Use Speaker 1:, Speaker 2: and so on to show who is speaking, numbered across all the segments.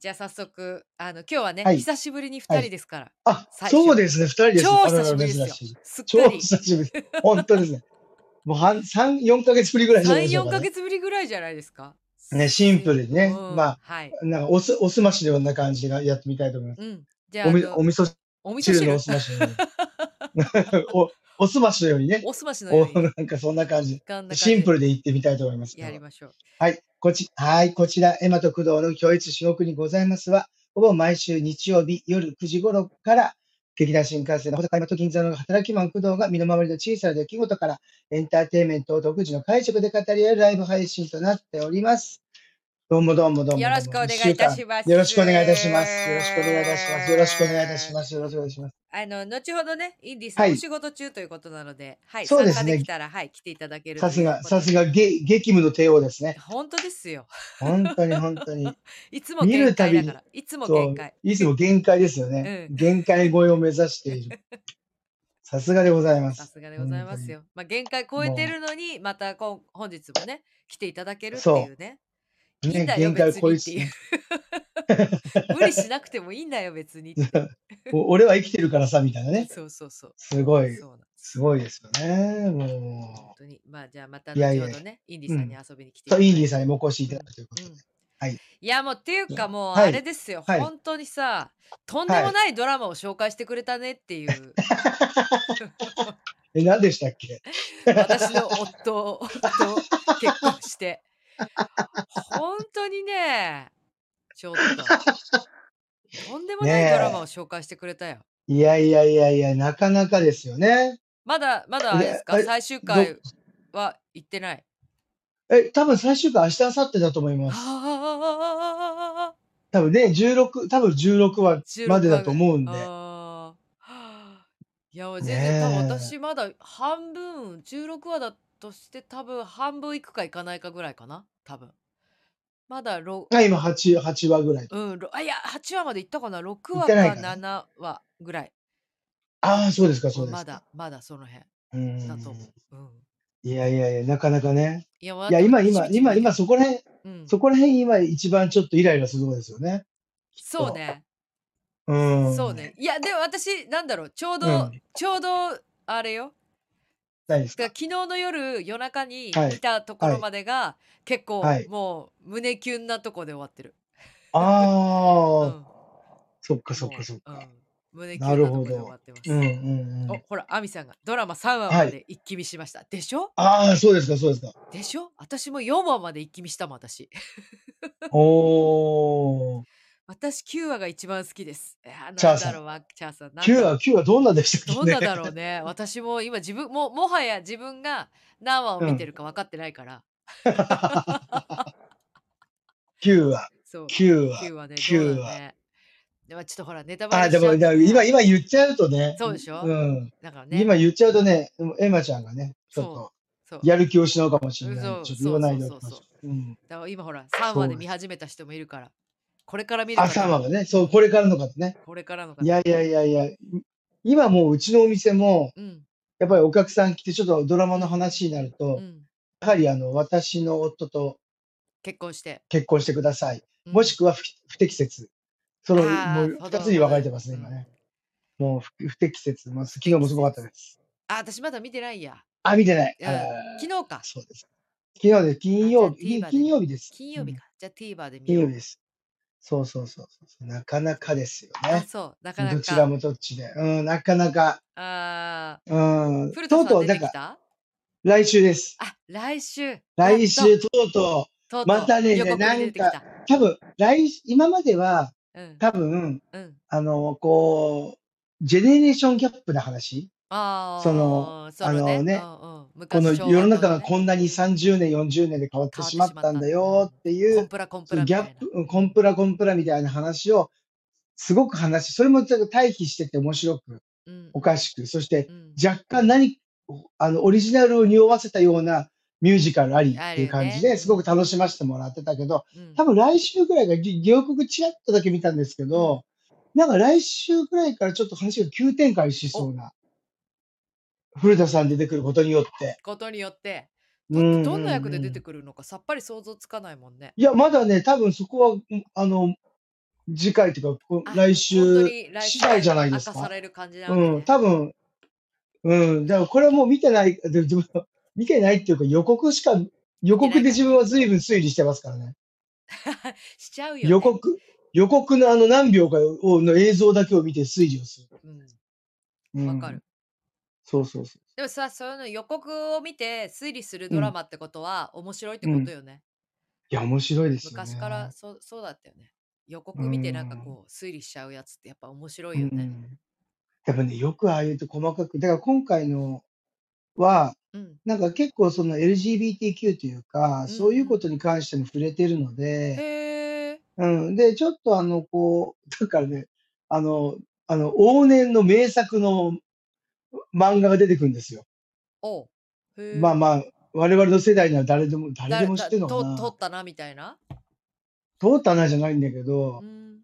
Speaker 1: じゃあ早速、あの、今日はね、
Speaker 2: はい
Speaker 1: 久しぶりに
Speaker 2: は
Speaker 1: 二
Speaker 2: い
Speaker 1: 人ですから。
Speaker 2: あ、
Speaker 1: 最初
Speaker 2: そうですね、二人です
Speaker 1: 超
Speaker 2: ね。あら
Speaker 1: 久
Speaker 2: ら
Speaker 1: しぶりですよ
Speaker 2: 珍しい。。
Speaker 1: すっ
Speaker 2: 超
Speaker 1: かり。
Speaker 2: 久しぶり。本当ですね。もう半、三、四ヶ月ぶりぐらいじゃない
Speaker 1: 3、
Speaker 2: でしょう
Speaker 1: 4
Speaker 2: か
Speaker 1: ヶ
Speaker 2: ね。
Speaker 1: 月ぶりぐらいじゃないですか。
Speaker 2: ねシンプルにね
Speaker 1: うん
Speaker 2: まあ
Speaker 1: はい。
Speaker 2: なんか、おす、おすましのような感じがやってみたいと思います。
Speaker 1: うん。じゃあ、
Speaker 2: おみ、
Speaker 1: あの
Speaker 2: お味噌
Speaker 1: お味噌
Speaker 2: 汁
Speaker 1: 汁
Speaker 2: のおすましのよう に。お、おすましのようにね。
Speaker 1: おすましのよ
Speaker 2: お、
Speaker 1: うに。
Speaker 2: なんかそんな感じ。
Speaker 1: こんな感じ
Speaker 2: シンプルで行ってみたいと思います。
Speaker 1: やりましょう。
Speaker 2: はい。こち、はい。こちら、エマと工藤の教室至極にございますは、ほぼ毎週日曜日夜9時頃から、劇団新幹線の小高山と銀座の働きマン工藤が身の回りの小さな出来事から、エンターテインメントを独自の解釈で語り合うライブ配信となっております。どうもどうもどうもどうも。
Speaker 1: よろしくお願いいたします。
Speaker 2: よろしくお願いいたします。よろしくお願いいたします。よろしくお願いいたします。よろしくお願いします。
Speaker 1: あの、後ほどね、インディさん、
Speaker 2: はい
Speaker 1: お仕事中ということなので、はい、
Speaker 2: そうです
Speaker 1: 参加
Speaker 2: ね
Speaker 1: できたら、はい、来ていただけるという
Speaker 2: さすが、
Speaker 1: こと
Speaker 2: さすが、げ激務の帝王ですね。
Speaker 1: 本当ですよ。
Speaker 2: 本当に本当に。
Speaker 1: いつも
Speaker 2: 見
Speaker 1: 限
Speaker 2: るた
Speaker 1: 界
Speaker 2: び
Speaker 1: だ
Speaker 2: に
Speaker 1: から。いつも
Speaker 2: そ
Speaker 1: 限
Speaker 2: う
Speaker 1: 界。
Speaker 2: いつも限界ですよね。
Speaker 1: う
Speaker 2: 限界超えを目指して いる。さすがでございま
Speaker 1: さ
Speaker 2: す。
Speaker 1: すがでございますよ。まあ、限界超えてるのに、またこん本日もね、来ていただけるっていうね。いいん
Speaker 2: ね
Speaker 1: だ、よ
Speaker 2: 限界を超え
Speaker 1: 別にっていう 無理しなくてもいいんだよ、別にって。
Speaker 2: お俺は生きてるからさ、みたいなね。
Speaker 1: そうそうそう。
Speaker 2: すごい、
Speaker 1: そうなんです
Speaker 2: すごいですよね。
Speaker 1: 本
Speaker 2: も
Speaker 1: 当に。まあ、じゃあまた
Speaker 2: いやい
Speaker 1: 後
Speaker 2: や
Speaker 1: ほどね、インディさんに
Speaker 2: う
Speaker 1: 遊びに来て
Speaker 2: う。と、インディーさん
Speaker 1: ん
Speaker 2: にもお越しいただくということで。はい
Speaker 1: いや、もう、っていうかもう、
Speaker 2: はい
Speaker 1: あれですよ、
Speaker 2: はい
Speaker 1: 本当にさ、とんでもないドラマを紹介してくれたねっていう、
Speaker 2: え、何でしたっけ
Speaker 1: 私の夫夫と結婚して。本当にね、ちょっと、とんでもな
Speaker 2: ね
Speaker 1: い
Speaker 2: え
Speaker 1: ドラマを紹介してくれたよ。
Speaker 2: いやいやいやいや、なかなかですよね。
Speaker 1: まだ、まだあれです
Speaker 2: い
Speaker 1: か、
Speaker 2: やあ
Speaker 1: 最終回は行ってない。
Speaker 2: え、多分最終回明日、明後日だと思います。
Speaker 1: あ
Speaker 2: 多分ね、16、多分16話
Speaker 1: ー
Speaker 2: までだと思うんで。
Speaker 1: あーいや、もう全然、多分
Speaker 2: ねえ
Speaker 1: 私まだ半分、16話だとして多分半分いくかいかないかぐらいかな、多分。まだろ、
Speaker 2: が今8、8話ぐらい。
Speaker 1: うん、ろあ、いや、8話までいったかな、6
Speaker 2: 行
Speaker 1: 話
Speaker 2: っ
Speaker 1: か
Speaker 2: てないかな
Speaker 1: 7話ぐらい。
Speaker 2: ああ、そうですか、そうです
Speaker 1: ま
Speaker 2: か。
Speaker 1: だ、まだその辺
Speaker 2: うん
Speaker 1: だと思う。うん。
Speaker 2: いやいやいや、なかなかね。
Speaker 1: いや、ま
Speaker 2: い
Speaker 1: だ
Speaker 2: や、今、今、
Speaker 1: しみじみ
Speaker 2: 今、
Speaker 1: だけど
Speaker 2: 今、そこら辺、
Speaker 1: うん、
Speaker 2: そこら辺、今、一番ちょっとイライラするとこですよね。
Speaker 1: そうね、
Speaker 2: うん。
Speaker 1: そう。ね。いや、でも私、なんだろう、ちょうど、
Speaker 2: うん
Speaker 1: ちょうど、あれよ。
Speaker 2: ないです
Speaker 1: だ
Speaker 2: か。
Speaker 1: から昨日の夜、夜中に
Speaker 2: はい
Speaker 1: 来たところまでが、結構、
Speaker 2: はい
Speaker 1: もう、胸キュンなとこで終わってる。
Speaker 2: ああ、
Speaker 1: うん
Speaker 2: そっかそっかそっ
Speaker 1: もうう
Speaker 2: か
Speaker 1: ん。胸キュンなとこで終わってます。
Speaker 2: うんうんう
Speaker 1: お
Speaker 2: ん。
Speaker 1: ほら、アミさんがドラマ3話
Speaker 2: は
Speaker 1: ま
Speaker 2: い
Speaker 1: で一気見しました。でしょ
Speaker 2: ああ、そうですか、そうです か。
Speaker 1: でしょ私も4話まで一気見したもん、私。
Speaker 2: おー。
Speaker 1: 私9話が一番好きです。いや
Speaker 2: チャ
Speaker 1: な
Speaker 2: ー
Speaker 1: ん
Speaker 2: さ
Speaker 1: だ
Speaker 2: ん
Speaker 1: ろうわ、チャーさん。なんだろう
Speaker 2: 9話、9話どんなでしたっ
Speaker 1: ど
Speaker 2: け
Speaker 1: ん
Speaker 2: ね
Speaker 1: なだろうね。私も今自分も もはや自分が何話を見てるか分かってないから。
Speaker 2: ?9 話、
Speaker 1: そう。
Speaker 2: 9話。
Speaker 1: 9話ね。
Speaker 2: 九
Speaker 1: どう
Speaker 2: 話
Speaker 1: だろうね。でもちょっとほらネタバ
Speaker 2: あ
Speaker 1: レ
Speaker 2: あ、
Speaker 1: しち
Speaker 2: で
Speaker 1: ゃう
Speaker 2: も、だ今、今言っちゃうとね。
Speaker 1: そうでしょ
Speaker 2: うん。
Speaker 1: だからね。
Speaker 2: 今言っちゃうとね、エマちゃんがね、ちょっと、
Speaker 1: そう。
Speaker 2: やる気を失うかもしれ
Speaker 1: そ
Speaker 2: な
Speaker 1: う
Speaker 2: い。ちょっと言わないでおき
Speaker 1: そ
Speaker 2: ま
Speaker 1: う
Speaker 2: し
Speaker 1: そう
Speaker 2: ょ。
Speaker 1: そう
Speaker 2: うん。
Speaker 1: だから今ほら3
Speaker 2: そう
Speaker 1: 話
Speaker 2: で
Speaker 1: です見始めた人もいるから。これから見る
Speaker 2: あ、
Speaker 1: 方
Speaker 2: 3話がね、そう、これからの方ね。
Speaker 1: これからの方
Speaker 2: いやいやいやいや、今もううちのお店も、
Speaker 1: うん。
Speaker 2: やっぱりお客さん来て、ちょっとドラマの話になると、
Speaker 1: うん。
Speaker 2: やはりあの、私の夫と
Speaker 1: 結婚して。
Speaker 2: 結婚してください。
Speaker 1: うん
Speaker 2: もしくは不不適切。その、
Speaker 1: あー
Speaker 2: もう
Speaker 1: そうだ
Speaker 2: 二つに分かれてますね、
Speaker 1: そうだ
Speaker 2: 今ね。もう不不適切。まあ、昨日もすごかったです。
Speaker 1: あ、私まだ見てないや。
Speaker 2: あ、見てない。
Speaker 1: うん
Speaker 2: あー
Speaker 1: 昨日か。
Speaker 2: そうです。昨日で金曜日、
Speaker 1: あじゃあ TVer で
Speaker 2: 金曜日です。
Speaker 1: 金曜日
Speaker 2: うん
Speaker 1: か。じゃあ TVer で見
Speaker 2: 金
Speaker 1: よ
Speaker 2: 曜
Speaker 1: う。
Speaker 2: 日です。そうそうそうそう。なかなかですよ
Speaker 1: あ、
Speaker 2: ね。
Speaker 1: そう。なかなか。
Speaker 2: どちらもどっちで。うん、なかなか。
Speaker 1: ああ。
Speaker 2: うん
Speaker 1: 古。田
Speaker 2: と
Speaker 1: さ
Speaker 2: うと
Speaker 1: ん
Speaker 2: う、
Speaker 1: 出
Speaker 2: な
Speaker 1: て
Speaker 2: ん
Speaker 1: き
Speaker 2: か、
Speaker 1: た
Speaker 2: 来週です。
Speaker 1: あ、来週。
Speaker 2: 来
Speaker 1: やっ
Speaker 2: 週、と
Speaker 1: と、
Speaker 2: うと
Speaker 1: とうとう
Speaker 2: またね
Speaker 1: 予告に出てき
Speaker 2: なん
Speaker 1: た。
Speaker 2: う、多分、来、今までは、
Speaker 1: うん。
Speaker 2: 多分、
Speaker 1: うん。
Speaker 2: あの、こう、ジェネレーションギャップな話。
Speaker 1: ああ。
Speaker 2: その
Speaker 1: そ
Speaker 2: あのね
Speaker 1: うんうん、
Speaker 2: この
Speaker 1: 昔
Speaker 2: 世の中が
Speaker 1: コ
Speaker 2: こんなに30年、40年で変わってしまったんだよってい
Speaker 1: ン
Speaker 2: う、
Speaker 1: プラコンプ
Speaker 2: その
Speaker 1: ラみ
Speaker 2: ギ
Speaker 1: た
Speaker 2: ャ
Speaker 1: い
Speaker 2: ッ
Speaker 1: な。
Speaker 2: プ、うんコンプラコンプラみたいな話を、すごく話し、それもちょっと対比してて面白く、
Speaker 1: うん
Speaker 2: おかしく、そして
Speaker 1: うん
Speaker 2: 若干何、あの、オリジナルを匂わせたようなミュージカルあり
Speaker 1: あ
Speaker 2: っ
Speaker 1: る
Speaker 2: てい
Speaker 1: よ
Speaker 2: う感
Speaker 1: ね
Speaker 2: じですごく楽しませてもらってたけど、
Speaker 1: うん
Speaker 2: 多分来週ぐらいが、ぎ予告ちらっとだけ見たんですけど、なんか来週ぐらいからちょっと話が急展開しそうな、古田さん出てくることによって。
Speaker 1: ことによって、
Speaker 2: う
Speaker 1: ど
Speaker 2: うう
Speaker 1: どんな役で出てくるのかさっぱり想像つかないもんね。
Speaker 2: いや、まだね、多分そこは、うんあの、次回というか、こ
Speaker 1: あ本当
Speaker 2: 来週
Speaker 1: に来週
Speaker 2: 次第じゃないです
Speaker 1: 明かさ
Speaker 2: か。
Speaker 1: れる感じなわけ
Speaker 2: うん、
Speaker 1: ね。
Speaker 2: 多分、うん、だからこれはもう見てない、 ででも見てないっていうか予告しか、予告で自分は随分推理してますからね。
Speaker 1: しちゃうよ、ね。
Speaker 2: 予告、予告のあの何秒かをの映像だけを見て推理をする。
Speaker 1: うん。
Speaker 2: うん
Speaker 1: わかる。
Speaker 2: そうそうそ
Speaker 1: でもさ、その予告を見て推理するドラマってことは面白いってことよね。
Speaker 2: う。いや、面白いですよね。
Speaker 1: 昔からそそうだったよね。予告見てなんかこう推理しちゃうやつってやっぱ面白いよ
Speaker 2: う
Speaker 1: ね。
Speaker 2: んやっぱね、よくああいうと細かく、だから今回のは、
Speaker 1: うん。
Speaker 2: なんか結構その LGBTQ というか、
Speaker 1: ん
Speaker 2: そういうことに関しても触れてるので、
Speaker 1: へえ。
Speaker 2: うん、で、ちょっとあの、こう、だからね、あの、あの、往年の名作の漫画が出てくるんですよ。
Speaker 1: おうへえ。
Speaker 2: まあまあ、我々の世代には誰でも、
Speaker 1: あ
Speaker 2: 誰でも知ってるのか
Speaker 1: 通
Speaker 2: な。
Speaker 1: ったなみたいな。
Speaker 2: 通ったなじゃないんだけど
Speaker 1: う、ん。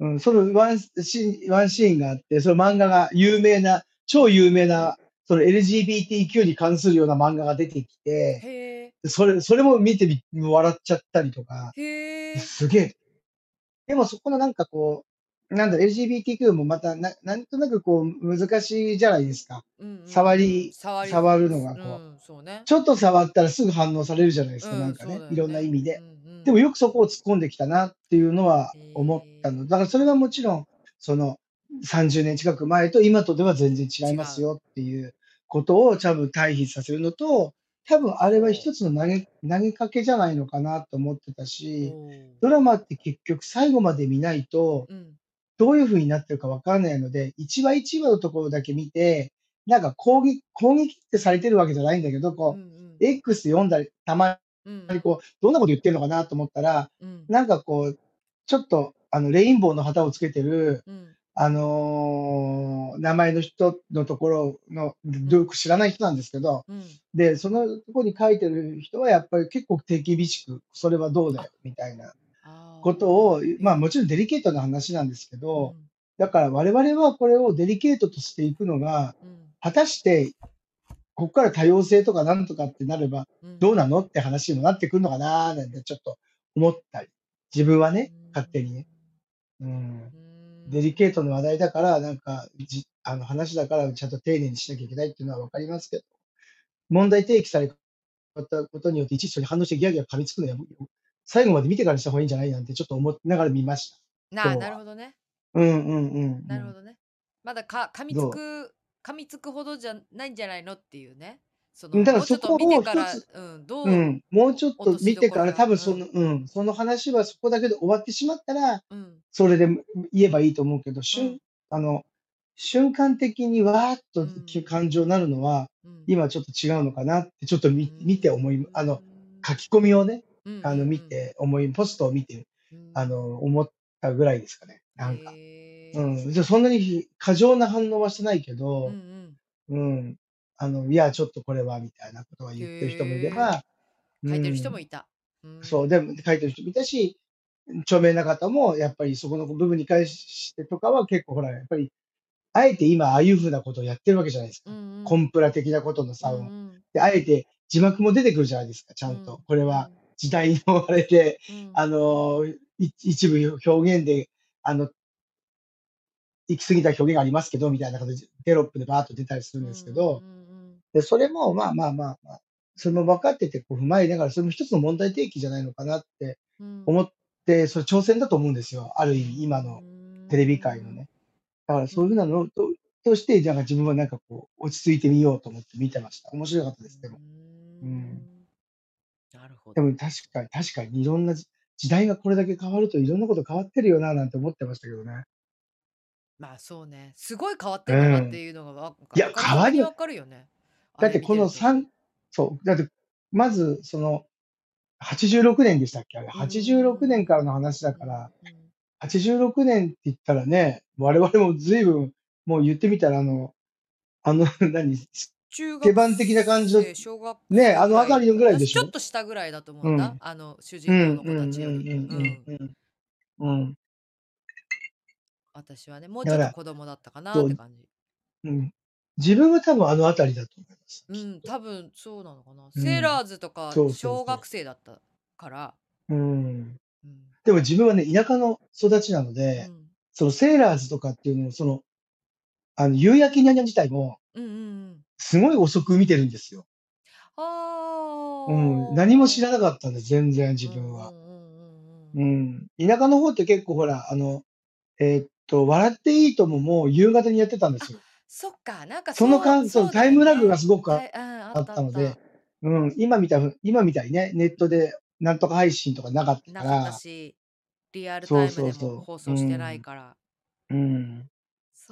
Speaker 2: うん、そのワンシーン、ワンシーンがあって、その漫画が有名な、超有名な、その LGBTQ に関するような漫画が出てきて、
Speaker 1: へえ。
Speaker 2: それ、それも見てみ、笑っちゃったりとか、
Speaker 1: へえ。
Speaker 2: すげえ。でもそこのなんかこう、なんだ、LGBTQ もまたな、なんとなくこう、難しいじゃないですか。
Speaker 1: うんうん
Speaker 2: 触り、
Speaker 1: 触り
Speaker 2: 触るのがこう
Speaker 1: うん、そうね。
Speaker 2: ちょっと触ったらすぐ反応されるじゃないですか、
Speaker 1: う
Speaker 2: なんか
Speaker 1: そう
Speaker 2: ね
Speaker 1: だよ。
Speaker 2: いろんな意味で。
Speaker 1: うんうん
Speaker 2: でもよくそこを突っ込んできたなっていうのは思った
Speaker 1: へ
Speaker 2: の。
Speaker 1: ー
Speaker 2: だからそれはもちろん、その30年近く前と今とでは全然違いますよっていうことを多分対比させるのと、多分あれは一つの投げ投げかけじゃないのかなと思ってたし、
Speaker 1: おう
Speaker 2: ドラマって結局最後まで見ないと、
Speaker 1: うん、
Speaker 2: どういう風になってるかわからないので、一話一話のところだけ見て、なんか攻撃、攻撃ってされてるわけじゃないんだけど、
Speaker 1: うんう
Speaker 2: こう、
Speaker 1: ん
Speaker 2: X 読んだり、たま
Speaker 1: うん
Speaker 2: にこう、どんなこと言ってるのかなと思ったら、
Speaker 1: うん
Speaker 2: なんかこう、ちょっと、あの、レインボーの旗をつけてる、
Speaker 1: うん
Speaker 2: あのー名前の人のところの、どよく知らない人なんですけど、
Speaker 1: うん
Speaker 2: で、そのとこに書いてる人はやっぱり結構手厳しく、それはどうだよ、みたいな
Speaker 1: あー
Speaker 2: ことを、まあもちろんデリケートな話なんですけど、
Speaker 1: うん
Speaker 2: だから我々はこれをデリケートとしていくのが、
Speaker 1: うん
Speaker 2: 果たして、ここから多様性とかなんとかってなれば、
Speaker 1: うん
Speaker 2: どうなのって話にもなってくるのかなーなんてちょっと思ったり。自分はね、勝手にね。うん。
Speaker 1: うん
Speaker 2: デリケートの話題だから、なんか、じあの話だから、ちゃんと丁寧にしなきゃいけないっていうのはわかりますけど、問題提起されたことによって、いちいちそれに反応してギャーギャー噛みつくのやめよう、最後まで見てからした方がいいんじゃないなんてちょっと思いながら見ました。
Speaker 1: な
Speaker 2: 今日は
Speaker 1: なるほどね
Speaker 2: うんうんうん。
Speaker 1: なるほどね、まだか噛みつ
Speaker 2: どう
Speaker 1: く噛みつくほどじゃないんじゃないのっていうねそ
Speaker 2: うん
Speaker 1: の
Speaker 2: だから
Speaker 1: もうちょっ
Speaker 2: そことを
Speaker 1: 見てから
Speaker 2: 一つ
Speaker 1: うんどう、
Speaker 2: うん、もうちょっと見
Speaker 1: 落としど
Speaker 2: てか
Speaker 1: ころが
Speaker 2: ら、多分その、うん、その話はそこだけで終わってしまったら、
Speaker 1: うん
Speaker 2: それで言えばいいと思うけど、瞬、
Speaker 1: うん
Speaker 2: あの、瞬間的にわーっと
Speaker 1: うん
Speaker 2: き感情になるのは、
Speaker 1: うん、
Speaker 2: 今ちょっと違うのかなって、ちょっと見見て思い、あの、書き込みをね、
Speaker 1: うん
Speaker 2: あの、見、て、思い、ポストを見て、あの、思ったぐらいですかね。なんか。う
Speaker 1: うん
Speaker 2: ん、じゃあそんなに過剰な反応はしてないけど、
Speaker 1: うんうん
Speaker 2: うん。あの、いや、ちょっとこれは、みたいなことは言ってる人もいれば、
Speaker 1: 書いてる人
Speaker 2: うん
Speaker 1: もいた、うん
Speaker 2: そう、でも書いてる人もいたし、著名な方も、やっぱりそこの部分に関してとかは結構ほら、やっぱり、あえて今、ああいうふうなことをやってるわけじゃないですか。
Speaker 1: うんうん
Speaker 2: コンプラ的なことの差を。
Speaker 1: うんうん
Speaker 2: で、あえて字幕も出てくるじゃないですか、ちゃんと。
Speaker 1: うん
Speaker 2: これは、時代のあれで、
Speaker 1: うん
Speaker 2: あのー、い一部表現で、あの、行き過ぎた表現がありますけど、みたいな形で、テロップでバーッと出たりするんですけど、
Speaker 1: うんうん
Speaker 2: で、それも、まあまあまあまあ、それも分かってて、こう踏まえながら、それも一つの問題提起じゃないのかなって
Speaker 1: うんうん
Speaker 2: 思って、それ挑戦だと思うんですよ。ある意味、今のテレビ界のね。だからそういうふうなのととして、なんか自分はなんかこう、落ち着いてみようと思って見てました。面白かったです。でも、
Speaker 1: うーん
Speaker 2: うん
Speaker 1: なるほ
Speaker 2: で
Speaker 1: ど。
Speaker 2: も確かに、確かにいろんな時時代がこれだけ変わるといろんなこと変わってるよな、なんて思ってましたけどね。
Speaker 1: まあそうね。すごい変わってんだなっていうのがわ、
Speaker 2: いや
Speaker 1: 体
Speaker 2: 変わるよ
Speaker 1: わかるよね。
Speaker 2: だってこの
Speaker 1: 3
Speaker 2: 3、そう、だって、まず、その、86年でしたっけあれ、86年からの話だから、、86年って言ったらね、我々も随分、もう言ってみたら、あの、あの、 何、
Speaker 1: 中学
Speaker 2: 定番的な感じの
Speaker 1: 生小学
Speaker 2: ねあの辺りのぐらいでしょ
Speaker 1: ちょっと下ぐらいだと思うんだ。
Speaker 2: うん
Speaker 1: あの主
Speaker 2: うん、
Speaker 1: 人公の子たちより。うん
Speaker 2: うん、うん、
Speaker 1: 私はね、もうちょっと子供だったかなって感じ。
Speaker 2: うん。自分は多分あの辺りだと思います。
Speaker 1: うん、多分そうなのかな。
Speaker 2: うん
Speaker 1: セーラーズとか
Speaker 2: そうそうそう
Speaker 1: 小学生だったから。
Speaker 2: うん。
Speaker 1: うん
Speaker 2: でも自分はね、田舎の育ちなの
Speaker 1: う
Speaker 2: で、
Speaker 1: ん。
Speaker 2: そのセーラーズとかっていうのを、その、あの、夕焼けにゃんにゃん自体も、
Speaker 1: うんうんうん。
Speaker 2: すごい遅く見てるんですよ。うん。何も知
Speaker 1: ああ。
Speaker 2: らなかったんです、全然自
Speaker 1: うんう
Speaker 2: 分は。
Speaker 1: んうんうんう。
Speaker 2: うんん。田舎の方って結構ほら、あの、えーっと、笑っていいとももう夕方にやってたんで
Speaker 1: あ、
Speaker 2: すよ。
Speaker 1: そっか、なんか
Speaker 2: その
Speaker 1: そう、
Speaker 2: 間、その
Speaker 1: そうだ
Speaker 2: タイ
Speaker 1: よ
Speaker 2: ムラグが
Speaker 1: ね。
Speaker 2: すごくあ
Speaker 1: たい、うん、あ
Speaker 2: あ
Speaker 1: っ
Speaker 2: った
Speaker 1: あ
Speaker 2: た
Speaker 1: っ
Speaker 2: ので、
Speaker 1: た。
Speaker 2: うん、今みたい、今みたいね、ネットでなんとか配信とかなかったか
Speaker 1: なかった
Speaker 2: ら、
Speaker 1: し、リアル
Speaker 2: そ
Speaker 1: タ
Speaker 2: う
Speaker 1: イム
Speaker 2: そう
Speaker 1: でも
Speaker 2: そ
Speaker 1: 放
Speaker 2: う、う
Speaker 1: 送してない
Speaker 2: ん、
Speaker 1: から。
Speaker 2: うん。で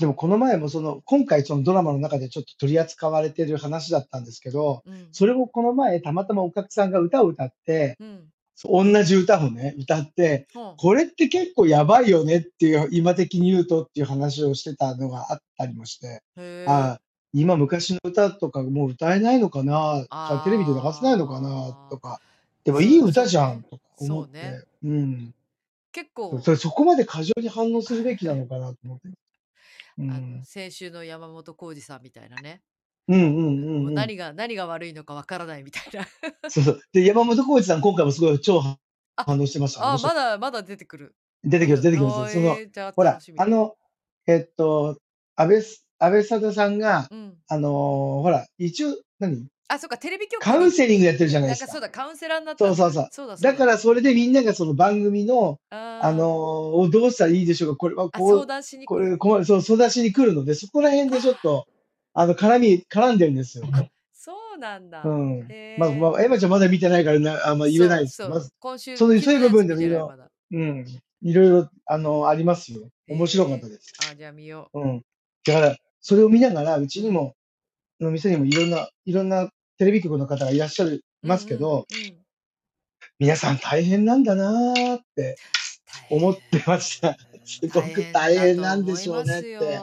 Speaker 1: そ
Speaker 2: も
Speaker 1: う
Speaker 2: この前もその、今回そのドラマの中でちょっと取り扱われてる話だったんですけど、
Speaker 1: うん。
Speaker 2: それをこの前たまたまお客さんが歌を歌って、
Speaker 1: うん。
Speaker 2: そう同じ歌をね、歌って、
Speaker 1: ほ
Speaker 2: これって結構やばいよねっていう、今的に言うとっていう話をしてたのがあったりもして、
Speaker 1: う。へえ。
Speaker 2: ああ、今昔の歌とかもう歌えないのかな、かテレビで流せないのかなと
Speaker 1: ああ。
Speaker 2: か、でもいい
Speaker 1: そう、
Speaker 2: 歌
Speaker 1: そう
Speaker 2: じゃん
Speaker 1: ね。
Speaker 2: とか思
Speaker 1: そ
Speaker 2: っ
Speaker 1: うね。
Speaker 2: て、うん。
Speaker 1: 結
Speaker 2: そ
Speaker 1: 構、
Speaker 2: れそこまで過剰に反応するべきなのかなと思って。
Speaker 1: あ
Speaker 2: う
Speaker 1: の、
Speaker 2: ん。
Speaker 1: 先週の山本浩二さんみたいなね。
Speaker 2: うんうんう
Speaker 1: もうん
Speaker 2: うん。
Speaker 1: 何が、何が悪いのかわからないみたいな。
Speaker 2: そうそう。で、山本浩二さん今回もすごい超反
Speaker 1: あ、
Speaker 2: 応してました。面
Speaker 1: あ、
Speaker 2: 白
Speaker 1: ま
Speaker 2: かっ
Speaker 1: だ、まだ出てくる。
Speaker 2: た。出てき
Speaker 1: う
Speaker 2: ます、出
Speaker 1: ん。
Speaker 2: てきます。
Speaker 1: あ
Speaker 2: その、
Speaker 1: ええじゃあ
Speaker 2: ほ
Speaker 1: 楽
Speaker 2: ら、
Speaker 1: しみ
Speaker 2: あ
Speaker 1: だ。
Speaker 2: の、えっと、安倍す、安倍貞さんが、
Speaker 1: うん。
Speaker 2: あのーほら、一応、何
Speaker 1: あ、そっか、テレビ局
Speaker 2: カウン
Speaker 1: に、
Speaker 2: セリングやってるじゃない
Speaker 1: な
Speaker 2: で
Speaker 1: ん
Speaker 2: す
Speaker 1: かそ
Speaker 2: か。
Speaker 1: うだ、カウンセラーになった
Speaker 2: そうん
Speaker 1: だ
Speaker 2: そう
Speaker 1: よね。
Speaker 2: そう。
Speaker 1: そうだ、そう
Speaker 2: だか
Speaker 1: だ。
Speaker 2: らそれでみんながその番組の、あの
Speaker 1: あ
Speaker 2: ーをどうしたらいいでしょうか、これは
Speaker 1: あ、あ、相
Speaker 2: こう、
Speaker 1: 談しに
Speaker 2: こ
Speaker 1: 来る
Speaker 2: れ、
Speaker 1: の。
Speaker 2: こう、そう、育ちに来るので、そこら辺でちょっ
Speaker 1: ああ、
Speaker 2: と、あの、絡み、絡んでるんですよ。
Speaker 1: そうなん
Speaker 2: う
Speaker 1: だ。
Speaker 2: ん。まあ、ま
Speaker 1: へえ。
Speaker 2: あ、エマちゃんまだ見てないからな、あんま言えない
Speaker 1: そうそう。
Speaker 2: ですけど、まず、
Speaker 1: 今週、
Speaker 2: その、
Speaker 1: 昨
Speaker 2: そう
Speaker 1: 日
Speaker 2: い
Speaker 1: の
Speaker 2: う部
Speaker 1: や
Speaker 2: 分
Speaker 1: つ見
Speaker 2: でも
Speaker 1: て
Speaker 2: い
Speaker 1: ない、ま
Speaker 2: ろ、
Speaker 1: だ。
Speaker 2: うん、いろいろ、あの、ありますよ。面白かっ
Speaker 1: へ
Speaker 2: た
Speaker 1: え。
Speaker 2: です。
Speaker 1: あ、じゃあ見よ
Speaker 2: うん。だから、それを見ながら、う
Speaker 1: う。
Speaker 2: ち
Speaker 1: う
Speaker 2: に
Speaker 1: ん。
Speaker 2: も、の店にもいろんな、いろんなテレビ局の方がいらっしゃる、
Speaker 1: うん
Speaker 2: ますけど、
Speaker 1: うんうん。
Speaker 2: 皆さん大変なんだなーって
Speaker 1: 大
Speaker 2: 思ってました。
Speaker 1: 変、
Speaker 2: すご
Speaker 1: 大
Speaker 2: く
Speaker 1: 変
Speaker 2: 大
Speaker 1: だ
Speaker 2: 変
Speaker 1: と
Speaker 2: なんで
Speaker 1: 思い
Speaker 2: しょう
Speaker 1: ま
Speaker 2: ねっ
Speaker 1: す
Speaker 2: て。う
Speaker 1: よ。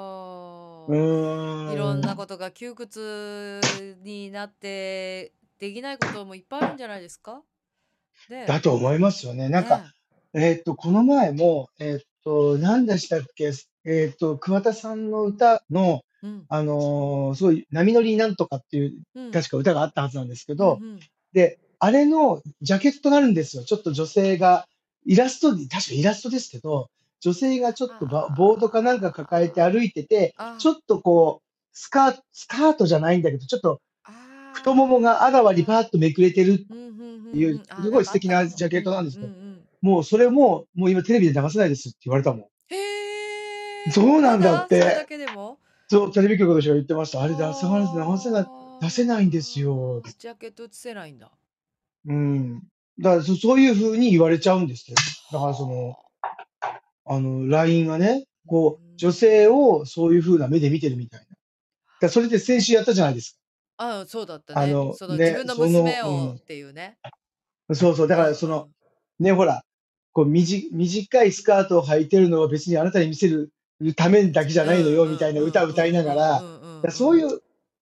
Speaker 1: いろ
Speaker 2: ー。
Speaker 1: んなんことが窮屈になってできないこともいっぱいあるんじゃないですか
Speaker 2: だ
Speaker 1: ね
Speaker 2: と思いますよね。
Speaker 1: え
Speaker 2: なんか、
Speaker 1: ね
Speaker 2: えーっと、この前も、えーっと、何でしたっけ、えーっと、桑田さんの歌の、
Speaker 1: え。うん、
Speaker 2: あのーすごい、波乗りなんとかっていう、
Speaker 1: うん、
Speaker 2: 確か歌があったはずなんですけ
Speaker 1: うん、
Speaker 2: ど、
Speaker 1: うん。
Speaker 2: で、あれのジャケットがあるんですよ。ちょっと女性が、イラストに、確かイラストですけど、女性がちょっとバボードかなんか抱えて
Speaker 1: あ
Speaker 2: 歩いてて、
Speaker 1: あ、あ
Speaker 2: ちょっとこう、スカート、スカートじゃないんだけど、ちょっと太ももがあらわにパ
Speaker 1: あ
Speaker 2: ーッとめくれてるっ
Speaker 1: ー、うん、うん、う
Speaker 2: てい
Speaker 1: ん、
Speaker 2: う、
Speaker 1: うん。ああ、
Speaker 2: す
Speaker 1: な
Speaker 2: ご
Speaker 1: んか
Speaker 2: い素
Speaker 1: あっ
Speaker 2: 敵
Speaker 1: た
Speaker 2: な
Speaker 1: かも。
Speaker 2: ジャケ
Speaker 1: う
Speaker 2: ット
Speaker 1: ん、
Speaker 2: なんです
Speaker 1: う
Speaker 2: けど、
Speaker 1: ん、
Speaker 2: もうそれも、もう今テレビで流せないですって言われたも
Speaker 1: うん。へ
Speaker 2: ん。
Speaker 1: え、
Speaker 2: そうな
Speaker 1: た
Speaker 2: んだ
Speaker 1: だ、
Speaker 2: っ
Speaker 1: それだ
Speaker 2: て。
Speaker 1: けでも
Speaker 2: そう、テレビ局の人が言ってました。あれ出せない、出せない、出せないんですよ。
Speaker 1: ああ、ジャケット映せないんだ。
Speaker 2: うん。だからそ、そういうふうに言われちゃうんですよ。だからその、
Speaker 1: はあ。
Speaker 2: あの、LINE がね、
Speaker 1: う
Speaker 2: こう、女性
Speaker 1: ん
Speaker 2: をそういう風な目で見てるみたいな。だからそれで先週やったじゃないですか。
Speaker 1: ああ、そうだった
Speaker 2: あ
Speaker 1: ね。
Speaker 2: の、
Speaker 1: その自
Speaker 2: ね、
Speaker 1: 分の
Speaker 2: その、
Speaker 1: 娘をっていうね。
Speaker 2: うん。そうそう。だ
Speaker 1: う
Speaker 2: か
Speaker 1: ん
Speaker 2: らそうの、
Speaker 1: ん。
Speaker 2: ね、ほら、こう、みじ短いスカートを履いてるのは別にあなたに見せるためだけじゃ
Speaker 1: う
Speaker 2: ないの
Speaker 1: ん
Speaker 2: よ、
Speaker 1: う
Speaker 2: みた
Speaker 1: ん
Speaker 2: いうなん歌を
Speaker 1: う
Speaker 2: 歌い
Speaker 1: ん
Speaker 2: な
Speaker 1: う
Speaker 2: がら、だ
Speaker 1: ん
Speaker 2: か
Speaker 1: うんう
Speaker 2: ら
Speaker 1: ん。
Speaker 2: そううんいう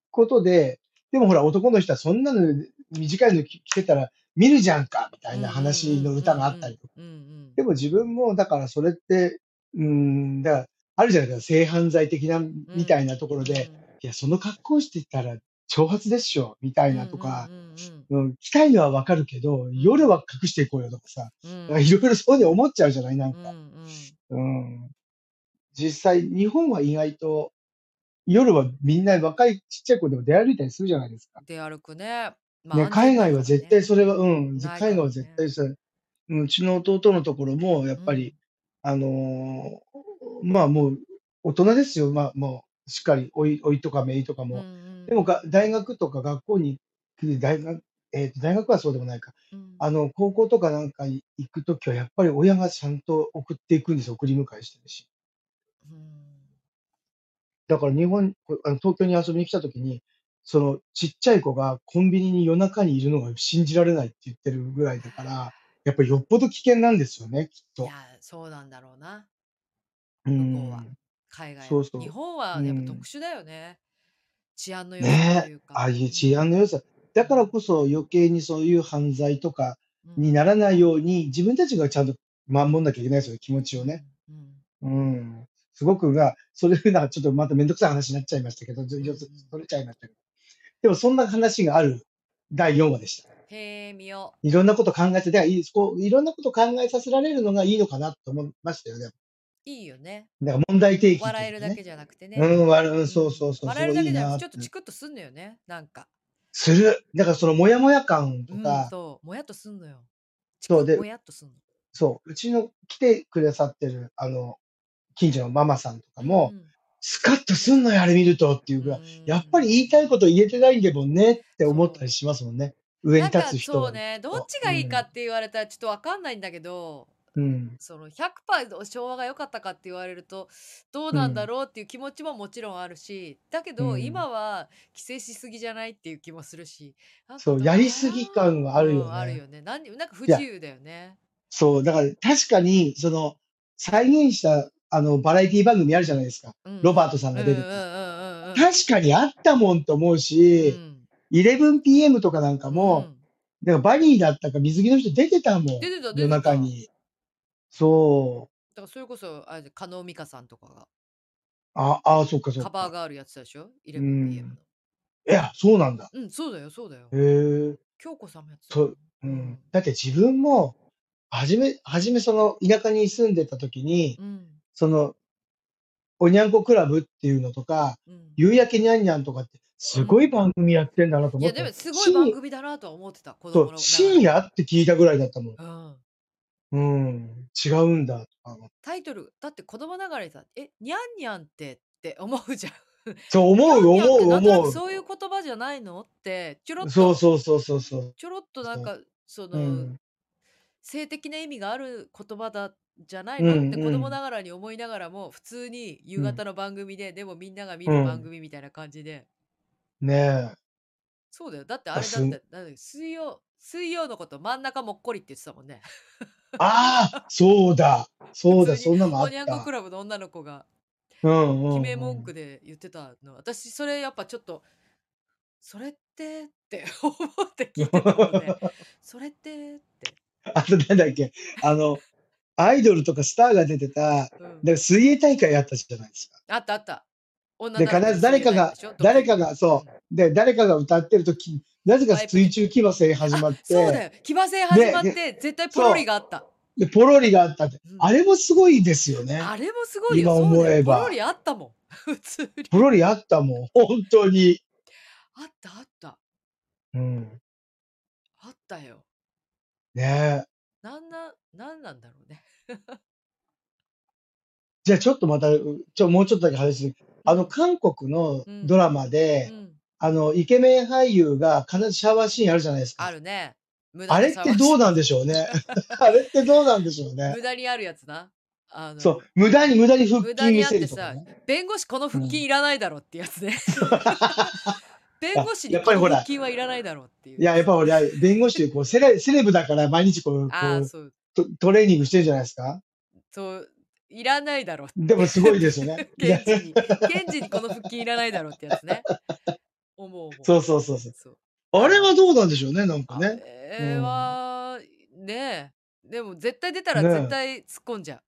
Speaker 2: ことで、でもほら、男の人はそんなの短いの着着てたら見るじゃんか、みた
Speaker 1: う
Speaker 2: い
Speaker 1: んう
Speaker 2: なん話の
Speaker 1: う
Speaker 2: 歌
Speaker 1: ん
Speaker 2: があ
Speaker 1: う
Speaker 2: ったり
Speaker 1: ん
Speaker 2: とか。
Speaker 1: うんうん
Speaker 2: でも自分も、だからそれって、うーん、だからあるじゃないですか、性犯罪的な、
Speaker 1: う
Speaker 2: みたい
Speaker 1: ん
Speaker 2: なところ
Speaker 1: う
Speaker 2: で、
Speaker 1: ん
Speaker 2: いや、その格好してたら、挑発でしょ、みた
Speaker 1: う
Speaker 2: い
Speaker 1: ん
Speaker 2: な
Speaker 1: う
Speaker 2: と
Speaker 1: ん
Speaker 2: か、
Speaker 1: うん
Speaker 2: うん、着たいのはわかるけど、
Speaker 1: う
Speaker 2: 夜
Speaker 1: ん
Speaker 2: は隠していこうよとかさ、
Speaker 1: う
Speaker 2: なんか
Speaker 1: ん
Speaker 2: いろいろそうに思っちゃうじゃない、なん
Speaker 1: う
Speaker 2: か。
Speaker 1: んうん
Speaker 2: うん。実際、日本は意外と、夜はみんな若いちっちゃい子でも出歩いたりするじゃないですか。
Speaker 1: 出歩くね。まあ
Speaker 2: ね、
Speaker 1: 安全
Speaker 2: 海
Speaker 1: ないか
Speaker 2: 外は
Speaker 1: ら
Speaker 2: 絶対
Speaker 1: ね。
Speaker 2: それは、うん、ぜ
Speaker 1: ない
Speaker 2: 海
Speaker 1: か
Speaker 2: 外は
Speaker 1: ら
Speaker 2: 絶
Speaker 1: ね。
Speaker 2: 対それ、うんうちの弟のところも、やっ
Speaker 1: う
Speaker 2: ぱり、
Speaker 1: ん
Speaker 2: あのーまあもう、大人ですよ。まあもう、しっかり、おい、おいとかめいとか
Speaker 1: うんう
Speaker 2: も。でも
Speaker 1: ん
Speaker 2: が、大学とか学校に行く、大学、えっ、と、大学はそうでもないか。
Speaker 1: うんうん
Speaker 2: あの、高校とかなんかに行くときは、やっぱり親がちゃんと送っていくんですよ。送り迎えしてるし。
Speaker 1: うん
Speaker 2: だから日本、こあの東京に遊びに来たときに、そのちっちゃい子がコンビニに夜中にいるのが信じられないって言ってるぐらいだから、やっぱりよっぽど危険なんですよね、きっ
Speaker 1: い
Speaker 2: と。
Speaker 1: や、そうなんだろうな。
Speaker 2: う
Speaker 1: 向こうは。
Speaker 2: ん。
Speaker 1: 海外
Speaker 2: そう
Speaker 1: は。日
Speaker 2: そ
Speaker 1: 本
Speaker 2: う。う
Speaker 1: はやっぱ
Speaker 2: ん。
Speaker 1: 特殊だよね。治安の良さと
Speaker 2: ね
Speaker 1: い
Speaker 2: え、
Speaker 1: う
Speaker 2: ああ
Speaker 1: か。
Speaker 2: いう
Speaker 1: う
Speaker 2: 治安
Speaker 1: ん
Speaker 2: の良さ。だ
Speaker 1: う
Speaker 2: から
Speaker 1: ん
Speaker 2: こそ余計にそういう犯罪とか
Speaker 1: う
Speaker 2: に
Speaker 1: ん
Speaker 2: ならないように、自分たちがちゃんと守んなきゃいけないですよね、気持ち
Speaker 1: う
Speaker 2: をね。
Speaker 1: んうん
Speaker 2: うん。すごくが、それなんかちょっとまためんどくさい話になっちゃいましたけど、ちょ
Speaker 1: うんう
Speaker 2: ちょっと
Speaker 1: ん
Speaker 2: それちゃいましたけど。でもそんな話がある第4話でした。
Speaker 1: へえ、見よ
Speaker 2: いろんなこと考えて、だからいいこういろんなこと考えさせられるのがいいのかなと思いましたよね。
Speaker 1: う。いいよね。
Speaker 2: だから問題提起っていうかね、
Speaker 1: 笑えるだけじゃなくてね。
Speaker 2: うん、笑う
Speaker 1: うん
Speaker 2: ん、そうそうそう。
Speaker 1: 笑えるだけじゃなくて、ち
Speaker 2: そ
Speaker 1: ょっ
Speaker 2: ういい
Speaker 1: とチクッとすんのよね。なんか。
Speaker 2: する。だからそのモヤモヤ感と
Speaker 1: うん
Speaker 2: か、、
Speaker 1: そう。もやっとすんのよ。チク
Speaker 2: そうで
Speaker 1: ッ、もやっとすんの。
Speaker 2: そう、うちの来てくださってる、あの、近所のママさんとかも、
Speaker 1: うんうん
Speaker 2: スカッとすんのよ、あれ見るとっていうぐらい、やっぱり言いたいこと言えてないんでもんねって思ったりしますもんね。上に
Speaker 1: なんか
Speaker 2: 立つ人
Speaker 1: そ
Speaker 2: は
Speaker 1: う。ねどっちがいいかって言われたらちょっとわかんないんだけど、
Speaker 2: うん。
Speaker 1: その100%昭和が良かったかって言われるとどうなんだろうっていう気持ちももちろんあるし、だけど
Speaker 2: うん
Speaker 1: 今は規制しすぎじゃないっていう気もするしなんか
Speaker 2: そう
Speaker 1: ど
Speaker 2: やりすぎ感があるよね
Speaker 1: うんあるよねなんなんか不自由だよね
Speaker 2: そう、だから確かに、その、再現した、あの、バラエティ番組あるじゃないですか。
Speaker 1: うん
Speaker 2: ロバートさんが出て
Speaker 1: う
Speaker 2: た
Speaker 1: んうんうんうんうん
Speaker 2: 確かにあったもんと思うし、11pm とかなんか
Speaker 1: う
Speaker 2: も、
Speaker 1: ん
Speaker 2: なんかバニーだったか水着の人出てたも
Speaker 1: 出
Speaker 2: ん。
Speaker 1: てた出てた
Speaker 2: 夜中に。そう。
Speaker 1: だからそれこそあれ加納美香さんとかが
Speaker 2: あ、あ、そっかそっ
Speaker 1: カバー
Speaker 2: か。
Speaker 1: ガールやってたでしょ 11PM
Speaker 2: う
Speaker 1: の
Speaker 2: んいや、そうなんだ。
Speaker 1: うん、そうだよそうだよ
Speaker 2: へえ。
Speaker 1: 京子さんもやってた
Speaker 2: そう、う
Speaker 1: うん
Speaker 2: ん。だって自分も、はじめ、はじめその田舎に住んでた時に、
Speaker 1: うん
Speaker 2: その、おにゃんこクラブっていうのとか、
Speaker 1: うん
Speaker 2: 夕焼けにゃんにゃんとかって、すごい番組やってんだな
Speaker 1: い
Speaker 2: と思っ
Speaker 1: や
Speaker 2: て。
Speaker 1: でもすごい番
Speaker 2: 深
Speaker 1: 組だなとは思ってた子
Speaker 2: 夜そ
Speaker 1: 供
Speaker 2: う
Speaker 1: の
Speaker 2: 深夜って聞いたぐらいだったもん。
Speaker 1: うん、
Speaker 2: うん。違うんだとか。
Speaker 1: タイトルだって子供ながらにさ「えにゃんにゃんって」って思うじゃん。
Speaker 2: そう、思う、
Speaker 1: にゃんにゃんって
Speaker 2: 思う、
Speaker 1: なんとな
Speaker 2: 思
Speaker 1: く
Speaker 2: う。
Speaker 1: そういう言葉じゃないのってちょろっと
Speaker 2: そうそうそうそうそう。
Speaker 1: ちょろっとなんかその、
Speaker 2: うん。
Speaker 1: 性的な意味がある言葉だじゃないうの、
Speaker 2: ん
Speaker 1: って子供
Speaker 2: うん
Speaker 1: ながらに思いながらも普通に夕
Speaker 2: うん
Speaker 1: 方の番組で、でもみんなが見
Speaker 2: う
Speaker 1: る
Speaker 2: ん
Speaker 1: 番組みたいな感じで、
Speaker 2: ねえ。
Speaker 1: そうだよだってあれだ
Speaker 2: す
Speaker 1: っ
Speaker 2: ん
Speaker 1: てなんだっけ水曜水曜のこと真ん中もっこりって言ってたもんね。
Speaker 2: ああ、そうだ。そうだ、
Speaker 1: 普通に
Speaker 2: そんなのあ
Speaker 1: お
Speaker 2: っ
Speaker 1: にゃんこ
Speaker 2: た
Speaker 1: ク。ラブの女の子が
Speaker 2: うんうんう
Speaker 1: 決
Speaker 2: ん
Speaker 1: め文句で言ってたの、私それやっぱちょっとそれってって 思って聞いてたの でそれってって、
Speaker 2: あとなんだっけ、あの、アイドルとかスターが出てた、
Speaker 1: うん
Speaker 2: だから水泳大会あったじゃないですか。
Speaker 1: あったあった女
Speaker 2: で、
Speaker 1: だらけ
Speaker 2: 必ず誰かが
Speaker 1: の水泳大会でしょ、
Speaker 2: 誰かが、
Speaker 1: どこ
Speaker 2: そう。で、誰かが歌ってるとき、なぜか水中騎馬戦始まっ
Speaker 1: そうだ
Speaker 2: て、
Speaker 1: よ騎馬戦始まって絶対ポロリがあった、
Speaker 2: で、ポロリがあったって
Speaker 1: うん。
Speaker 2: あれもすごいですよね。
Speaker 1: あれもすごいよ
Speaker 2: 今
Speaker 1: そうだよ
Speaker 2: 思えば
Speaker 1: ポロリあったもん 普通に
Speaker 2: ポロリあったもん、本当に。
Speaker 1: あったあった
Speaker 2: うん。
Speaker 1: あったよ
Speaker 2: ねえ。
Speaker 1: なんななんなんだろうね
Speaker 2: じゃあちょっとまた、ちょ、もうちょっとだけ話する。あの、韓国のドラマで、
Speaker 1: うん、
Speaker 2: あの、イケメン俳優が必ずシャワーシーンあるじゃないです
Speaker 1: あ
Speaker 2: か。
Speaker 1: るね無駄
Speaker 2: あ
Speaker 1: な
Speaker 2: れってどうなんでしょ うね。あれってどうなんでしょうね。
Speaker 1: 無駄にあるやつなあの
Speaker 2: そう、無駄に無駄に腹
Speaker 1: 無
Speaker 2: 筋
Speaker 1: 駄に
Speaker 2: 見
Speaker 1: あって
Speaker 2: せるとか
Speaker 1: さ
Speaker 2: ね。
Speaker 1: 弁護士この腹筋いらないだろってやつ ね、弁護士に
Speaker 2: やっ
Speaker 1: こ
Speaker 2: ぱり
Speaker 1: の
Speaker 2: ほら
Speaker 1: 腹筋はいらないだろっていう
Speaker 2: いや、やっぱ俺、弁護士でこうセレ、セレブだから毎日こう、こ
Speaker 1: ああ
Speaker 2: う
Speaker 1: そう
Speaker 2: トトレーニングしてるじゃないですか。
Speaker 1: そういらないだろって。
Speaker 2: でもすごいですよね
Speaker 1: 検事に検事にこの腹筋いらないだろってやつね思う思う
Speaker 2: そうそうそうそう。
Speaker 1: そう
Speaker 2: あれはどうなんでしょうね、なんか
Speaker 1: あ
Speaker 2: ね。
Speaker 1: れ
Speaker 2: うん
Speaker 1: は、ねえでも絶対出たら
Speaker 2: ねえ
Speaker 1: 絶対突っ込んじゃう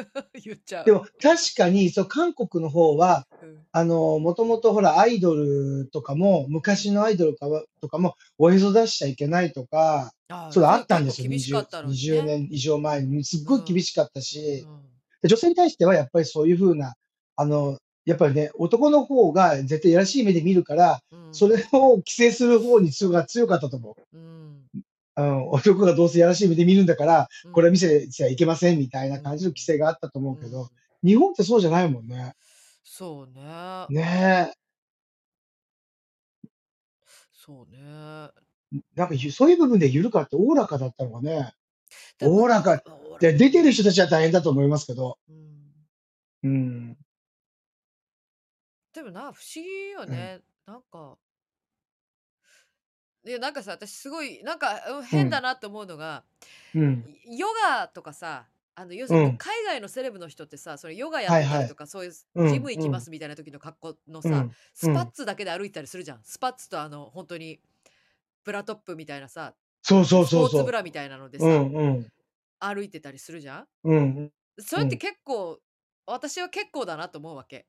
Speaker 1: 言っちゃう
Speaker 2: でも確かに、そう、韓国の方は、
Speaker 1: うん
Speaker 2: あの、もともとほら、アイドルとかも、昔のアイドルかはとかも、おへそ出しちゃいけないとか、
Speaker 1: あ
Speaker 2: そうだ、あったんで
Speaker 1: 結
Speaker 2: す
Speaker 1: 構
Speaker 2: よ。
Speaker 1: 厳しかったの
Speaker 2: 20,
Speaker 1: に、ね、
Speaker 2: 20年以上前に。すっごい厳しかったし、
Speaker 1: うん
Speaker 2: で女性に対してはやっぱりそういうふうな、あの、やっぱりね、男の方が絶対やらしい目で見るから、
Speaker 1: うん
Speaker 2: それを規制する方に強が強かったと思う。
Speaker 1: うん
Speaker 2: うん、男がどうせやらしい目で見るんだから、
Speaker 1: うん
Speaker 2: これ見せちゃいけませんみたいな感じの規制があったと思うけ
Speaker 1: うん
Speaker 2: ど、日本ってそうじゃないもんね。
Speaker 1: そうね
Speaker 2: ね
Speaker 1: そうね
Speaker 2: え。なんかゆ、そういう部分で緩かっておおらかだったのがね。
Speaker 1: でも
Speaker 2: おおらか
Speaker 1: おおら
Speaker 2: で、出てる人たちは大変だと思いますけど。
Speaker 1: うん
Speaker 2: うん。
Speaker 1: でもな不思議よね、なんかいやなんかさ私すごいなんかうん変だなって思うのが、
Speaker 2: うん。
Speaker 1: いヨガとかさあの要するにこう
Speaker 2: うん
Speaker 1: 海外のセレブの人ってさそれヨガやってたりとか、そう
Speaker 2: う
Speaker 1: い
Speaker 2: ん
Speaker 1: うジム行きますみたいな時の格好のさ、
Speaker 2: うん
Speaker 1: スパッツだけで歩いたりするじゃん、スパッツとあの本当にブラトップみたいなさ
Speaker 2: そうそうそう
Speaker 1: スポー
Speaker 2: そ
Speaker 1: ツ
Speaker 2: う
Speaker 1: ブ。ラみたいなのでさ、
Speaker 2: うんうん。
Speaker 1: 歩いてたりするじゃん
Speaker 2: うん。
Speaker 1: それって
Speaker 2: うん
Speaker 1: 結構私は結構だなと思うわけ。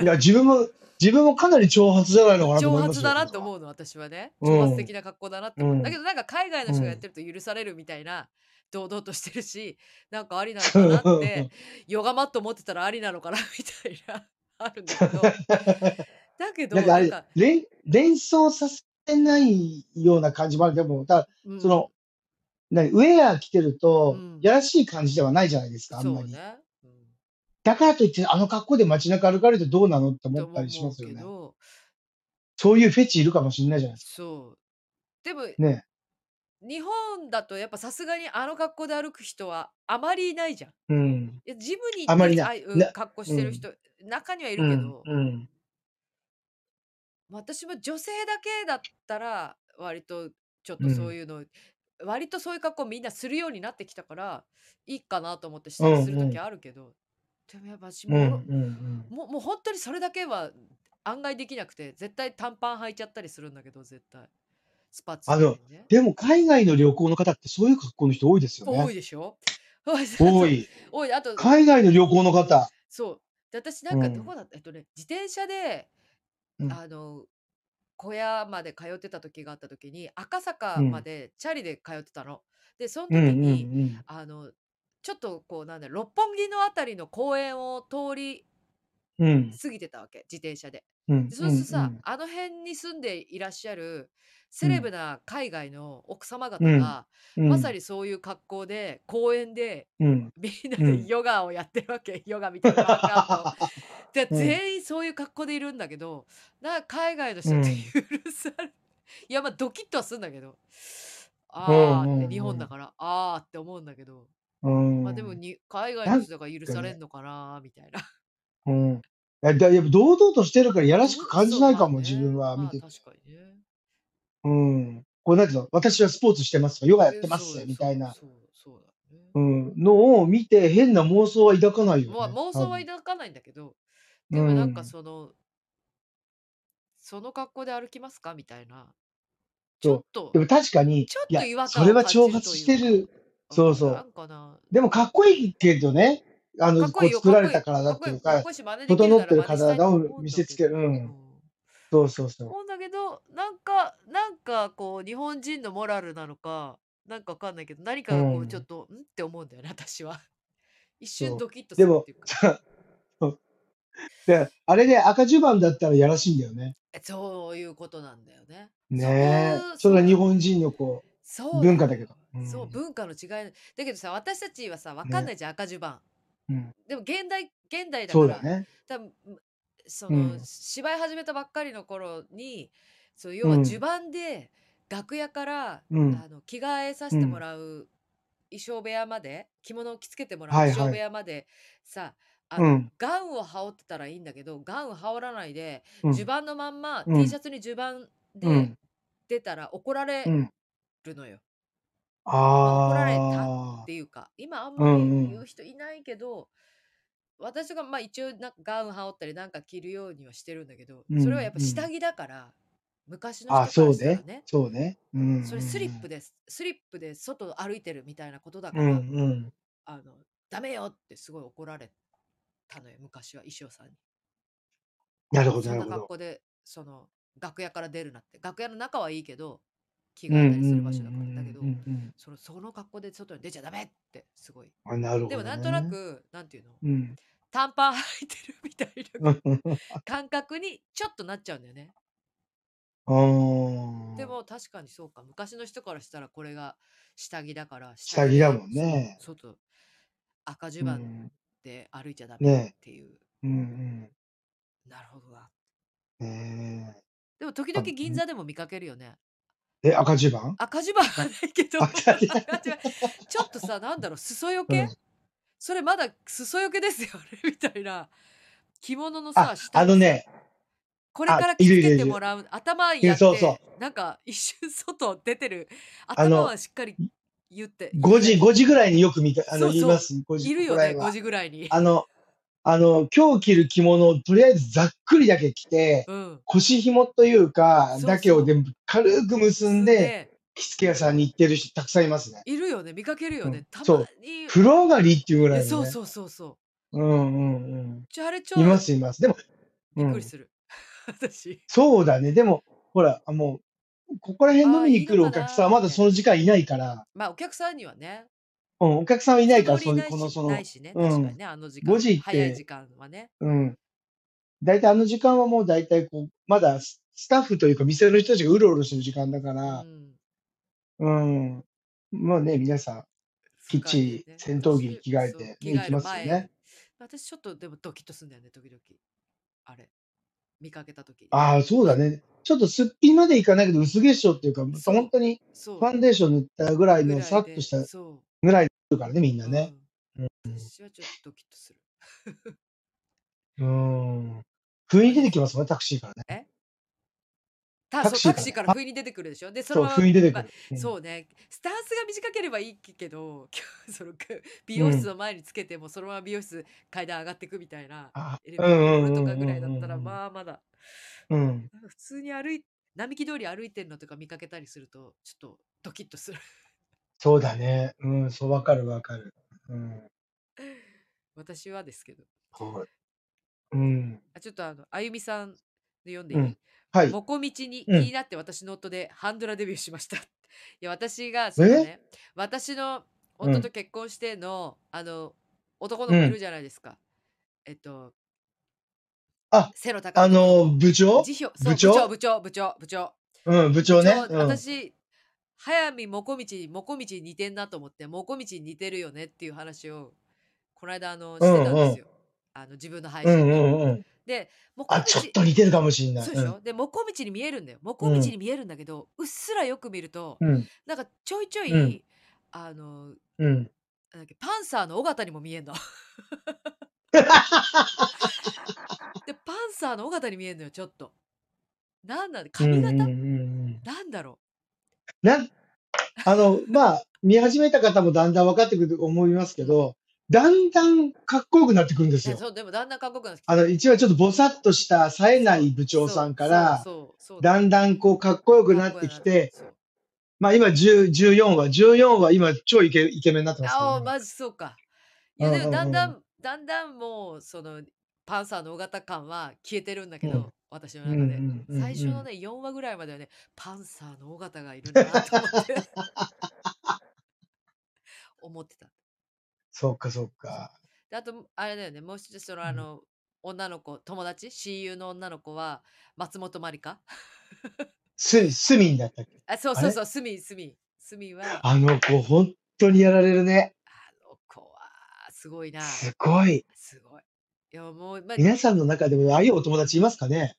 Speaker 2: いや、自分も、自分もかなり挑発じゃないのかなと
Speaker 1: 挑
Speaker 2: 思います
Speaker 1: 発
Speaker 2: よ
Speaker 1: だなって思うの、私はね。
Speaker 2: うん
Speaker 1: 挑発的な格好だなって思う。
Speaker 2: うん
Speaker 1: だけど、なんか海外の人がやってると許されるみたいな、堂々としてるし、なんかありなのかなって、ヨガマット持ってたらありなの かなみたいな、あるんだけ ど。だけど、
Speaker 2: なんかあ
Speaker 1: なん
Speaker 2: れ
Speaker 1: か、
Speaker 2: 連、連想させないような感じもある。でも、ただ、
Speaker 1: うん
Speaker 2: その、何ウェア着てると
Speaker 1: うん、
Speaker 2: やらしい感じではないじゃないですか、あんま
Speaker 1: そう
Speaker 2: り。
Speaker 1: ね。うん
Speaker 2: だからといって、あの格好で街中歩かれてどうなのって思
Speaker 1: と
Speaker 2: った
Speaker 1: も
Speaker 2: りし
Speaker 1: 思
Speaker 2: ま
Speaker 1: う
Speaker 2: すよ
Speaker 1: け
Speaker 2: ね。
Speaker 1: ど、
Speaker 2: そういうフェチいるかもしれないじゃないです
Speaker 1: そう。でも、
Speaker 2: か。ね。
Speaker 1: 日本だとやっぱさすがにあの格好で歩く人はあまりいないじゃん。
Speaker 2: うん。
Speaker 1: いやジムに行
Speaker 2: あ
Speaker 1: って
Speaker 2: ま
Speaker 1: る
Speaker 2: り
Speaker 1: 人
Speaker 2: な
Speaker 1: ああ
Speaker 2: い
Speaker 1: いう
Speaker 2: な
Speaker 1: 格好してる人、中にはいるけど、
Speaker 2: うん。うん。
Speaker 1: まあ私も女性だけだったら割とちょっ
Speaker 2: う
Speaker 1: と
Speaker 2: ん
Speaker 1: そういうの、割とそういう格好みんなするようになってきたからいいかなと思ってし
Speaker 2: う
Speaker 1: たり
Speaker 2: ん
Speaker 1: する時
Speaker 2: うん
Speaker 1: あるけど、でもやっぱ私
Speaker 2: うん。う
Speaker 1: も,、
Speaker 2: んうん。
Speaker 1: もうもう本当にそれだけは案外できなくて絶対短パン履いちゃったりするんだけど絶対スパッツ
Speaker 2: あ
Speaker 1: みた
Speaker 2: の
Speaker 1: いにね。
Speaker 2: でも海外の旅行の方ってそういう格好の人多いですよ
Speaker 1: 多
Speaker 2: ね。
Speaker 1: いでしょ多い
Speaker 2: 多い。
Speaker 1: 多いあと
Speaker 2: 海外の旅行の方。
Speaker 1: そう。で私な
Speaker 2: うん
Speaker 1: かど
Speaker 2: ん。
Speaker 1: こだった、えっとね、自転車で、
Speaker 2: うん。
Speaker 1: あの、小屋まで通ってた時があった時に、赤
Speaker 2: う
Speaker 1: 坂ま
Speaker 2: ん。
Speaker 1: でチャリで通ってたの。で、その
Speaker 2: うん
Speaker 1: 時
Speaker 2: う
Speaker 1: に、
Speaker 2: ん
Speaker 1: あの、ちょっとこう、なんだ、六本木のあたりの公園を通り
Speaker 2: うん。うん
Speaker 1: 過ぎてたわけ、自転車で。
Speaker 2: うん
Speaker 1: で
Speaker 2: う
Speaker 1: そうする
Speaker 2: ん
Speaker 1: と
Speaker 2: う
Speaker 1: さ、
Speaker 2: ん
Speaker 1: あの辺に住んでいらっしゃるセ
Speaker 2: う
Speaker 1: レブ
Speaker 2: ん
Speaker 1: な海外の奥様
Speaker 2: う
Speaker 1: 方
Speaker 2: ん
Speaker 1: が、
Speaker 2: う
Speaker 1: まさ
Speaker 2: ん
Speaker 1: にそういう格好で、公園で、
Speaker 2: うん
Speaker 1: みんな
Speaker 2: う
Speaker 1: で
Speaker 2: ん
Speaker 1: ヨガをやってるわけ。 ヨガみたいなワーク アウト。で
Speaker 2: うん
Speaker 1: 全員そういう格好でいるんだけどなんか海外の
Speaker 2: う
Speaker 1: 人って
Speaker 2: ん
Speaker 1: 許され いやまあドキッとはするんだけど
Speaker 2: う
Speaker 1: あーって日本
Speaker 2: ん
Speaker 1: だからあーって思うんだけど
Speaker 2: うん
Speaker 1: まあ
Speaker 2: う
Speaker 1: でも
Speaker 2: ん
Speaker 1: に海外
Speaker 2: な
Speaker 1: の
Speaker 2: ん
Speaker 1: 人だから許
Speaker 2: か
Speaker 1: され
Speaker 2: ね、
Speaker 1: んのかなーみたいな
Speaker 2: うん。いや、だやっぱ堂々としてるからやらしく
Speaker 1: どう
Speaker 2: 感じ
Speaker 1: そう
Speaker 2: ない
Speaker 1: ま
Speaker 2: か
Speaker 1: あ
Speaker 2: も、自分
Speaker 1: ね
Speaker 2: は見
Speaker 1: まあ
Speaker 2: てて。
Speaker 1: 確かにね
Speaker 2: うん。こうなんていうの、私はスポーツしてますとか、ヨガやっ
Speaker 1: え
Speaker 2: てま
Speaker 1: そ
Speaker 2: す、
Speaker 1: う
Speaker 2: みたい
Speaker 1: そう
Speaker 2: な、
Speaker 1: そうそうだよね
Speaker 2: うん、のを見て変な妄想は抱かないよ
Speaker 1: まあ
Speaker 2: ね、
Speaker 1: 妄
Speaker 2: 多
Speaker 1: 想は
Speaker 2: 分。
Speaker 1: 抱かないんだけど
Speaker 2: う
Speaker 1: でもなんか
Speaker 2: ん。
Speaker 1: そのその格好で歩きますかみたいなちょっ
Speaker 2: そ
Speaker 1: と
Speaker 2: う。でも確かに、
Speaker 1: ちょっ
Speaker 2: い
Speaker 1: と
Speaker 2: や、
Speaker 1: 違和
Speaker 2: そ
Speaker 1: 感
Speaker 2: れ
Speaker 1: を
Speaker 2: は
Speaker 1: 感
Speaker 2: 挑
Speaker 1: じる
Speaker 2: 発
Speaker 1: とい
Speaker 2: し
Speaker 1: う
Speaker 2: て
Speaker 1: か、
Speaker 2: る。そう
Speaker 1: うん、
Speaker 2: そ
Speaker 1: なんかな、
Speaker 2: う。でもかっこいいけどね、あ
Speaker 1: か
Speaker 2: の、
Speaker 1: っこ
Speaker 2: こ
Speaker 1: いういよ、
Speaker 2: 作
Speaker 1: かっ
Speaker 2: ら
Speaker 1: こ
Speaker 2: れ
Speaker 1: いい、
Speaker 2: た体
Speaker 1: かっ
Speaker 2: っ
Speaker 1: こ
Speaker 2: て
Speaker 1: いい、
Speaker 2: いう
Speaker 1: かっ
Speaker 2: か、
Speaker 1: こいいし、真似できる
Speaker 2: 整
Speaker 1: な
Speaker 2: っ
Speaker 1: ら
Speaker 2: てる
Speaker 1: 真似したい
Speaker 2: 体
Speaker 1: と
Speaker 2: を
Speaker 1: 思うん
Speaker 2: 見
Speaker 1: だ
Speaker 2: せ
Speaker 1: け
Speaker 2: つける。
Speaker 1: ど、
Speaker 2: う。
Speaker 1: うんん、
Speaker 2: そうそうそう。
Speaker 1: 思うんだけど、なんか、なんかこう、日本人のモラルなのか、なんかわかんないけど、何
Speaker 2: う
Speaker 1: かがこう、ちょっ
Speaker 2: ん。
Speaker 1: と、んって思うんだよね、私は。一瞬
Speaker 2: そう。
Speaker 1: ドキッと
Speaker 2: です
Speaker 1: るっ
Speaker 2: も、
Speaker 1: ていうか。
Speaker 2: そうで、あれで赤襦袢だったらやらしいんだよね。
Speaker 1: えそういうことなんだよね。そう
Speaker 2: ね
Speaker 1: い
Speaker 2: え。
Speaker 1: う、
Speaker 2: それ
Speaker 1: そ
Speaker 2: は
Speaker 1: う
Speaker 2: 日
Speaker 1: いう、
Speaker 2: 本人のこう、
Speaker 1: そう
Speaker 2: 文
Speaker 1: な
Speaker 2: 化
Speaker 1: の
Speaker 2: だけど。
Speaker 1: よ。
Speaker 2: う
Speaker 1: そう、
Speaker 2: ん。
Speaker 1: 文化の違い。だけどさ、私たちはさ、わかんな
Speaker 2: ね。
Speaker 1: いじゃん、赤襦袢。
Speaker 2: うん。
Speaker 1: でも現代現代だ
Speaker 2: そ
Speaker 1: か
Speaker 2: うだ
Speaker 1: ら
Speaker 2: ね。
Speaker 1: 多分むそうの
Speaker 2: ん。
Speaker 1: 芝居始めたばっかりの頃にそう要
Speaker 2: う
Speaker 1: は
Speaker 2: ん。
Speaker 1: 襦袢で楽屋から
Speaker 2: うん。
Speaker 1: あの着替えさ
Speaker 2: う
Speaker 1: せても
Speaker 2: ん。
Speaker 1: らう衣装部屋まで着物を着付けてもらう
Speaker 2: は
Speaker 1: 衣
Speaker 2: い
Speaker 1: 装
Speaker 2: は
Speaker 1: 部
Speaker 2: い。
Speaker 1: 屋までさあ
Speaker 2: う
Speaker 1: の
Speaker 2: ん。
Speaker 1: ガウンを羽織ってたらいいんだけどガウン羽織らないで襦
Speaker 2: うん。
Speaker 1: 袢のまんま
Speaker 2: う
Speaker 1: T シ
Speaker 2: ん。
Speaker 1: ャツに襦袢
Speaker 2: う
Speaker 1: で
Speaker 2: ん。
Speaker 1: 出たら怒ら
Speaker 2: う
Speaker 1: れ
Speaker 2: ん。
Speaker 1: るのよ。まあ怒られたっ
Speaker 2: あ
Speaker 1: ていうか今あん
Speaker 2: あ。う
Speaker 1: まり
Speaker 2: んう。
Speaker 1: 言うん人いないけど私がまあ一応なんかガウン羽織ったりなんか着るようにはしてるんだけど
Speaker 2: う
Speaker 1: それはや
Speaker 2: ん
Speaker 1: っぱ
Speaker 2: う
Speaker 1: 下
Speaker 2: ん。
Speaker 1: 着だから昔の
Speaker 2: あ、
Speaker 1: 人から
Speaker 2: そう
Speaker 1: したら
Speaker 2: ね。
Speaker 1: ね
Speaker 2: そうね。うんう
Speaker 1: それスリップ
Speaker 2: ん
Speaker 1: ですスリップで外歩いてるみたいなことだ
Speaker 2: う
Speaker 1: から
Speaker 2: ん。うんうん。
Speaker 1: あのダメよってすごい怒られたのよ昔は衣装さんに
Speaker 2: なるほど、
Speaker 1: そ
Speaker 2: なんる
Speaker 1: な格
Speaker 2: ほど。
Speaker 1: 好でその楽屋から出るなって楽屋の中はいいけど着
Speaker 2: う
Speaker 1: 替え
Speaker 2: ん
Speaker 1: たり
Speaker 2: う
Speaker 1: する場所だからだけ
Speaker 2: んうんうんう
Speaker 1: ど
Speaker 2: んうん。
Speaker 1: そのその格好で外に出ちゃダメってすごい
Speaker 2: あ、なる
Speaker 1: で
Speaker 2: ほ
Speaker 1: も
Speaker 2: ど
Speaker 1: なんとな
Speaker 2: ね。
Speaker 1: くなんていうの
Speaker 2: うん。
Speaker 1: 短パン履いてるみたいな
Speaker 2: うん。
Speaker 1: 感覚にちょっとなっちゃうんだよね。で
Speaker 2: うん
Speaker 1: も確かにそうか昔の人からしたらこれが下着だから下
Speaker 2: 下
Speaker 1: 着
Speaker 2: 着だ
Speaker 1: で
Speaker 2: も
Speaker 1: そ
Speaker 2: ん
Speaker 1: う
Speaker 2: ね。
Speaker 1: 外赤襦
Speaker 2: う
Speaker 1: 袢
Speaker 2: ん。
Speaker 1: で歩いちゃダメっ
Speaker 2: ね
Speaker 1: ていう
Speaker 2: え。うん
Speaker 1: なるほどな。
Speaker 2: うん。ねえ。
Speaker 1: でも時
Speaker 2: あ
Speaker 1: 々銀座でも見かけるよね。
Speaker 2: え、赤襦袢
Speaker 1: 赤襦袢はないけ ど
Speaker 2: あ、
Speaker 1: 赤
Speaker 2: 違う違
Speaker 1: 襦袢ちょっとさなんだろう裾よ
Speaker 2: う。う
Speaker 1: け
Speaker 2: ん。
Speaker 1: それまだ裾よけですよねみたいな着物の
Speaker 2: あ、
Speaker 1: さ下
Speaker 2: あの
Speaker 1: にさ
Speaker 2: ね、
Speaker 1: これ
Speaker 2: あ、
Speaker 1: から
Speaker 2: い
Speaker 1: 着
Speaker 2: るい
Speaker 1: 付
Speaker 2: る
Speaker 1: け
Speaker 2: い
Speaker 1: ても
Speaker 2: る。
Speaker 1: らう頭
Speaker 2: い
Speaker 1: や
Speaker 2: る、
Speaker 1: っ
Speaker 2: そうそ
Speaker 1: て
Speaker 2: う。
Speaker 1: なんか一瞬外出てる
Speaker 2: あ
Speaker 1: 頭
Speaker 2: の、
Speaker 1: はしっかり言ってい
Speaker 2: 5
Speaker 1: けな
Speaker 2: 時、
Speaker 1: い
Speaker 2: 5時ぐらいによく見た、あの、
Speaker 1: そう
Speaker 2: 言いま
Speaker 1: そ
Speaker 2: す。5
Speaker 1: う
Speaker 2: 時、
Speaker 1: いる
Speaker 2: ここ
Speaker 1: よ
Speaker 2: ら
Speaker 1: ね
Speaker 2: 辺
Speaker 1: 5
Speaker 2: は。
Speaker 1: 時ぐらいに
Speaker 2: あの、あの、今日着る着物をとりあえずざっくりだけ着て、
Speaker 1: うん
Speaker 2: 腰紐というか、
Speaker 1: そう
Speaker 2: だけを
Speaker 1: そ
Speaker 2: 全部軽く
Speaker 1: う
Speaker 2: 結ん
Speaker 1: 結ん
Speaker 2: で、
Speaker 1: で
Speaker 2: 着付け屋さんに行ってる人たくさんいますね。
Speaker 1: いるよね見かける
Speaker 2: う
Speaker 1: よ
Speaker 2: ん。
Speaker 1: ねたま
Speaker 2: そう。
Speaker 1: に
Speaker 2: 風呂上がりっていうぐ
Speaker 1: い
Speaker 2: ら
Speaker 1: や
Speaker 2: いの
Speaker 1: そう
Speaker 2: ね。
Speaker 1: そうそうそう
Speaker 2: うんうんうん。
Speaker 1: じゃああれちょ
Speaker 2: いま
Speaker 1: っ
Speaker 2: すいます。でも、
Speaker 1: び
Speaker 2: う
Speaker 1: っくり
Speaker 2: ん、
Speaker 1: する。 私。
Speaker 2: そうだね。でも、ほら、あもう、ここら辺
Speaker 1: あ
Speaker 2: 飲
Speaker 1: あ、
Speaker 2: み
Speaker 1: い
Speaker 2: に
Speaker 1: い
Speaker 2: 来
Speaker 1: の
Speaker 2: る
Speaker 1: か
Speaker 2: お客
Speaker 1: な
Speaker 2: さんは
Speaker 1: み
Speaker 2: まだ
Speaker 1: たい
Speaker 2: そ
Speaker 1: な。
Speaker 2: の時間いないから、
Speaker 1: まあお客さんにはね、
Speaker 2: うん、お客さんはいない
Speaker 1: 人
Speaker 2: から、
Speaker 1: 通り
Speaker 2: そ
Speaker 1: いう
Speaker 2: いう、
Speaker 1: ない
Speaker 2: この、
Speaker 1: し、
Speaker 2: そ
Speaker 1: な
Speaker 2: の、
Speaker 1: いしね、
Speaker 2: う
Speaker 1: 確かに
Speaker 2: ん、
Speaker 1: ね、あの時
Speaker 2: 5
Speaker 1: 間、
Speaker 2: 時っ
Speaker 1: 早い
Speaker 2: て、
Speaker 1: 時間はね。
Speaker 2: うん、大体あの時間はもう大体こう、まだススタッフというか店の人たちがうろうろしてる時間だか
Speaker 1: う
Speaker 2: ら、
Speaker 1: ん、
Speaker 2: うん、まあね、皆さん、
Speaker 1: 服
Speaker 2: きっ
Speaker 1: が
Speaker 2: ち
Speaker 1: ね、
Speaker 2: り
Speaker 1: ね
Speaker 2: 戦闘着に
Speaker 1: 私、
Speaker 2: 着替え
Speaker 1: そう、
Speaker 2: て
Speaker 1: 着
Speaker 2: ね、行
Speaker 1: 替え
Speaker 2: き
Speaker 1: る
Speaker 2: ますよ
Speaker 1: 前
Speaker 2: ね。
Speaker 1: に、私ちょっとでもドキッとすんだよね、時々。あれ、見かけた時に。
Speaker 2: ああ、そうだね。ちょっとすっぴんまでいかないけど、薄化粧っていうか、本
Speaker 1: そ
Speaker 2: 当に
Speaker 1: う、
Speaker 2: フ
Speaker 1: そ
Speaker 2: ァンデーション塗ったぐら
Speaker 1: う、
Speaker 2: い
Speaker 1: ぐ
Speaker 2: の
Speaker 1: ら
Speaker 2: さ
Speaker 1: い
Speaker 2: っと
Speaker 1: で、
Speaker 2: した
Speaker 1: そ
Speaker 2: ぐらいだからね、みんな
Speaker 1: う、う
Speaker 2: ね。
Speaker 1: ん。
Speaker 2: うん
Speaker 1: 私はちょっとドキッとする。
Speaker 2: うん。不
Speaker 1: あ
Speaker 2: 意に出て
Speaker 1: れ、
Speaker 2: きますもんね、タクシーからね。
Speaker 1: えた、そ
Speaker 2: タク
Speaker 1: う、
Speaker 2: シー
Speaker 1: タク
Speaker 2: から
Speaker 1: シー
Speaker 2: ね。
Speaker 1: から
Speaker 2: あ、
Speaker 1: 不意に出てくるでしょで、その
Speaker 2: そう、
Speaker 1: ま
Speaker 2: 不
Speaker 1: ま、
Speaker 2: 意に出て
Speaker 1: まあ、
Speaker 2: くる。うん。
Speaker 1: そうね、スタンスが短ければいいけど、今日そのく美
Speaker 2: う
Speaker 1: 容室
Speaker 2: ん。
Speaker 1: の前につけて、もうそのまま美容室階段上がっていくみたいな、
Speaker 2: あ、
Speaker 1: エレ
Speaker 2: う
Speaker 1: ベーター乗ると
Speaker 2: ん
Speaker 1: か
Speaker 2: うん
Speaker 1: ぐ
Speaker 2: う
Speaker 1: らいだった
Speaker 2: ん
Speaker 1: ら、
Speaker 2: うん
Speaker 1: まあまだ、
Speaker 2: うんうん。うん。
Speaker 1: なんか普通に歩い、並木通り歩いてるのとか見かけたりすると、ちょっとドキッとする。
Speaker 2: そうだね。うん、そう、わかるわかる。うん。
Speaker 1: 私はですけど。
Speaker 2: はい。うん。
Speaker 1: あちょっとあの、あゆみさんで読んで
Speaker 2: う
Speaker 1: い
Speaker 2: ん。
Speaker 1: い
Speaker 2: はい。
Speaker 1: もこみちに
Speaker 2: う
Speaker 1: 気に
Speaker 2: ん。
Speaker 1: なって私の夫でハンドラデビューしました。い や、私が、その
Speaker 2: え
Speaker 1: ね、私の
Speaker 2: う
Speaker 1: 夫
Speaker 2: ん。
Speaker 1: と結婚しての、あの、男の
Speaker 2: う
Speaker 1: 子いる
Speaker 2: ん。
Speaker 1: じゃないですか。えっと、
Speaker 2: あ、
Speaker 1: 背の高い
Speaker 2: あ
Speaker 1: 男の
Speaker 2: の、
Speaker 1: 子。
Speaker 2: 部長
Speaker 1: 辞表、そ
Speaker 2: 部
Speaker 1: う、部長、
Speaker 2: 長
Speaker 1: 部長、部長、部長。
Speaker 2: うん、部
Speaker 1: 部
Speaker 2: 長ね。
Speaker 1: 長、
Speaker 2: うん。
Speaker 1: 私、早見もこみち、もこみちに似てんなと思って、もこみちに似てるよねっていう話を、この間、あの、
Speaker 2: う
Speaker 1: してたんで
Speaker 2: んう
Speaker 1: す
Speaker 2: ん。
Speaker 1: よ。あの、自分の配
Speaker 2: うん
Speaker 1: 信
Speaker 2: う
Speaker 1: で。
Speaker 2: んうん。
Speaker 1: で、もこ
Speaker 2: あ、
Speaker 1: み
Speaker 2: ちょっ
Speaker 1: ち、
Speaker 2: と似てるかもしんない。
Speaker 1: そうで
Speaker 2: う
Speaker 1: し
Speaker 2: ん。
Speaker 1: ょで、もこみちに見えるんだよ。もこ
Speaker 2: う
Speaker 1: みち
Speaker 2: ん。
Speaker 1: に見えるんだけど、うっすらよく見ると、
Speaker 2: うん。
Speaker 1: なんかちょいちょ
Speaker 2: うん。
Speaker 1: い、あの、
Speaker 2: うん。
Speaker 1: なんだっけ、パンサーの尾形にも見えん の。で、パンサーの尾形に見えんのよ、ちょっと。なんなん
Speaker 2: うんう
Speaker 1: 髪
Speaker 2: ん
Speaker 1: 型
Speaker 2: うんうん。
Speaker 1: なんだろ
Speaker 2: なん、あの、まあ、見始めた方もだんだん分かってくると思います
Speaker 1: う。
Speaker 2: け
Speaker 1: うん。
Speaker 2: ど、だんだんかっこよくなってくるんです
Speaker 1: ね、
Speaker 2: よ。
Speaker 1: そう、でもだんだん韓国になってき
Speaker 2: あ
Speaker 1: て。
Speaker 2: の、一応ちょっとぼさっとした冴えな
Speaker 1: そ、
Speaker 2: いう部長さ
Speaker 1: そ
Speaker 2: ん
Speaker 1: う、
Speaker 2: か
Speaker 1: そう、
Speaker 2: ら、
Speaker 1: そう、そうな
Speaker 2: だ
Speaker 1: の。
Speaker 2: んだんこうかっこよく
Speaker 1: かっ
Speaker 2: なっ
Speaker 1: こよ
Speaker 2: て
Speaker 1: くな
Speaker 2: き
Speaker 1: る。
Speaker 2: て、
Speaker 1: そう。
Speaker 2: まあ今10、14話、14話今超イケイケメンになってますから
Speaker 1: ああ、
Speaker 2: ね。
Speaker 1: マジそうか。いうや、
Speaker 2: ん
Speaker 1: で
Speaker 2: う
Speaker 1: もだんだ
Speaker 2: んうん
Speaker 1: ん、だんだんもう、その、パンサーの尾形感は消えてるんだけ
Speaker 2: うん。
Speaker 1: ど、私の
Speaker 2: うん
Speaker 1: 中で。
Speaker 2: うんうん
Speaker 1: 最
Speaker 2: う
Speaker 1: 初の
Speaker 2: ん。
Speaker 1: ね、4話ぐらいまではね、パンサーの尾形がいるなと思って 思ってた。
Speaker 2: そうかそう
Speaker 1: そう。
Speaker 2: か。
Speaker 1: であと、あれだよね、もう一つ、その、
Speaker 2: う
Speaker 1: あ
Speaker 2: ん
Speaker 1: の、女の子、友達、親友の女の子は、松本まりか
Speaker 2: す、すみんだったっけ
Speaker 1: あ、そう
Speaker 2: あ
Speaker 1: そう
Speaker 2: れ
Speaker 1: そう、すみ、すみ。すみは、
Speaker 2: あの子本当にやられるね。
Speaker 1: あの子は、すごいな。
Speaker 2: すごい。
Speaker 1: すごい。いや、もう、まあ、
Speaker 2: 皆さんの中でもああいうお友達いますかね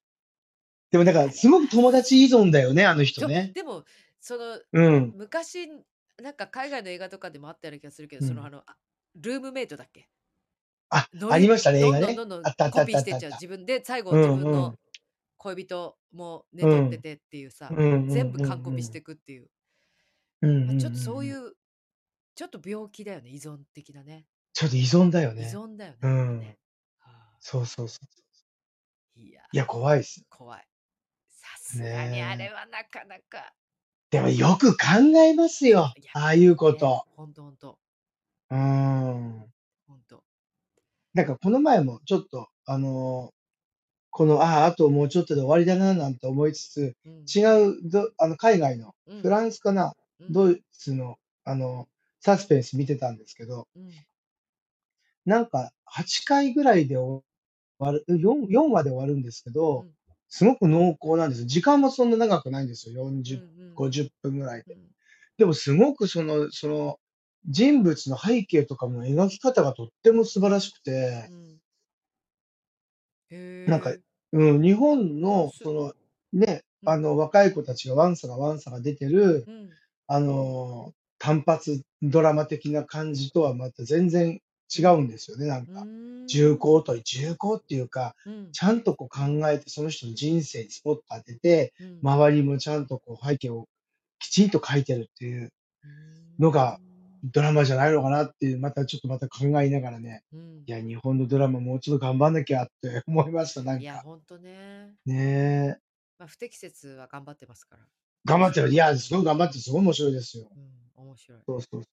Speaker 2: でもなん
Speaker 1: あ
Speaker 2: か、
Speaker 1: れ
Speaker 2: すごく
Speaker 1: は
Speaker 2: 友達依存だよね、あの人
Speaker 1: そう
Speaker 2: ね。
Speaker 1: でもその
Speaker 2: うん。
Speaker 1: 昔なんか海外の映画とかでもあったような気がするけど
Speaker 2: う
Speaker 1: その
Speaker 2: ん。
Speaker 1: あのあルームメイトだっけ
Speaker 2: あ、
Speaker 1: ノ
Speaker 2: あり
Speaker 1: リ
Speaker 2: ましたね、映
Speaker 1: どん
Speaker 2: 画
Speaker 1: どん
Speaker 2: ね。
Speaker 1: どんどん
Speaker 2: あったあっ
Speaker 1: コ
Speaker 2: たあっ
Speaker 1: ピー
Speaker 2: た
Speaker 1: し
Speaker 2: あって
Speaker 1: っち
Speaker 2: た。
Speaker 1: ゃう自分で最後
Speaker 2: う
Speaker 1: 自
Speaker 2: ん
Speaker 1: 分
Speaker 2: う
Speaker 1: の
Speaker 2: ん。
Speaker 1: 恋人もね
Speaker 2: う
Speaker 1: 取って
Speaker 2: ん。
Speaker 1: てっていうさ
Speaker 2: うんう
Speaker 1: 全
Speaker 2: ん
Speaker 1: 部
Speaker 2: う
Speaker 1: 完コピし
Speaker 2: ん
Speaker 1: てくっていう、
Speaker 2: うん。うん
Speaker 1: まあ、
Speaker 2: うん
Speaker 1: ちょっとそううん
Speaker 2: う
Speaker 1: い
Speaker 2: ん。
Speaker 1: うちょっと病気だよね依存的なね
Speaker 2: ちょっと依存だよ
Speaker 1: 依
Speaker 2: ね。
Speaker 1: 存だよね
Speaker 2: う
Speaker 1: あれ
Speaker 2: ん。
Speaker 1: ね、はあ
Speaker 2: そうそうそう。
Speaker 1: いや
Speaker 2: いや、怖いっす。
Speaker 1: 怖いさすがにあれ
Speaker 2: ねえ。
Speaker 1: はなかなか
Speaker 2: でもよく考えますよ。
Speaker 1: いや
Speaker 2: ああいうこ
Speaker 1: ね
Speaker 2: と。
Speaker 1: ほんとほんと
Speaker 2: うん。
Speaker 1: ほんと
Speaker 2: なんかこの前もちょっと、あのーこの、ああ、あともうちょっとで終わりだな、なんて思いつつ、
Speaker 1: うん
Speaker 2: 違う、どあの、海外の、
Speaker 1: う
Speaker 2: フ
Speaker 1: ん
Speaker 2: ランスかな、
Speaker 1: うん
Speaker 2: ドイツの、あの、サスペンス見てたんですけど、
Speaker 1: うん
Speaker 2: なんか8回ぐらいで終わる、4、4話で終わるんですけ
Speaker 1: う
Speaker 2: ど、
Speaker 1: ん
Speaker 2: すごく濃厚なんですよ。時間もそんな長くないんですよ。
Speaker 1: うん
Speaker 2: 40、
Speaker 1: うん
Speaker 2: 50分ぐらいで。
Speaker 1: うん
Speaker 2: でもすごくその、その、人物の背景とかも描き方がとっても素晴らしくて、
Speaker 1: うん
Speaker 2: なんか、
Speaker 1: へえ
Speaker 2: うん、日本
Speaker 1: あ
Speaker 2: の、
Speaker 1: す
Speaker 2: その、ね、
Speaker 1: う
Speaker 2: あ
Speaker 1: ん
Speaker 2: の、若い子たちがワンサがワンサが出てる、
Speaker 1: うん
Speaker 2: あの、単発ドラマ的な感じとはまた全然違うんですよね、なん
Speaker 1: う
Speaker 2: か。
Speaker 1: ーん
Speaker 2: 重厚と、重厚っていうか、
Speaker 1: うん
Speaker 2: ちゃんとこう考えて、その人の人生にスポット当てて、
Speaker 1: うん
Speaker 2: 周りもちゃんとこう背景をきちんと書いてるっていう
Speaker 1: うー
Speaker 2: のが、
Speaker 1: ん
Speaker 2: ドラマじゃないのかなっていう、またちょっとまた考えながらね、
Speaker 1: うん
Speaker 2: いや、日本のドラマもうちょっと頑張んなきゃって思いました、なん
Speaker 1: いや
Speaker 2: か。
Speaker 1: ほんとね
Speaker 2: ねえ。
Speaker 1: まあ不適切は頑張ってますから
Speaker 2: 頑張っ
Speaker 1: そ
Speaker 2: てる。いや、すごい頑張って、すごい面白いですよ。
Speaker 1: ううん面白い
Speaker 2: そうそう。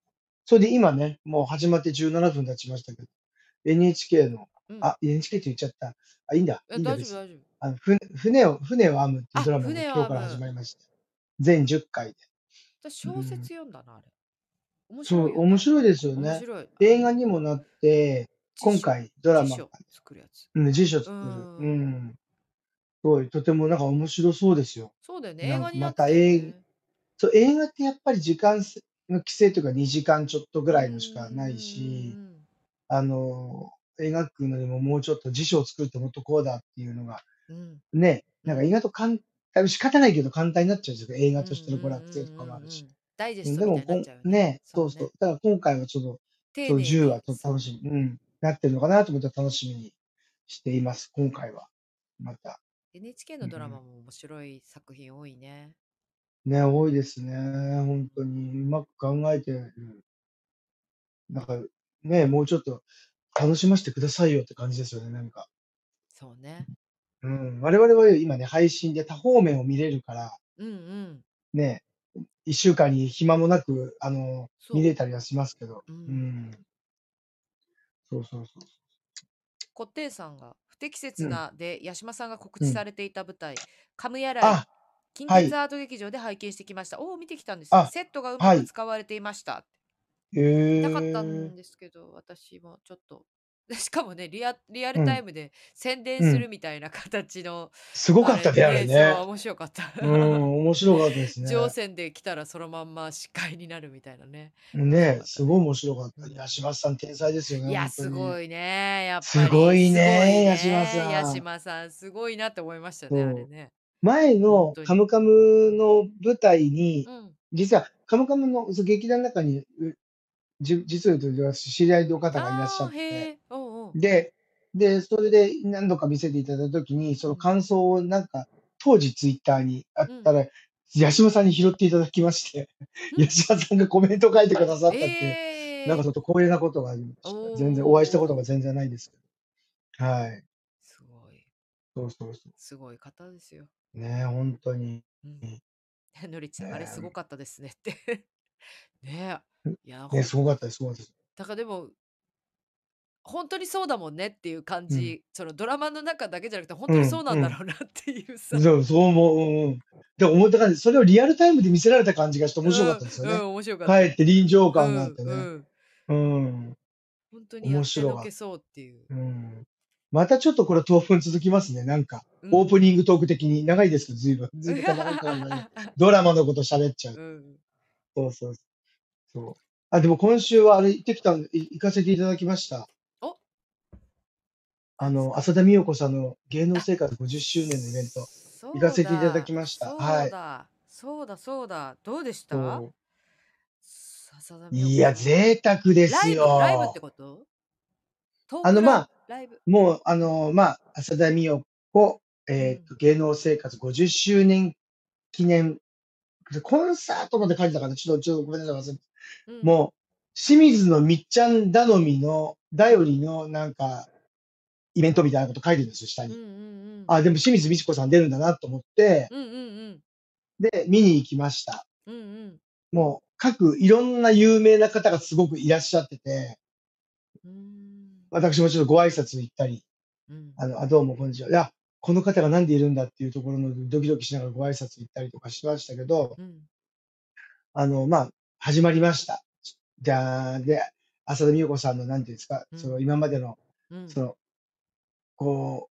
Speaker 2: それで今ね、もう始まって17分経ちましたけど、 NHK の、
Speaker 1: うん、
Speaker 2: あ、NHK って言っちゃった。あ、いいんだ。いい
Speaker 1: え
Speaker 2: んだ
Speaker 1: 大
Speaker 2: 別
Speaker 1: 丈夫
Speaker 2: に
Speaker 1: 大丈夫。
Speaker 2: あのふ船を、船を編むっていうドラマ
Speaker 1: あ
Speaker 2: が
Speaker 1: 船を編む
Speaker 2: 今日から始まりました。全10回で。
Speaker 1: 私小説読んだなあれ。面
Speaker 2: そ
Speaker 1: 白いよ
Speaker 2: う、
Speaker 1: ね、
Speaker 2: 面白いですよ
Speaker 1: 面
Speaker 2: ね。
Speaker 1: 白い。
Speaker 2: 映画にもなって、今回
Speaker 1: ド
Speaker 2: ドラマ、
Speaker 1: 作るやつ。
Speaker 2: うん、辞書作る。
Speaker 1: うん
Speaker 2: うん。すごい、とてもなんか面白そうですよ。
Speaker 1: そうだよね。
Speaker 2: な
Speaker 1: 映
Speaker 2: んか
Speaker 1: 画になって
Speaker 2: また
Speaker 1: よね
Speaker 2: 映そう、映画ってやっぱり時間すの規制というか2時間ちょっとぐらいのしかないし
Speaker 1: う、んうんうんうん
Speaker 2: あの、描くのにももうちょっと辞書を作るともっとこうだっていうのが、
Speaker 1: うん
Speaker 2: ね、なんか意外と簡単、仕方ないけど簡単になっちゃうんですよ。映画としての娯楽性とかもある
Speaker 1: うん
Speaker 2: し
Speaker 1: うんう。んうん。ダイジェ
Speaker 2: う
Speaker 1: ス
Speaker 2: ん
Speaker 1: ト
Speaker 2: で
Speaker 1: み
Speaker 2: も
Speaker 1: たいになっ
Speaker 2: こ
Speaker 1: ちゃうよ
Speaker 2: ん、
Speaker 1: ね。
Speaker 2: ね、そうそう。だから今回はちょっと、
Speaker 1: 丁
Speaker 2: そ
Speaker 1: 寧
Speaker 2: う
Speaker 1: に
Speaker 2: 10はちょっと
Speaker 1: そう
Speaker 2: 楽しみ、うん、なってるのかなと思って楽しみにしています。今回は。また。
Speaker 1: NHK のドラマも面白い作品多いね。
Speaker 2: ね、多いですね。本当に。うまく考えてる。なんか、ね、もうちょっと楽しませてくださいよって感じですよね、なんか。
Speaker 1: そうね。
Speaker 2: うん。我々は今ね、配信で多方面を見れるから、
Speaker 1: うんうん。
Speaker 2: ね、一週間に暇もなく、あの、
Speaker 1: そう
Speaker 2: 見れたりはしますけど。
Speaker 1: う
Speaker 2: うんん。そうそうそう。
Speaker 1: コテイさんが不適
Speaker 2: う
Speaker 1: 切
Speaker 2: ん
Speaker 1: なで八島さんが告
Speaker 2: う
Speaker 1: 知
Speaker 2: ん
Speaker 1: されていた舞台、カムヤライ
Speaker 2: あ、
Speaker 1: 近
Speaker 2: はい
Speaker 1: 鉄アート劇場で拝見してきました。おお、見てきたんですね
Speaker 2: あ
Speaker 1: セットがう
Speaker 2: は
Speaker 1: まく
Speaker 2: い
Speaker 1: 使われていました。
Speaker 2: え
Speaker 1: 見
Speaker 2: え
Speaker 1: たかったんですけど、私もちょっと。 でしかもねリア、リアルタイムで宣伝するみたいな形の。
Speaker 2: すごかったね、あれね。
Speaker 1: そう面白かった。
Speaker 2: うん、面白かったですね。
Speaker 1: 乗船で来たらそのまんま司会になるみたいなね。
Speaker 2: ね、すごい面白かった。八島さん、天才ですよね。
Speaker 1: いや、
Speaker 2: 本当に
Speaker 1: すごいね。やっぱり
Speaker 2: すごいね
Speaker 1: すごい
Speaker 2: 八嶋さん
Speaker 1: 八嶋さん、すごいなって思いましたね、
Speaker 2: そう
Speaker 1: あれね。
Speaker 2: 前
Speaker 1: 本
Speaker 2: の
Speaker 1: 当に
Speaker 2: カムカムの舞台に
Speaker 1: う、ん。
Speaker 2: 実はカムカムの劇団の中に、うじ実を言うと知り合いの方がいらっしゃっ
Speaker 1: あーへ
Speaker 2: て、
Speaker 1: え。おうおう。
Speaker 2: で、で、それで何度か見せていただいたときに、その感想をなんか、当時ツイッターにあったら、八嶋さんに拾っていただきまして、
Speaker 1: うん
Speaker 2: 八嶋さんがコメント書いてくださったっていう。
Speaker 1: ええ
Speaker 2: なんかちょっと光栄なことがありまし
Speaker 1: おー
Speaker 2: た。全然、お会いしたことが全然ないですけど。はい。
Speaker 1: すごい、
Speaker 2: そうそうそ
Speaker 1: すごい方ですよ。
Speaker 2: う。ねえ本当に。
Speaker 1: うん
Speaker 2: うん。
Speaker 1: のりちゃん、あれ
Speaker 2: ねえ
Speaker 1: すごかったですねって。 ねえ。いや、ほん
Speaker 2: ね、すごかったです、すごかったです。
Speaker 1: だからでも、本当にそうだもんねっていう感じ、そのドラマの中だけじゃなくて、本当にそうなんだろうなっていうさ。
Speaker 2: そうそう思う。うんうん。で、思った感じ、それをリアルタイムで見せられた感じがして面白かったですよ
Speaker 1: うんう
Speaker 2: ね。
Speaker 1: ん、面白かった。
Speaker 2: かえって臨場感があって
Speaker 1: うんう
Speaker 2: ね。
Speaker 1: ん
Speaker 2: うん。
Speaker 1: 本当にやって
Speaker 2: 面白
Speaker 1: の
Speaker 2: かった
Speaker 1: けそうっていう。
Speaker 2: うん。またちょっとこれ、当分続きますね。なんか、
Speaker 1: うん
Speaker 2: オープニングトーク的に長いですけど、ずいぶん。ずいぶん長いからねドラマのこと喋っちゃう
Speaker 1: う。ん
Speaker 2: そうそうそう。そうあ、でも今週はあれ行ってきたんで、い行かせていただきました。
Speaker 1: お
Speaker 2: あの、浅田美代子さんの芸能生活50周年のイベント。
Speaker 1: そう
Speaker 2: 行かせていただきました
Speaker 1: そう
Speaker 2: はい
Speaker 1: だ、そうだ、そうだ。どうでした
Speaker 2: そ
Speaker 1: 笹田
Speaker 2: う
Speaker 1: 美代子
Speaker 2: いや、
Speaker 1: さん
Speaker 2: 贅沢ですよ。
Speaker 1: ライブライブってことトーク
Speaker 2: あのまあ
Speaker 1: ライブ
Speaker 2: もう、あの、まあ、浅田美代子、えーと、
Speaker 1: う
Speaker 2: 芸能生活50周年記念、コンサートまで書いてたから、ちょっと、ちょっとごめんなさい忘れて
Speaker 1: ライブ、
Speaker 2: もう、清水のみっちゃん頼みの、頼りの、なんか、イベントみたいなこと書いてるんですよ、下
Speaker 1: うん、
Speaker 2: に。
Speaker 1: うんうんうん、
Speaker 2: あ、でも清水美智子さん出るんだなと思って、
Speaker 1: うんうん
Speaker 2: で、見に行きました。
Speaker 1: うんうんうん
Speaker 2: もう、各、いろんな有名な方がすごくいらっしゃってて、
Speaker 1: うーん
Speaker 2: 私もちょっとご挨拶行ったり、
Speaker 1: うん
Speaker 2: あの、あ、どうもこんにちは。いや、この方がなんでいるんだっていうところのドキドキしながらご挨拶行ったりとかしましたけど、
Speaker 1: うん
Speaker 2: あの、まあ、始まりました。じゃあ、で、浅田美代子さんの、なんていうんですか、
Speaker 1: うん
Speaker 2: その、今までの
Speaker 1: うん
Speaker 2: その、こう、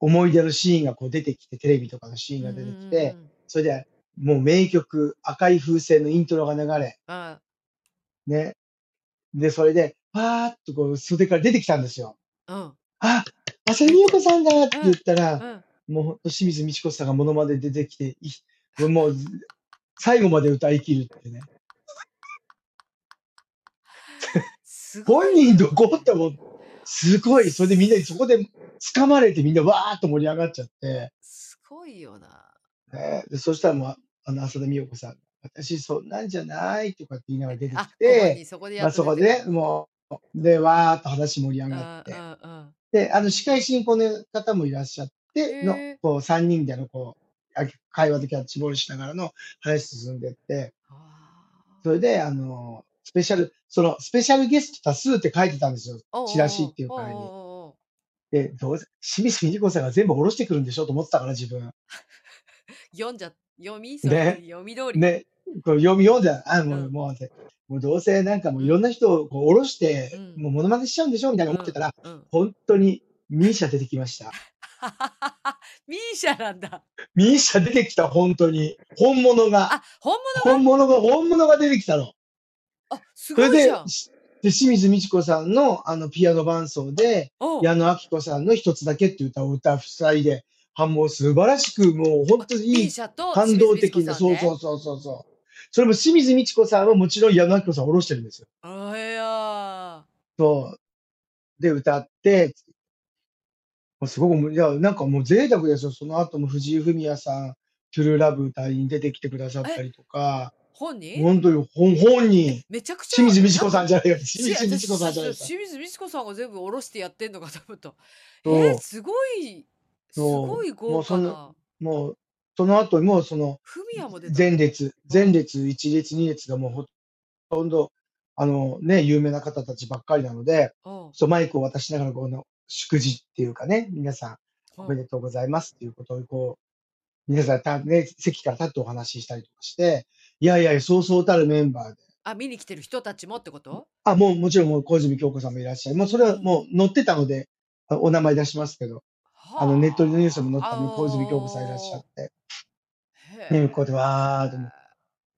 Speaker 2: 思い出のシーンがこう出てきて、テレビとかのシーンが出てき
Speaker 1: う
Speaker 2: て
Speaker 1: ん、うんうん
Speaker 2: それで、もう名曲、赤い風船のイントロが流れ、
Speaker 1: あ
Speaker 2: ね。で、それで、パーっとこう、袖から出てきたんですよ。
Speaker 1: うん
Speaker 2: あ、浅田美代子さんだって言った
Speaker 1: う
Speaker 2: ら、
Speaker 1: ん
Speaker 2: もうほんと清水美智子さんがモノマネで出てきて、いもう、最後まで歌い切るってね。
Speaker 1: すごい
Speaker 2: 本人どこって思って、すごい、それでみんなにそこで掴まれてみんなわーっと盛り上がっちゃって、
Speaker 1: すごいよな
Speaker 2: ねでそしたらもう、あの、浅田美代子さん、私そんなんじゃないとかって言いながら出て
Speaker 1: あ
Speaker 2: き
Speaker 1: ご本
Speaker 2: て、
Speaker 1: 人そこでや
Speaker 2: まあ、
Speaker 1: っと
Speaker 2: そこ
Speaker 1: 出て
Speaker 2: で
Speaker 1: くる
Speaker 2: もう、で、わーっと話盛り上
Speaker 1: うん
Speaker 2: がって、
Speaker 1: うん
Speaker 2: で、あの、司会進行の方もいらっしゃっての
Speaker 1: へー、
Speaker 2: こう、3人での、こう、あ会話でキャッチボールしながらの話進んでって、
Speaker 1: うん
Speaker 2: それで、あの、スペシャル、その、スペシャルゲスト多数って書いてたんですよ。
Speaker 1: おうおうおう
Speaker 2: チラシっていうかあれに
Speaker 1: おうおうおう
Speaker 2: で、どうせ、清水ミニ子さんが全部下ろしてくるんでしょと思ってたから、自分。
Speaker 1: 読んじゃ、読みそれ
Speaker 2: ね
Speaker 1: 読み通り。
Speaker 2: ね、これ読み読んだら、あ、も
Speaker 1: う
Speaker 2: う、
Speaker 1: ん
Speaker 2: もうって、もうどうせなんかもういろんな人をこう下ろして、
Speaker 1: うん
Speaker 2: もうモノマネしちゃうんでしょみたいな思ってたら、
Speaker 1: うん。 うん、
Speaker 2: 本当にミーシャ出てきました。
Speaker 1: ミーシャなんだ。
Speaker 2: ミーシャ出てきた、本当に。本物が。
Speaker 1: あ、本物
Speaker 2: 本物が、本物が出てきたの。
Speaker 1: あ、す
Speaker 2: そ
Speaker 1: ご
Speaker 2: れ
Speaker 1: いじ
Speaker 2: で
Speaker 1: ゃん。、
Speaker 2: しで清水美智子さんのあのピアノ伴奏で、
Speaker 1: おう
Speaker 2: 矢野顕子さんの一つだけっていう歌を歌う夫妻で、はもう素晴らしく、もう本当にい
Speaker 1: ミー
Speaker 2: い、
Speaker 1: シャと
Speaker 2: 感動的な、
Speaker 1: な。
Speaker 2: そうそうそうそうそう。それも清水美智子さんはもちろん矢野顕子さんを下ろしてるんですよ。
Speaker 1: あいや
Speaker 2: そう。で、歌って、もうすごく思い、いや、なんかもう贅沢ですよ。その後も藤井フミヤさん、トゥルーラブ歌いに出てきてくださったりとか、
Speaker 1: 本人
Speaker 2: 本当に本本人、
Speaker 1: めちゃくちゃ。
Speaker 2: 清水美智子さん
Speaker 1: ん
Speaker 2: じゃないよ。
Speaker 1: か
Speaker 2: 清水美智子さんじゃないですか。
Speaker 1: 清水美智子さんが全部下ろしてやってんのかと思った。え
Speaker 2: そう
Speaker 1: ー、すごい、す
Speaker 2: そう
Speaker 1: ごい
Speaker 2: も
Speaker 1: 豪
Speaker 2: うそ
Speaker 1: 華
Speaker 2: んな
Speaker 1: な。
Speaker 2: もう、その後にもうその、
Speaker 1: フミヤも出た。
Speaker 2: 前列、前列、一列、二列がもうほとんど、あのね、有名な方たちばっかりなので、
Speaker 1: おう
Speaker 2: そうマイクを渡しながら、この祝辞っていうかね、皆さん、
Speaker 1: お
Speaker 2: お
Speaker 1: う
Speaker 2: めでとうございますっていうことを、こう、皆さんた、ね、席から立ってお話ししたりとかして、いやいや、そうそうたるメンバーで、
Speaker 1: あ、見に来てる人たちもってこと
Speaker 2: あ、もうもちろんもう小泉京子さんもいらっしゃい、もうそれはもう載ってたので、あお名前出しますけど、あのネットのニュースにも載ったので、小泉京子さんいらっしゃって、
Speaker 1: て
Speaker 2: ね、こうやってわーっと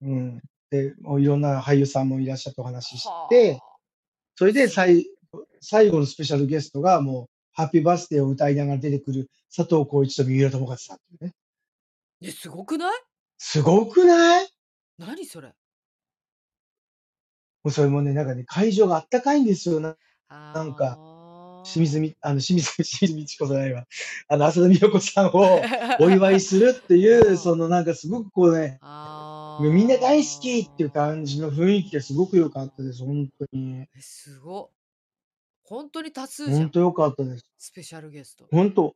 Speaker 2: うん。で、もういろんな俳優さんもいらっしゃってお話しし
Speaker 1: は
Speaker 2: て、
Speaker 1: あ
Speaker 2: それで最最後のスペシャルゲストがもう、ハッピーバースデーを歌いながら出てくる佐藤浩市と三浦友和さんっていうね。
Speaker 1: え、すごくない
Speaker 2: すごくないも
Speaker 1: 何それ
Speaker 2: うそれもね、なんかね、会場があったかいんですよ。な
Speaker 1: なん
Speaker 2: か、清
Speaker 1: 水
Speaker 2: 水み、あの、清水、 清水美智子さんじゃないわ。あの、浅田美代子さん をお祝いするってい
Speaker 1: うん
Speaker 2: う、そのなんかすごくこうね、
Speaker 1: あー
Speaker 2: みんな大好きっていう感じの雰囲気ですごく良かったです。本当に。
Speaker 1: えすごっ本当に多数じゃ
Speaker 2: 本
Speaker 1: ん
Speaker 2: 当良かったです。
Speaker 1: スペシャルゲスト
Speaker 2: 本当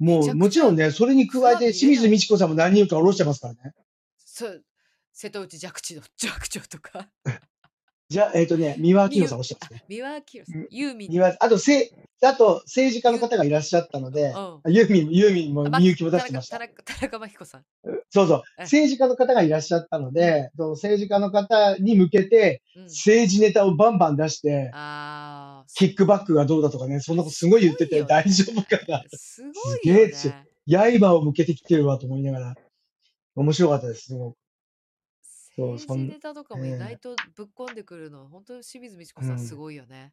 Speaker 1: め
Speaker 2: も
Speaker 1: ちゃくちゃ
Speaker 2: う、もちろんね、それに加え
Speaker 1: ツアー見れない
Speaker 2: て、清水美智子さんも何人か下ろしてますからね。
Speaker 1: そう瀬戸内寂聴の 寂聴とか
Speaker 2: じゃあ、えっ、とね、三輪明宏さん下ろしてますね。
Speaker 1: 三輪明宏さん
Speaker 2: うん
Speaker 1: ユーミン
Speaker 2: 三輪、あと、せい、あと、政治家の方がいらっしゃったので、
Speaker 1: うん
Speaker 2: ユーミン、ユーミンも、
Speaker 1: あま
Speaker 2: みゆきも出して
Speaker 1: 田
Speaker 2: ま
Speaker 1: 中
Speaker 2: した。
Speaker 1: 田中田中真紀子さん
Speaker 2: そうそう。
Speaker 1: え
Speaker 2: 政治家の方がいらっしゃったので、その政治家の方に向けて、
Speaker 1: うん
Speaker 2: 政治ネタをバンバン出して、
Speaker 1: あー
Speaker 2: キックバックがどうだとかね、そんなことすごい言って
Speaker 1: すごい
Speaker 2: て、
Speaker 1: よね
Speaker 2: 大丈夫かな。
Speaker 1: すごいよ
Speaker 2: すげえ
Speaker 1: ね
Speaker 2: 刃を向けてきてるわと思いながら、面白かったです、すごく。そう
Speaker 1: 政
Speaker 2: そ
Speaker 1: 治
Speaker 2: ん
Speaker 1: ネタとかも
Speaker 2: ええ
Speaker 1: 意外とぶっ込んでくるの本当に清水美智子さん
Speaker 2: うん
Speaker 1: すごいよね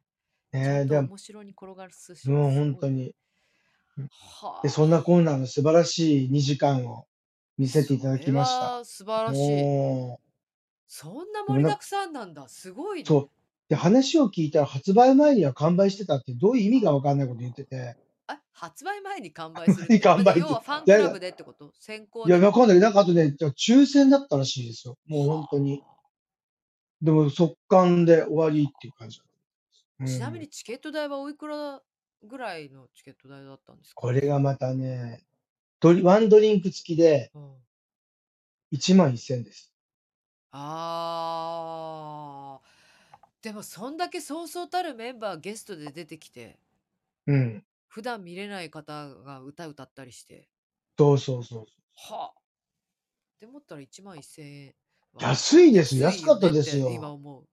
Speaker 1: ち
Speaker 2: ね
Speaker 1: ゃ
Speaker 2: え、
Speaker 1: ん
Speaker 2: で
Speaker 1: と
Speaker 2: も、
Speaker 1: 面白に転がすし
Speaker 2: もう
Speaker 1: すごい
Speaker 2: 本当に。
Speaker 1: は
Speaker 2: で、そんなこんなの素晴らしい2時間を見せていただきまし
Speaker 1: それ
Speaker 2: た。
Speaker 1: は素晴らしい
Speaker 2: も
Speaker 1: そんな盛りだくさんなんだ。すごいね。
Speaker 2: う、そう。で、話を聞いたら発売前には完売してたってどういう意味がわかんないこと言ってて、
Speaker 1: あ発売前に完売するっ
Speaker 2: に
Speaker 1: て。
Speaker 2: 完売って
Speaker 1: 要はファンクラブでってこと先行
Speaker 2: いや、わかんない。なんかあとね、抽選だったらしいですよ。もう本当に。でも、速乾で終わりっていう感じだった、うん
Speaker 1: ちなみにチケット代はおいくらぐらいのチケット代だったんですか
Speaker 2: これがまたね、ドリワンドリンク付きで
Speaker 1: うん、
Speaker 2: 1万1000です。
Speaker 1: あーでもそんだけそうそうたるメンバーゲストで出てきて、
Speaker 2: うん。
Speaker 1: 普段見れない方が歌歌ったりして。
Speaker 2: そうそうそう。
Speaker 1: はあ。って思ったら1万1000円は。
Speaker 2: 安いです。
Speaker 1: 安い
Speaker 2: 安か
Speaker 1: よ
Speaker 2: っ
Speaker 1: ね
Speaker 2: た
Speaker 1: って
Speaker 2: ですよ。
Speaker 1: 今思う。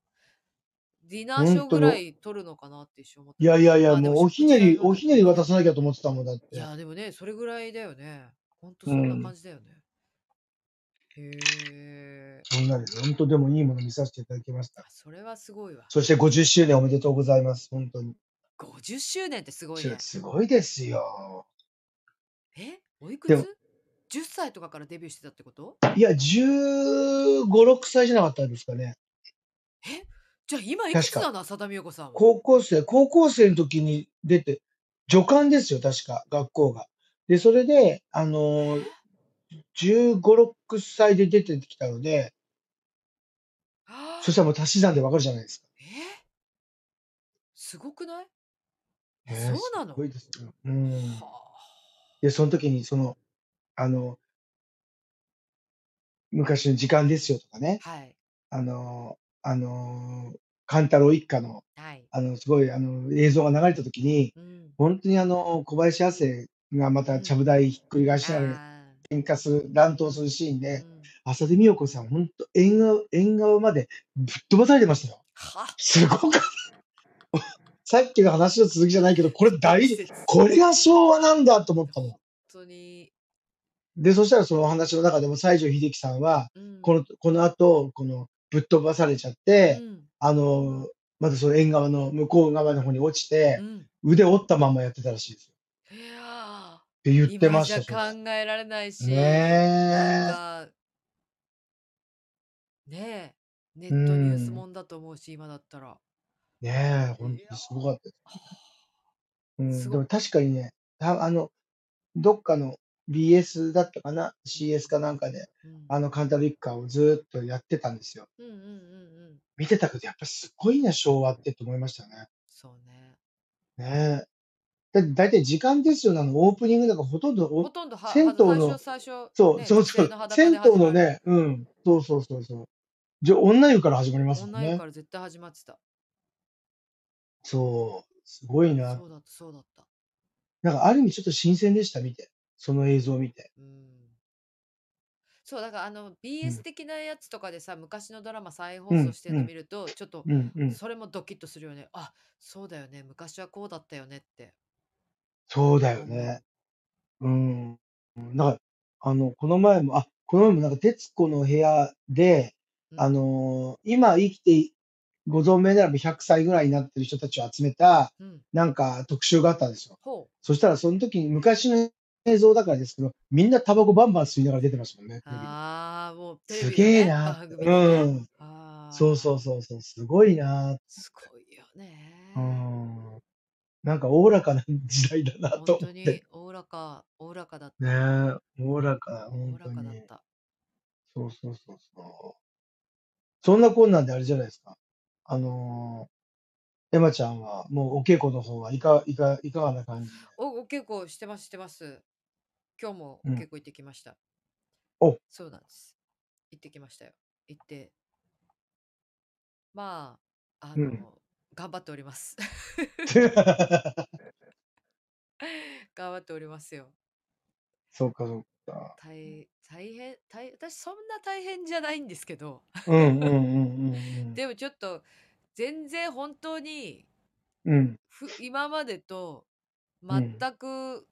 Speaker 1: ディナーショー
Speaker 2: 本当
Speaker 1: ぐ
Speaker 2: に
Speaker 1: らい取るのかなって一瞬思って
Speaker 2: いやいやいや、
Speaker 1: まあで
Speaker 2: もうお
Speaker 1: 食
Speaker 2: ひ
Speaker 1: 事
Speaker 2: ね
Speaker 1: 代
Speaker 2: り、
Speaker 1: は
Speaker 2: おひねり渡
Speaker 1: い
Speaker 2: さなきゃと思ってたもんだって。
Speaker 1: や、でもね、それぐらいだよね。ほんとそんな感じだよね。へえ。
Speaker 2: そんなです。本当でもいいもの見させていただきました
Speaker 1: あ。それはすごいわ。
Speaker 2: そして50周年おめでとうございます。本当に。
Speaker 1: 50周年ってすごいね。
Speaker 2: すごいですよ。
Speaker 1: えおいく
Speaker 2: でも
Speaker 1: つ ?10 歳とかからデビューしてたってこと
Speaker 2: いや、15、6歳じゃなかったですかね。
Speaker 1: じゃあ今いくつなの浅田美代子さんは。
Speaker 2: 高校生、高校生の時に出て、助監ですよ、確か、学校が。で、それで、あのー、15、6歳で出てきたので、
Speaker 1: はあ
Speaker 2: そしたらもう足し算でわかるじゃないですか。
Speaker 1: えすごくない
Speaker 2: ね
Speaker 1: そうな
Speaker 2: す
Speaker 1: の
Speaker 2: ごいですよ。うん。
Speaker 1: は
Speaker 2: で、その時に、その、あの、昔の時間ですよとかね、
Speaker 1: あはい。
Speaker 2: あの、あの、勘太郎一家の、
Speaker 1: はい。
Speaker 2: あの、すごい、あの、映像が流れた時に、
Speaker 1: うん。
Speaker 2: 本当にあの、小林亜星がま
Speaker 1: う
Speaker 2: た
Speaker 1: ん
Speaker 2: ちゃぶ台ひっくり返しながら
Speaker 1: あ
Speaker 2: 喧嘩する、乱闘するシーン
Speaker 1: あ。う
Speaker 2: で、
Speaker 1: ん。
Speaker 2: 浅田美代子さん、本当縁側、縁側までぶっ飛ばされてましたよ。
Speaker 1: は
Speaker 2: すごかった。 さっきの話の続きじゃないけど、これ大 事。これが昭和なんだと思ったの
Speaker 1: 本。当に。
Speaker 2: で、そしたらそのお話の中でも西城秀樹さんは、
Speaker 1: うん。
Speaker 2: この、この後、この、ぶっ飛ばされちゃっ
Speaker 1: う
Speaker 2: て、
Speaker 1: ん。
Speaker 2: あの、またその縁側の向こう側の方に落ち
Speaker 1: う
Speaker 2: て、
Speaker 1: ん。
Speaker 2: 腕折ったまんまやってたらしいですよ。
Speaker 1: いや
Speaker 2: って言
Speaker 1: ー
Speaker 2: って
Speaker 1: 今
Speaker 2: ま
Speaker 1: じ
Speaker 2: し
Speaker 1: ゃ
Speaker 2: た、それ。
Speaker 1: 考えられないし、
Speaker 2: ねえ。
Speaker 1: なんか、ねえ、ネ
Speaker 2: う
Speaker 1: ットニュース
Speaker 2: ん。
Speaker 1: もんだと思うし、今だったら。
Speaker 2: ねえ、本
Speaker 1: い
Speaker 2: 当
Speaker 1: や
Speaker 2: にすごかったです。
Speaker 1: ー
Speaker 2: う
Speaker 1: す
Speaker 2: ん。で
Speaker 1: ご、
Speaker 2: も確かにね、たあの、どっかの BS だったかな ?CS かなんかで、
Speaker 1: うん、
Speaker 2: あのカンタル一家をずーっとやってたんですよ。
Speaker 1: うんうんうんうん。
Speaker 2: 見てたけど、やっぱすごいね、昭和ってと思いましたね。
Speaker 1: そうね。
Speaker 2: ねえ。だって大体時間ですよ、あの、オープニングなんかほとんど
Speaker 1: ほ
Speaker 2: お、
Speaker 1: とんどは、
Speaker 2: 銭
Speaker 1: は
Speaker 2: 湯
Speaker 1: ず、最初、最
Speaker 2: の、
Speaker 1: 初、
Speaker 2: そう、
Speaker 1: ね、
Speaker 2: そう
Speaker 1: 女
Speaker 2: そ
Speaker 1: 性
Speaker 2: う、
Speaker 1: の裸で
Speaker 2: 銭湯
Speaker 1: 始
Speaker 2: の
Speaker 1: まる。
Speaker 2: ね、うん、そうそうそうそう。じゃ、女湯から始まりますもん
Speaker 1: 女湯
Speaker 2: ね。
Speaker 1: から絶対始まってた。
Speaker 2: そう、すごいな。
Speaker 1: そうだった、そうだった。
Speaker 2: なんかある意味ちょっと新鮮でした、見て。その映像を見て。
Speaker 1: うん。そう、だからあの
Speaker 2: う
Speaker 1: BS
Speaker 2: ん、
Speaker 1: 的なやつとかでさ、昔のドラマ再
Speaker 2: う
Speaker 1: 放送
Speaker 2: ん、
Speaker 1: してる
Speaker 2: う
Speaker 1: の
Speaker 2: ん、
Speaker 1: 見ると、ちょっと、
Speaker 2: うん、うん。
Speaker 1: それもドキッとするよね。あ、そうだよね。昔はこうだったよねって
Speaker 2: そうだよ
Speaker 1: 思
Speaker 2: ね。
Speaker 1: う。
Speaker 2: うん。なんか、あの、この前も、あ、この前もなんか、徹子の部屋で、
Speaker 1: う
Speaker 2: あ
Speaker 1: ん、
Speaker 2: のー今生きてご存命ならば100歳ぐらいになってる人たちを集めた、
Speaker 1: うん。
Speaker 2: なんか特集があったんですよ。
Speaker 1: ほ
Speaker 2: そしたら、その時に昔の映像だからですけど、みんなタバコバンバン吸いながら出てましたもんね、
Speaker 1: う。
Speaker 2: テレビに。
Speaker 1: ああ、もうテレ
Speaker 2: す
Speaker 1: ビの
Speaker 2: げえ
Speaker 1: ね、
Speaker 2: なって。
Speaker 1: 番組で
Speaker 2: う
Speaker 1: ね。
Speaker 2: ん。そう
Speaker 1: あ
Speaker 2: そう
Speaker 1: あ、
Speaker 2: そうそう、すごいなって。
Speaker 1: すごいよ
Speaker 2: う
Speaker 1: ね。
Speaker 2: ん。なんか、おおらかな時代だなと
Speaker 1: 本
Speaker 2: 思
Speaker 1: 当
Speaker 2: って。
Speaker 1: におおらか、おおらかだっ
Speaker 2: ね
Speaker 1: た。
Speaker 2: え、おおらか、
Speaker 1: お
Speaker 2: 本
Speaker 1: おら
Speaker 2: 当
Speaker 1: かだっ
Speaker 2: に。
Speaker 1: た。
Speaker 2: そうそうそうそう。そんなこんなんであれじゃないですか。あのー、エマちゃんは、もうお稽古の方はいか、いか、いかがな 感じで。
Speaker 1: お、お稽古してます、してます。今日も
Speaker 2: う
Speaker 1: お
Speaker 2: ん。
Speaker 1: 稽古行ってきました。
Speaker 2: お、
Speaker 1: そうなんです。行ってきましたよ。行って、まあ、あ
Speaker 2: うん。
Speaker 1: の、頑張っております。 頑張っておりますよ。
Speaker 2: そうか、そうか。
Speaker 1: 大大変大私そんな大変じゃないんですけど
Speaker 2: うんうんうん
Speaker 1: でもちょっと全然本当に
Speaker 2: うんうん。
Speaker 1: ふ今までと
Speaker 2: うんうん
Speaker 1: 全く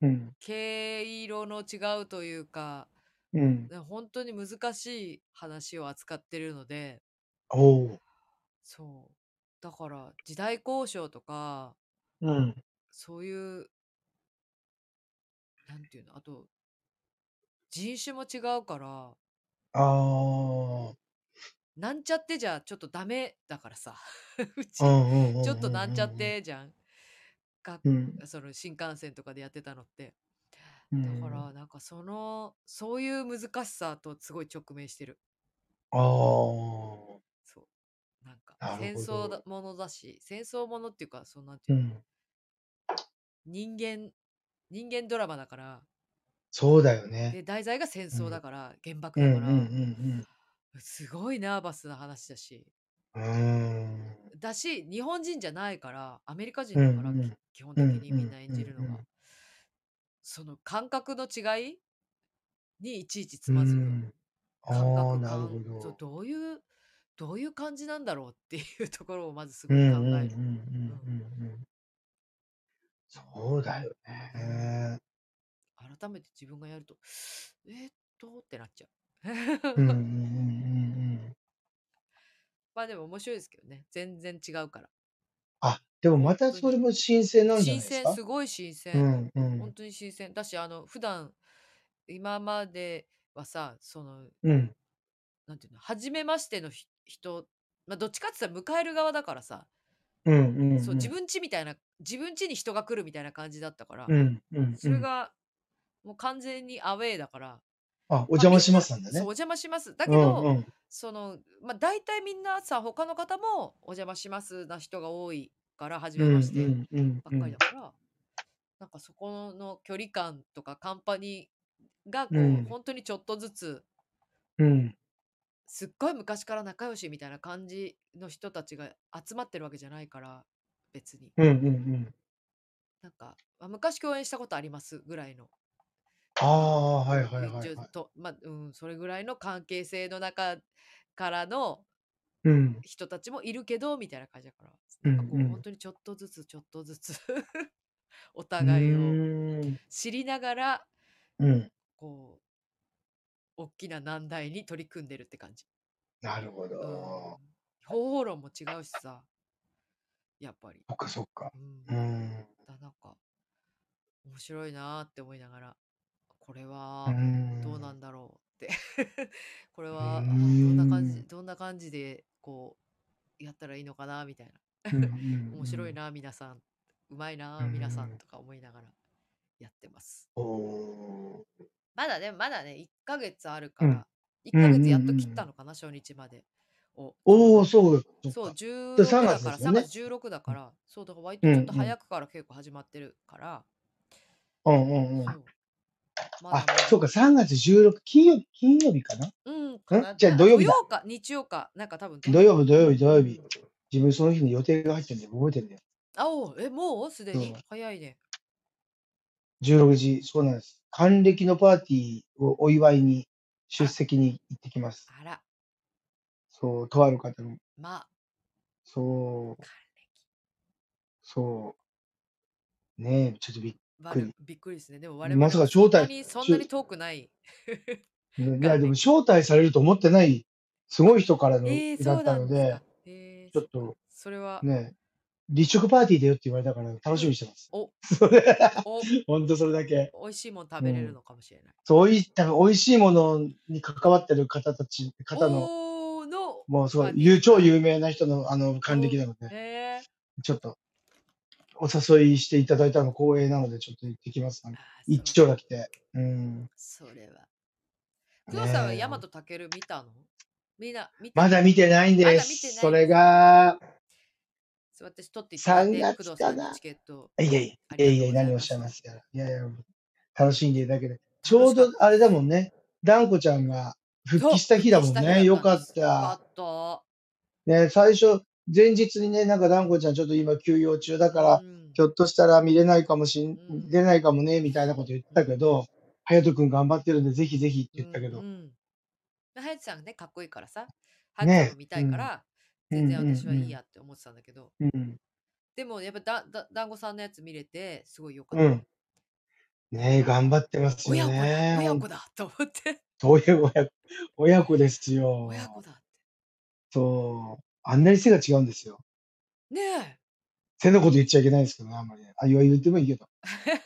Speaker 2: うん
Speaker 1: 毛色の違うというか
Speaker 2: うん
Speaker 1: ね本当に難しい話を扱ってるので
Speaker 2: おう
Speaker 1: そうだから時代交渉とか
Speaker 2: うん
Speaker 1: そういうなんていうのあと人種も違うから
Speaker 2: ああ
Speaker 1: なんちゃってじゃちょっとダメだからさ う
Speaker 2: う
Speaker 1: ち
Speaker 2: んうんう
Speaker 1: ちょっとなんちゃっ
Speaker 2: ん
Speaker 1: てじゃんが
Speaker 2: うんうん
Speaker 1: その新幹線とかでやってたのって
Speaker 2: う
Speaker 1: だか
Speaker 2: ん
Speaker 1: らなんかそのそういう難しさとすごい直面してる
Speaker 2: ああ
Speaker 1: そうなんか
Speaker 2: ーなる
Speaker 1: 戦
Speaker 2: ほ
Speaker 1: 争だ
Speaker 2: ど
Speaker 1: ものだし戦争ものっていうかそうなんていううの
Speaker 2: ん
Speaker 1: 人間人間ドラマだから
Speaker 2: そうだよね
Speaker 1: で題材が戦
Speaker 2: う
Speaker 1: 争
Speaker 2: ん
Speaker 1: だから原爆
Speaker 2: うん
Speaker 1: だ
Speaker 2: う
Speaker 1: か
Speaker 2: ん
Speaker 1: らすごいナーバスな話だし
Speaker 2: うんうんう
Speaker 1: だし日本人じゃないからアメリカ
Speaker 2: ー
Speaker 1: 人だか
Speaker 2: ん
Speaker 1: ら
Speaker 2: うんう
Speaker 1: き
Speaker 2: ん
Speaker 1: 基本
Speaker 2: うん
Speaker 1: 的に
Speaker 2: う
Speaker 1: みん
Speaker 2: ん
Speaker 1: な演
Speaker 2: う
Speaker 1: じ
Speaker 2: ん
Speaker 1: るのがその感覚の違いにいちいちつ
Speaker 2: う
Speaker 1: まず
Speaker 2: ん
Speaker 1: く
Speaker 2: うん
Speaker 1: 感
Speaker 2: ああー
Speaker 1: 覚
Speaker 2: なる
Speaker 1: 感
Speaker 2: ほ
Speaker 1: そう
Speaker 2: ど
Speaker 1: どういうどういう感じなんだろうっていうところをまずす
Speaker 2: う
Speaker 1: ご
Speaker 2: ん
Speaker 1: い
Speaker 2: うん
Speaker 1: 考
Speaker 2: うん
Speaker 1: え
Speaker 2: う
Speaker 1: る、うんん
Speaker 2: うんうんそうだよ
Speaker 1: うん、
Speaker 2: ね
Speaker 1: 改めて自分がやるとえーっとってなっちゃ
Speaker 2: う
Speaker 1: う
Speaker 2: んうんうんうんうん
Speaker 1: まあでも面白いですけどね全然違うから
Speaker 2: あ、でもま
Speaker 1: 本
Speaker 2: た
Speaker 1: 当
Speaker 2: それ
Speaker 1: に
Speaker 2: も新鮮なんじゃ
Speaker 1: 新
Speaker 2: ないです
Speaker 1: 鮮
Speaker 2: か
Speaker 1: すごい新
Speaker 2: う
Speaker 1: 鮮
Speaker 2: ん、う
Speaker 1: 本
Speaker 2: ん、
Speaker 1: 当に新鮮だしあの普段今まではさその
Speaker 2: うん、
Speaker 1: なんていうの初めましてのひ人、まあ、どっちかって言ったら迎える側だからさ
Speaker 2: うん、う
Speaker 1: そう自
Speaker 2: ん、
Speaker 1: 分家みたいな自分家に人が来るみたいな感じだったから
Speaker 2: うん、うん、うん、う
Speaker 1: それ
Speaker 2: ん。
Speaker 1: がもう完全にアウェーだから
Speaker 2: あ、お
Speaker 1: まあ
Speaker 2: 邪
Speaker 1: み
Speaker 2: 魔
Speaker 1: ん
Speaker 2: しま
Speaker 1: な
Speaker 2: すなんだ
Speaker 1: そうお
Speaker 2: ね。
Speaker 1: 邪魔しますだ
Speaker 2: う
Speaker 1: け
Speaker 2: ん、
Speaker 1: ど
Speaker 2: うん、
Speaker 1: そのまあ大体みんなさ他の方もお邪魔しますな人が多いから初
Speaker 2: う
Speaker 1: めま
Speaker 2: ん、
Speaker 1: し
Speaker 2: う
Speaker 1: て
Speaker 2: ん、うん、
Speaker 1: ばっ
Speaker 2: う
Speaker 1: かり
Speaker 2: ん、
Speaker 1: だからなんかそこの距離感とかカンパニーが
Speaker 2: う、
Speaker 1: こうん本当にちょっとずつ
Speaker 2: うん。
Speaker 1: すっごい昔から仲良しみたいな感じの人たちが集まってるわけじゃないから別に
Speaker 2: うんうんうん。
Speaker 1: なんかあ昔共演したことありますぐらいの
Speaker 2: ああ、はいはい
Speaker 1: うん
Speaker 2: はい
Speaker 1: じゅ
Speaker 2: はい。
Speaker 1: とまあうんそれぐらいの関係性の中からの
Speaker 2: うん。
Speaker 1: 人たちもいるけどみたいな感じだから
Speaker 2: う
Speaker 1: なん
Speaker 2: ん
Speaker 1: かこう本当にちょっとずつちょっとずつ お互いを
Speaker 2: うん。うーん。
Speaker 1: 知りながら
Speaker 2: うん。
Speaker 1: こう大きな難題に取り組んでるって感じ。
Speaker 2: なるほ
Speaker 1: うん、
Speaker 2: ど。
Speaker 1: 方法論も違うしさやっぱり。
Speaker 2: そっかそっか。
Speaker 1: うん、
Speaker 2: うーん。
Speaker 1: だなんか面白いなーって思いながらこれ
Speaker 2: うー。
Speaker 1: はどうなんんだろうって これ
Speaker 2: うー
Speaker 1: はあどんな感じ
Speaker 2: ん。
Speaker 1: どんな感じでこうやったらいいのかなみたいな
Speaker 2: うんう
Speaker 1: 面白い
Speaker 2: ん
Speaker 1: な皆さんうまい
Speaker 2: うん。
Speaker 1: な
Speaker 2: う
Speaker 1: 皆さん
Speaker 2: ん。
Speaker 1: とか思いながらやってます
Speaker 2: おー。
Speaker 1: まだねまだね1ヶ月ある
Speaker 2: う
Speaker 1: か
Speaker 2: ん。
Speaker 1: ら1
Speaker 2: うんう
Speaker 1: ヶ月
Speaker 2: ん
Speaker 1: や
Speaker 2: う
Speaker 1: っと切った
Speaker 2: ん。
Speaker 1: のかな初日までをちょっ
Speaker 2: お
Speaker 1: と
Speaker 2: お、そうか、そっ
Speaker 1: そう
Speaker 2: か。で、
Speaker 1: 16
Speaker 2: 3
Speaker 1: だ
Speaker 2: 月
Speaker 1: か
Speaker 2: で
Speaker 1: ら
Speaker 2: すよ
Speaker 1: 3月
Speaker 2: ね。
Speaker 1: 16だからそうだから割
Speaker 2: う
Speaker 1: と
Speaker 2: ん
Speaker 1: ちょっと
Speaker 2: うん。
Speaker 1: 早くから稽古始まってるから
Speaker 2: うんうんうん。
Speaker 1: そうま
Speaker 2: あ、
Speaker 1: だね
Speaker 2: そうか、3月16、金曜日、金曜日かな
Speaker 1: うんか
Speaker 2: ん
Speaker 1: な
Speaker 2: じゃあ
Speaker 1: な
Speaker 2: 土曜
Speaker 1: 土
Speaker 2: 日
Speaker 1: 曜
Speaker 2: だ。
Speaker 1: か日曜かなんか多分ど
Speaker 2: 土曜日、土曜日、土
Speaker 1: う
Speaker 2: 曜日。
Speaker 1: ん
Speaker 2: 自分その日に予定が入ってるんで、覚えてるんだよ。
Speaker 1: あおうえもうすで
Speaker 2: そ
Speaker 1: に
Speaker 2: う。
Speaker 1: 早いね
Speaker 2: 16時、そうなんです。還暦のパーティーをお祝いに、
Speaker 1: あ
Speaker 2: 出
Speaker 1: ら
Speaker 2: 席に行ってきます。
Speaker 1: あら
Speaker 2: そう、とある方の。
Speaker 1: まあ
Speaker 2: そう、
Speaker 1: 還暦
Speaker 2: そう、ねえ、ちょっとびっ
Speaker 1: わ
Speaker 2: く
Speaker 1: る
Speaker 2: り。
Speaker 1: びっくりですねでも我
Speaker 2: ま
Speaker 1: 々
Speaker 2: さ
Speaker 1: も
Speaker 2: か
Speaker 1: そ
Speaker 2: 招
Speaker 1: んな
Speaker 2: 待、
Speaker 1: にそん
Speaker 2: し
Speaker 1: な
Speaker 2: ゅ
Speaker 1: に遠くない
Speaker 2: いや、
Speaker 1: 還
Speaker 2: でも
Speaker 1: 暦
Speaker 2: 招待されると思ってない、すごい人からの、
Speaker 1: えー、
Speaker 2: だ
Speaker 1: そ
Speaker 2: っ
Speaker 1: う
Speaker 2: た
Speaker 1: なん
Speaker 2: の
Speaker 1: です
Speaker 2: で、
Speaker 1: かえー、
Speaker 2: ちょっ
Speaker 1: そっか
Speaker 2: と
Speaker 1: それは
Speaker 2: ね、立食パーティーだよって言われたから楽
Speaker 1: う
Speaker 2: しみに
Speaker 1: ん
Speaker 2: してます。
Speaker 1: お
Speaker 2: それ、
Speaker 1: お
Speaker 2: 本当それだけ。
Speaker 1: 美味しいもん食
Speaker 2: う
Speaker 1: べれる
Speaker 2: ん。
Speaker 1: のかもしれない
Speaker 2: そういった美味しいものに関わってる方たち、方の、
Speaker 1: おーの
Speaker 2: もうすご
Speaker 1: パ
Speaker 2: い、
Speaker 1: ーティー
Speaker 2: ゆ
Speaker 1: だか
Speaker 2: 超
Speaker 1: ら
Speaker 2: 有名な人の、あの、還暦
Speaker 1: お
Speaker 2: なので、
Speaker 1: えー、
Speaker 2: ちょっとお誘いしていただいたの光栄なので、ちょっと行ってきます。
Speaker 1: あー
Speaker 2: 一
Speaker 1: そう
Speaker 2: 丁だ来て。うん。
Speaker 1: それは工藤さんは
Speaker 2: ね
Speaker 1: 大和
Speaker 2: え。
Speaker 1: 健見たのみんな見
Speaker 2: ま
Speaker 1: た
Speaker 2: だ見てないん
Speaker 1: ま
Speaker 2: で
Speaker 1: だ見て
Speaker 2: す。
Speaker 1: な
Speaker 2: そ
Speaker 1: いんで
Speaker 2: れ
Speaker 1: すか
Speaker 2: が、
Speaker 1: そう私取っていただい
Speaker 2: 3
Speaker 1: て工
Speaker 2: 月
Speaker 1: 藤
Speaker 2: か
Speaker 1: さんに
Speaker 2: な。
Speaker 1: チケット
Speaker 2: いやい
Speaker 1: あり
Speaker 2: や、
Speaker 1: がとう
Speaker 2: いやい
Speaker 1: ござ
Speaker 2: や、
Speaker 1: い
Speaker 2: 何をおっ
Speaker 1: ま
Speaker 2: しゃい
Speaker 1: し
Speaker 2: ま
Speaker 1: た
Speaker 2: すやら。いやいや、楽しんでいただけで。ち
Speaker 1: 楽
Speaker 2: ょ
Speaker 1: し
Speaker 2: う
Speaker 1: か
Speaker 2: ど、
Speaker 1: った
Speaker 2: あ
Speaker 1: で
Speaker 2: れだ
Speaker 1: す
Speaker 2: もんね。ダンコちゃんが復帰
Speaker 1: そう
Speaker 2: した
Speaker 1: 復
Speaker 2: 日だ
Speaker 1: 帰
Speaker 2: も
Speaker 1: し
Speaker 2: ん
Speaker 1: た日だ
Speaker 2: ね。
Speaker 1: っ
Speaker 2: よ
Speaker 1: たん
Speaker 2: か
Speaker 1: で
Speaker 2: っ
Speaker 1: すよか
Speaker 2: た。
Speaker 1: った
Speaker 2: ね、最初、前日にね、なんか団子ちゃんちょっと今休養中だ
Speaker 1: う
Speaker 2: から、
Speaker 1: ん
Speaker 2: ひょっとしたら見れないかもしん、
Speaker 1: うん
Speaker 2: 見れないかもね、みたいなこと言ってたけど、隼人君頑張ってるんで、ぜひぜひって
Speaker 1: う
Speaker 2: 言った
Speaker 1: ん
Speaker 2: け
Speaker 1: う
Speaker 2: ど、
Speaker 1: んまあ隼人さんがねかっこいいからさ隼人さんも
Speaker 2: ね
Speaker 1: 見た
Speaker 2: え、う
Speaker 1: いか
Speaker 2: ん、
Speaker 1: ら
Speaker 2: うん、
Speaker 1: 全然私はいい
Speaker 2: うん、
Speaker 1: やって思ってたんだけど
Speaker 2: うん、うん、
Speaker 1: でもやっぱだだ団子さんのやつ見れてすごい良かった
Speaker 2: うん。ねえ、頑張ってますよ
Speaker 1: 親子だ
Speaker 2: ね。
Speaker 1: 親
Speaker 2: ほん
Speaker 1: 子だと思って
Speaker 2: そういう親子、親子です
Speaker 1: 親子
Speaker 2: よ。
Speaker 1: だって
Speaker 2: そう。あんなに背が違うんですよ。
Speaker 1: ね
Speaker 2: 背のこと言っちゃいけないんですけどね、あんまりね。あ、言わ言ってもい いけど。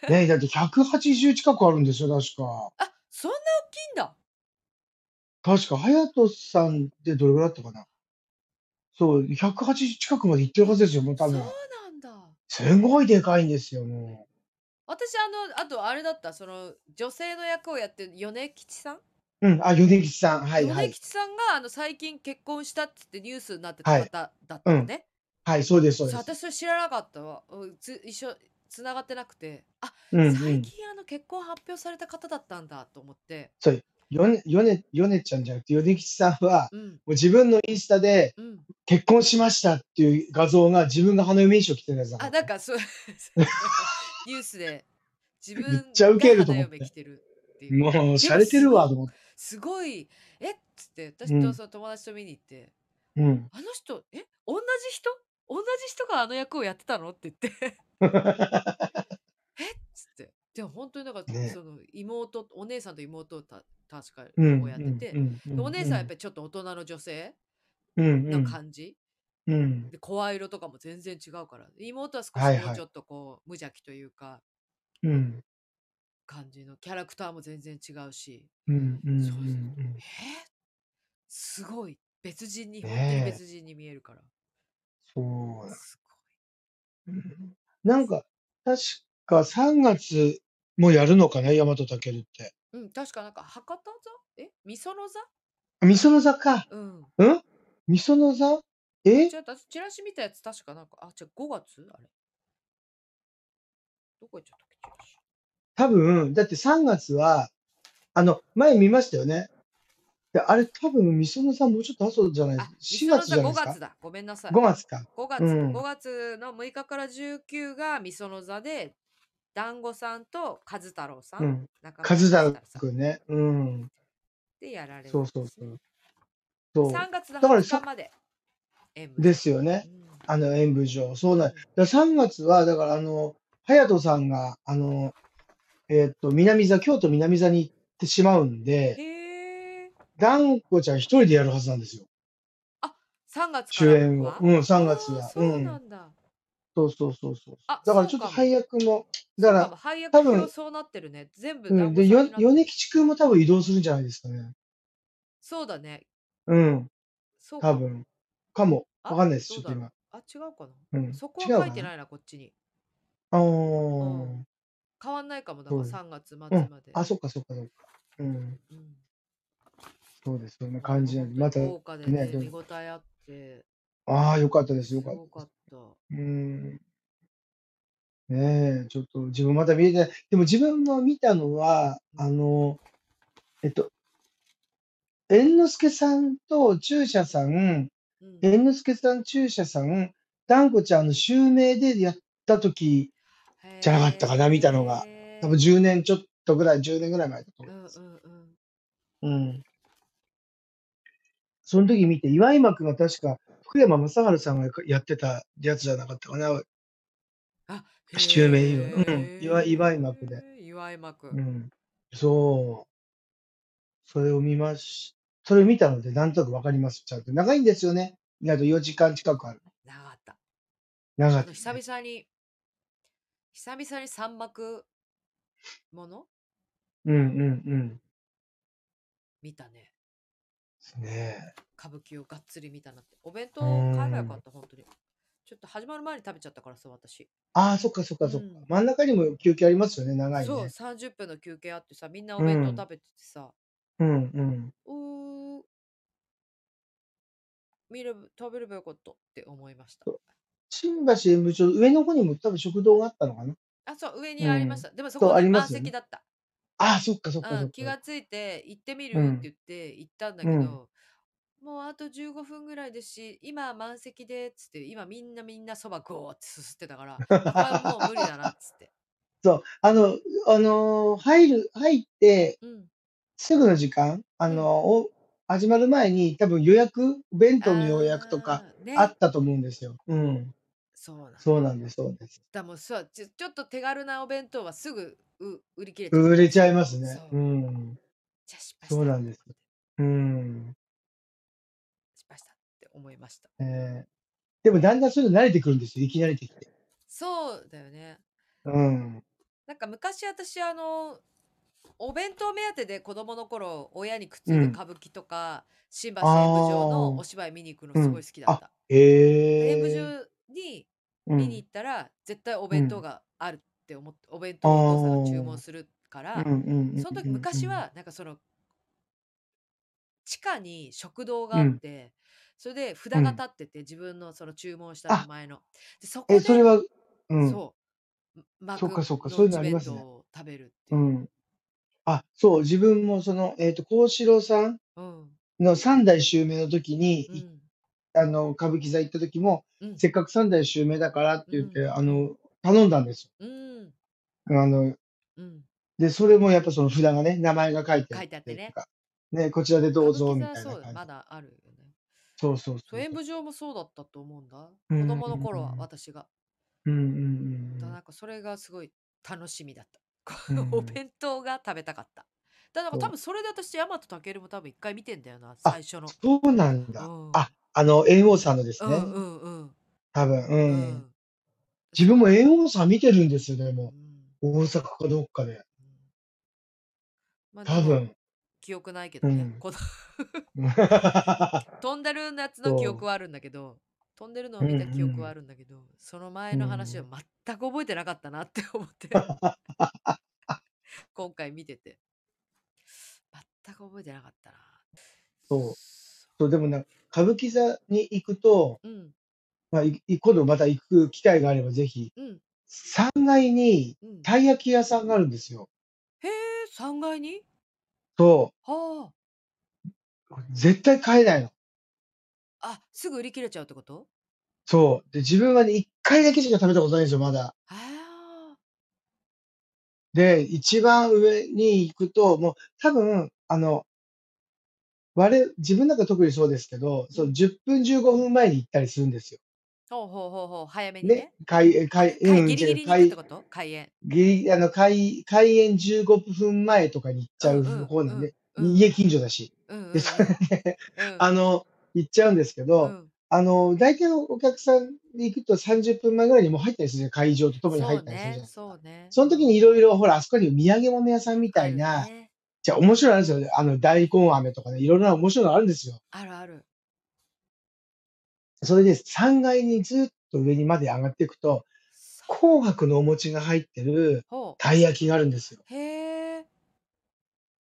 Speaker 1: え
Speaker 2: ねえ、だって180近くあるんですよ、確か。
Speaker 1: あそんな大きいんだ
Speaker 2: 確か、隼人さんってどれぐらいだったかな。そう、180近くまで行ってるは
Speaker 1: え
Speaker 2: ずですよ、もう多
Speaker 1: そう
Speaker 2: 分。
Speaker 1: なんだ
Speaker 2: すごいでかいんですよ、も
Speaker 1: 私あのあとあれだったその女性の役をやってる米吉さん
Speaker 2: う。うん、あ、米吉さん。はいは
Speaker 1: 米
Speaker 2: い。
Speaker 1: 吉さんがあの最近結婚したっつってニュースになってた
Speaker 2: はい。
Speaker 1: 方だっ
Speaker 2: う
Speaker 1: たの
Speaker 2: ん。
Speaker 1: ね
Speaker 2: はい、そうです、そう
Speaker 1: そ
Speaker 2: で
Speaker 1: う
Speaker 2: す。
Speaker 1: 私それ知らなかったわうんつ一緒つながってなくてあ
Speaker 2: うん、う
Speaker 1: 最
Speaker 2: ん。
Speaker 1: 近あの結婚発表された方だったんだと思って
Speaker 2: そう、よね、よね、よねちゃんじゃなくて、米吉さんは、
Speaker 1: うん
Speaker 2: もう自分のインスタで、
Speaker 1: うん
Speaker 2: 結婚しましたっていう画像が自分が花嫁衣装着てるやつだか
Speaker 1: あな
Speaker 2: ら
Speaker 1: ん
Speaker 2: ね。
Speaker 1: かそう ニュースで自
Speaker 2: めっちゃ
Speaker 1: 分
Speaker 2: ウ
Speaker 1: が
Speaker 2: ケると
Speaker 1: 花
Speaker 2: 思っ
Speaker 1: 嫁着
Speaker 2: て。
Speaker 1: てるっていう
Speaker 2: もう、
Speaker 1: で
Speaker 2: 洒
Speaker 1: も
Speaker 2: 落て
Speaker 1: す
Speaker 2: るわ、と
Speaker 1: ご
Speaker 2: 思って。
Speaker 1: すごいえっつって私
Speaker 2: う
Speaker 1: と
Speaker 2: ん、
Speaker 1: その友達と見に行って
Speaker 2: うん。
Speaker 1: あの人、え、同じ人同じ人があの役をやってたのって言ってえっつって。でも本当になんか、
Speaker 2: ね。
Speaker 1: その妹、お姉さんと妹た確か
Speaker 2: うん、
Speaker 1: をやってて、
Speaker 2: うん、う
Speaker 1: でお
Speaker 2: ん、
Speaker 1: 姉
Speaker 2: う
Speaker 1: さんはやっ
Speaker 2: ん、
Speaker 1: ぱりちょっと大人の女性
Speaker 2: うん、う、
Speaker 1: なん感じ。
Speaker 2: うん。
Speaker 1: で、声色とかも全然違うから。妹は少し
Speaker 2: はい、
Speaker 1: こう、
Speaker 2: は
Speaker 1: ちょ
Speaker 2: い。
Speaker 1: っとこう、無邪気というか、
Speaker 2: うん、
Speaker 1: 感じのキャラクターも全然違うし。
Speaker 2: うん、うん、うん、
Speaker 1: そうです。
Speaker 2: うん。
Speaker 1: えーすごい。別人に、本当に
Speaker 2: ねえ、
Speaker 1: 別人に見えるから。
Speaker 2: そうだ。
Speaker 1: すごい。
Speaker 2: うんなんか、確か3月もやるのかな、大和健って。
Speaker 1: うん、確かなんか博多座えみその座
Speaker 2: みその座か。
Speaker 1: うん。
Speaker 2: んみその座
Speaker 1: あ、
Speaker 2: え
Speaker 1: 違った。チラシ見たやつ確かなんか、あ、違う、5月あれ。どこ行っちゃったっけ、チラシ。
Speaker 2: 多分、だって3月は、あの、前見ましたよね。であれ多分、みそのさんもうちょっと後じゃない
Speaker 1: あ、
Speaker 2: ですか。4月じゃない
Speaker 1: 5
Speaker 2: です
Speaker 1: 月
Speaker 2: か。
Speaker 1: だ。ごめんなさい。
Speaker 2: 5月か。
Speaker 1: 5月、
Speaker 2: うん
Speaker 1: 5月の6日から19がみその座で、団子さんと和太郎さん、
Speaker 2: うん。
Speaker 1: 中
Speaker 2: カズ
Speaker 1: 村
Speaker 2: ダ
Speaker 1: 和太郎さん
Speaker 2: 君ね。うん。
Speaker 1: でやられる
Speaker 2: そうそうそう。そう。
Speaker 1: 3月の
Speaker 2: だから
Speaker 1: 20
Speaker 2: さ
Speaker 1: 日まで。演舞
Speaker 2: ですよね。
Speaker 1: うん
Speaker 2: あの演舞場。そうなんだ3月は、だから、あの、隼人さんが、あの、えーっと、南座、京都南座に行ってしまうんで、
Speaker 1: へえ。
Speaker 2: 団子ちゃん一人でやるはずなんですよ。
Speaker 1: 3月か
Speaker 2: 主
Speaker 1: ら
Speaker 2: 演を
Speaker 1: は。
Speaker 2: うん、3月
Speaker 1: あー
Speaker 2: は。
Speaker 1: そううんな。んだ。
Speaker 2: そうそうそうそう。
Speaker 1: あ、
Speaker 2: だからちょっと
Speaker 1: そうかも
Speaker 2: 配役も、だから
Speaker 1: そうかも、配役
Speaker 2: 多分
Speaker 1: 表そうなってるね。全部
Speaker 2: う
Speaker 1: 団
Speaker 2: ん、
Speaker 1: 子
Speaker 2: で、
Speaker 1: さんにな
Speaker 2: よ
Speaker 1: ってる
Speaker 2: 米吉くんも多分移動するんじゃないですかね。
Speaker 1: そうだね。
Speaker 2: うん、
Speaker 1: そうか
Speaker 2: 多分。かも。
Speaker 1: あ
Speaker 2: わかんないです、
Speaker 1: どう
Speaker 2: ちょっと
Speaker 1: だろう
Speaker 2: 今。
Speaker 1: あ、違うかな。
Speaker 2: うん。
Speaker 1: そこ
Speaker 2: 違う
Speaker 1: は書
Speaker 2: か
Speaker 1: いて
Speaker 2: な。
Speaker 1: ないな、こっちに。
Speaker 2: ああ
Speaker 1: う
Speaker 2: ー、
Speaker 1: 変わんないかも、だから
Speaker 2: そうだ
Speaker 1: 3月末ま
Speaker 2: うん
Speaker 1: で。
Speaker 2: あ、そっかそっかそっか。うん。
Speaker 1: うん
Speaker 2: そうです。そんな感じなんで、また、
Speaker 1: 豪華で
Speaker 2: ね
Speaker 1: ね
Speaker 2: でも
Speaker 1: 見応えあって、
Speaker 2: ああ、よかったです、
Speaker 1: す
Speaker 2: よかった
Speaker 1: ご
Speaker 2: で
Speaker 1: か
Speaker 2: す。
Speaker 1: った。
Speaker 2: うん。ねえ、ちょっと自分まだ見れてない。でも自分も見たのは、あの、えっと、猿之助さんと中車さん、
Speaker 1: うん
Speaker 2: 猿之助さん、中車さん、団子ちゃんの襲名でやった時、じゃなかったかな見たのが。
Speaker 1: へー
Speaker 2: 多分10年ちょっとぐらい、10年ぐらい前だと思
Speaker 1: う
Speaker 2: うんん
Speaker 1: う
Speaker 2: ですよ。
Speaker 1: んうん。
Speaker 2: うん。その時見て、岩井幕が確か福山雅治さんがやってたやつじゃなかったかな。
Speaker 1: あ、
Speaker 2: 襲名披露うん祝い祝い幕で
Speaker 1: で。祝い幕。
Speaker 2: うん。そう。それを見まし、それを見たので、なんとなくわかります。ちゃんと。長いんですよね。意外と4時間近くある。
Speaker 1: 長かった。
Speaker 2: 長
Speaker 1: あ
Speaker 2: い
Speaker 1: の。久々に、久々に三幕もの
Speaker 2: うんうんうん。で
Speaker 1: 見たね。
Speaker 2: すね
Speaker 1: 歌舞伎をがっつり見たなって。お弁当買えばよかった、本当に。ちょっと始まる前に食べちゃったからさ、私。
Speaker 2: ああ、そっかそっかそっか。
Speaker 1: うん
Speaker 2: 真ん中にも休憩ありますよね。長い
Speaker 1: そう、
Speaker 2: ね。
Speaker 1: 30分の休憩あってさ、みんなお弁当食べててさ、
Speaker 2: うんうん。
Speaker 1: うー見れば食べればよかったって思いました。
Speaker 2: 新橋演舞場、上の方にも多分食堂があったのかな。
Speaker 1: あ、そう、上にありました。でもそ
Speaker 2: そ
Speaker 1: こ
Speaker 2: うあ
Speaker 1: ね
Speaker 2: りま
Speaker 1: 満
Speaker 2: すよね
Speaker 1: 席だった。
Speaker 2: ああ、そっかそっかそっ
Speaker 1: う
Speaker 2: か。
Speaker 1: ん、気がついて行ってみる
Speaker 2: う
Speaker 1: っ
Speaker 2: ん
Speaker 1: て言って行ったんだけ
Speaker 2: うん
Speaker 1: ど、もうあと15分ぐらいですし今満席でっつって今みんなみんなそばゴーってすすってたからこれはもう無理だなっつって、
Speaker 2: そう。あの、あのー入る、入って
Speaker 1: うん、
Speaker 2: すぐの時間、あのーお始まる前に多分予約、弁当の予約とか
Speaker 1: あーね
Speaker 2: あったと思うんですよ。うん。
Speaker 1: そうなんだ
Speaker 2: そうなんです、そうです。
Speaker 1: だもうそうちょちょっと手軽なお弁当はすぐう売り切れちゃった
Speaker 2: 売れちゃいますね。
Speaker 1: そう
Speaker 2: うん。
Speaker 1: じゃあ失敗した
Speaker 2: そうなんです。うん。
Speaker 1: 失敗したって思いました
Speaker 2: えーでもだんだんそういうの慣れてくるんですよ。いきなりできて。
Speaker 1: そうだよね
Speaker 2: うん。
Speaker 1: なんか昔私あのお弁当目当てで子供の頃親にくっついて
Speaker 2: うん
Speaker 1: 歌舞伎とか、新橋演舞場
Speaker 2: あ
Speaker 1: の
Speaker 2: ー
Speaker 1: お芝居見に行くの
Speaker 2: うん
Speaker 1: すごい好きだった、
Speaker 2: へえ。
Speaker 1: 演舞場に見に行ったら、絶対お弁当があるって思ってお弁当をお父さんが注文するから、
Speaker 2: うんうんうんうん
Speaker 1: その時昔、はなんかその地下に食堂があって、それで札が立ってて、自分のその注文した名前のでそこ
Speaker 2: うん
Speaker 1: で
Speaker 2: え、それは、うん。
Speaker 1: そうマ
Speaker 2: そうか
Speaker 1: ク
Speaker 2: そうか
Speaker 1: ド
Speaker 2: そういう
Speaker 1: ッチ
Speaker 2: のあり
Speaker 1: 弁
Speaker 2: ます
Speaker 1: 当
Speaker 2: ね
Speaker 1: を食べるって
Speaker 2: う
Speaker 1: いう、
Speaker 2: ん。あ、そう、自分もその、えっ、と、幸四郎さん
Speaker 1: うん
Speaker 2: の三代襲名の時に、
Speaker 1: う
Speaker 2: い
Speaker 1: ん
Speaker 2: あの、歌舞伎座行った時も、
Speaker 1: うん
Speaker 2: せっかく三代襲名だからって言って、
Speaker 1: うん
Speaker 2: あの、頼んだんです
Speaker 1: うん
Speaker 2: よ。あの、
Speaker 1: うん
Speaker 2: で、それもやっぱその札がね、名前が書いて
Speaker 1: 書いてあってね
Speaker 2: とかね、こちらでどうぞ、み
Speaker 1: 歌舞伎座
Speaker 2: た
Speaker 1: は
Speaker 2: い
Speaker 1: そ
Speaker 2: な
Speaker 1: うだま
Speaker 2: 感じ。
Speaker 1: だあるよね
Speaker 2: そうそうそ
Speaker 1: そう
Speaker 2: う。
Speaker 1: 演舞場もそうだったと思うんだ
Speaker 2: う
Speaker 1: 子
Speaker 2: ん
Speaker 1: 供の頃は
Speaker 2: うんうん
Speaker 1: 私が、
Speaker 2: うんうんう
Speaker 1: だ
Speaker 2: ん
Speaker 1: なんかそれがすごい楽しみだったこ
Speaker 2: うん
Speaker 1: う お弁当が食べたかっただから
Speaker 2: そう
Speaker 1: 多分それで私大和健も多分一回見てんだよな
Speaker 2: あ
Speaker 1: 最初の
Speaker 2: うん。そうなんだ。
Speaker 1: うん
Speaker 2: あ、あの、猿翁さんのです
Speaker 1: う
Speaker 2: ね。
Speaker 1: んうんうん
Speaker 2: 多分、う
Speaker 1: うん
Speaker 2: ん。自分も猿翁さん見てるんですよ、で
Speaker 1: うんう
Speaker 2: も。
Speaker 1: ん
Speaker 2: 大阪かどっかで。
Speaker 1: まあでも
Speaker 2: 多分。
Speaker 1: 記憶ないけどね、
Speaker 2: うん
Speaker 1: この
Speaker 2: う
Speaker 1: 飛んでるやつの記憶はあるんだけど飛んでるのを見た記憶はあるんだけど、その前の話は全く覚えてなかったなって思 って、今回見てて全く覚えてなかったな
Speaker 2: そうでもな、歌舞伎座に行くと、
Speaker 1: うん
Speaker 2: まあ、い今度また行く機会があればぜひ、
Speaker 1: うん
Speaker 2: 3階に
Speaker 1: うん
Speaker 2: たい焼き屋さんがあるんですよ。
Speaker 1: へえ3階に
Speaker 2: そ
Speaker 1: はあ
Speaker 2: 絶対買えないの。
Speaker 1: あ、すぐ売り切れちゃうってこと
Speaker 2: そう。で、自分はね、一回だけしか食べたことないんですよ、まだ。
Speaker 1: あ
Speaker 2: で、一番上に行くと、もう多分、あの、我々、自分なんか特にそうですけ
Speaker 1: あ
Speaker 2: ど、
Speaker 1: ー、う
Speaker 2: その
Speaker 1: ん。
Speaker 2: 10分15分前に行ったりするんですよ。
Speaker 1: ほうほうほうほう、早めに
Speaker 2: ね、
Speaker 1: ね。
Speaker 2: 開園、
Speaker 1: あ、
Speaker 2: 開
Speaker 1: かい、
Speaker 2: うん、
Speaker 1: ギリ
Speaker 2: 違
Speaker 1: ギ
Speaker 2: う、
Speaker 1: リに行くって
Speaker 2: 開、
Speaker 1: こと開演。
Speaker 2: ギリ、あの、開、開園15分前とかに行っち
Speaker 1: う
Speaker 2: ゃ
Speaker 1: ん
Speaker 2: う
Speaker 1: うん
Speaker 2: 方
Speaker 1: う
Speaker 2: なん
Speaker 1: ん
Speaker 2: で、
Speaker 1: うん
Speaker 2: 家近所だし。
Speaker 1: うんう
Speaker 2: で、それ
Speaker 1: ん
Speaker 2: で、
Speaker 1: うん
Speaker 2: あの、行っちゃうんですけ
Speaker 1: う
Speaker 2: ど、
Speaker 1: ん。
Speaker 2: あの、大体のお客さんに行くと30分前ぐらいにもう入ったりするじゃん、会場とともに入
Speaker 1: そ
Speaker 2: っ
Speaker 1: う
Speaker 2: たりするじ
Speaker 1: ね、
Speaker 2: ゃないです
Speaker 1: そ
Speaker 2: か。
Speaker 1: うね。
Speaker 2: そうの時
Speaker 1: ん。
Speaker 2: にいろいろ、ほら、あそこに土産物屋さんみた
Speaker 1: あ
Speaker 2: い
Speaker 1: る
Speaker 2: な、
Speaker 1: ね。
Speaker 2: じゃあ面白いのあるんですよ。あの、大根飴とかね、いろいろな面白いのあるんですよ。
Speaker 1: あるある。
Speaker 2: それで3階にずっと上にまで上がっていくと、
Speaker 1: さ
Speaker 2: 紅白のお餅が入ってる
Speaker 1: ほ
Speaker 2: たい焼きがあるんですよ。
Speaker 1: う。へえ。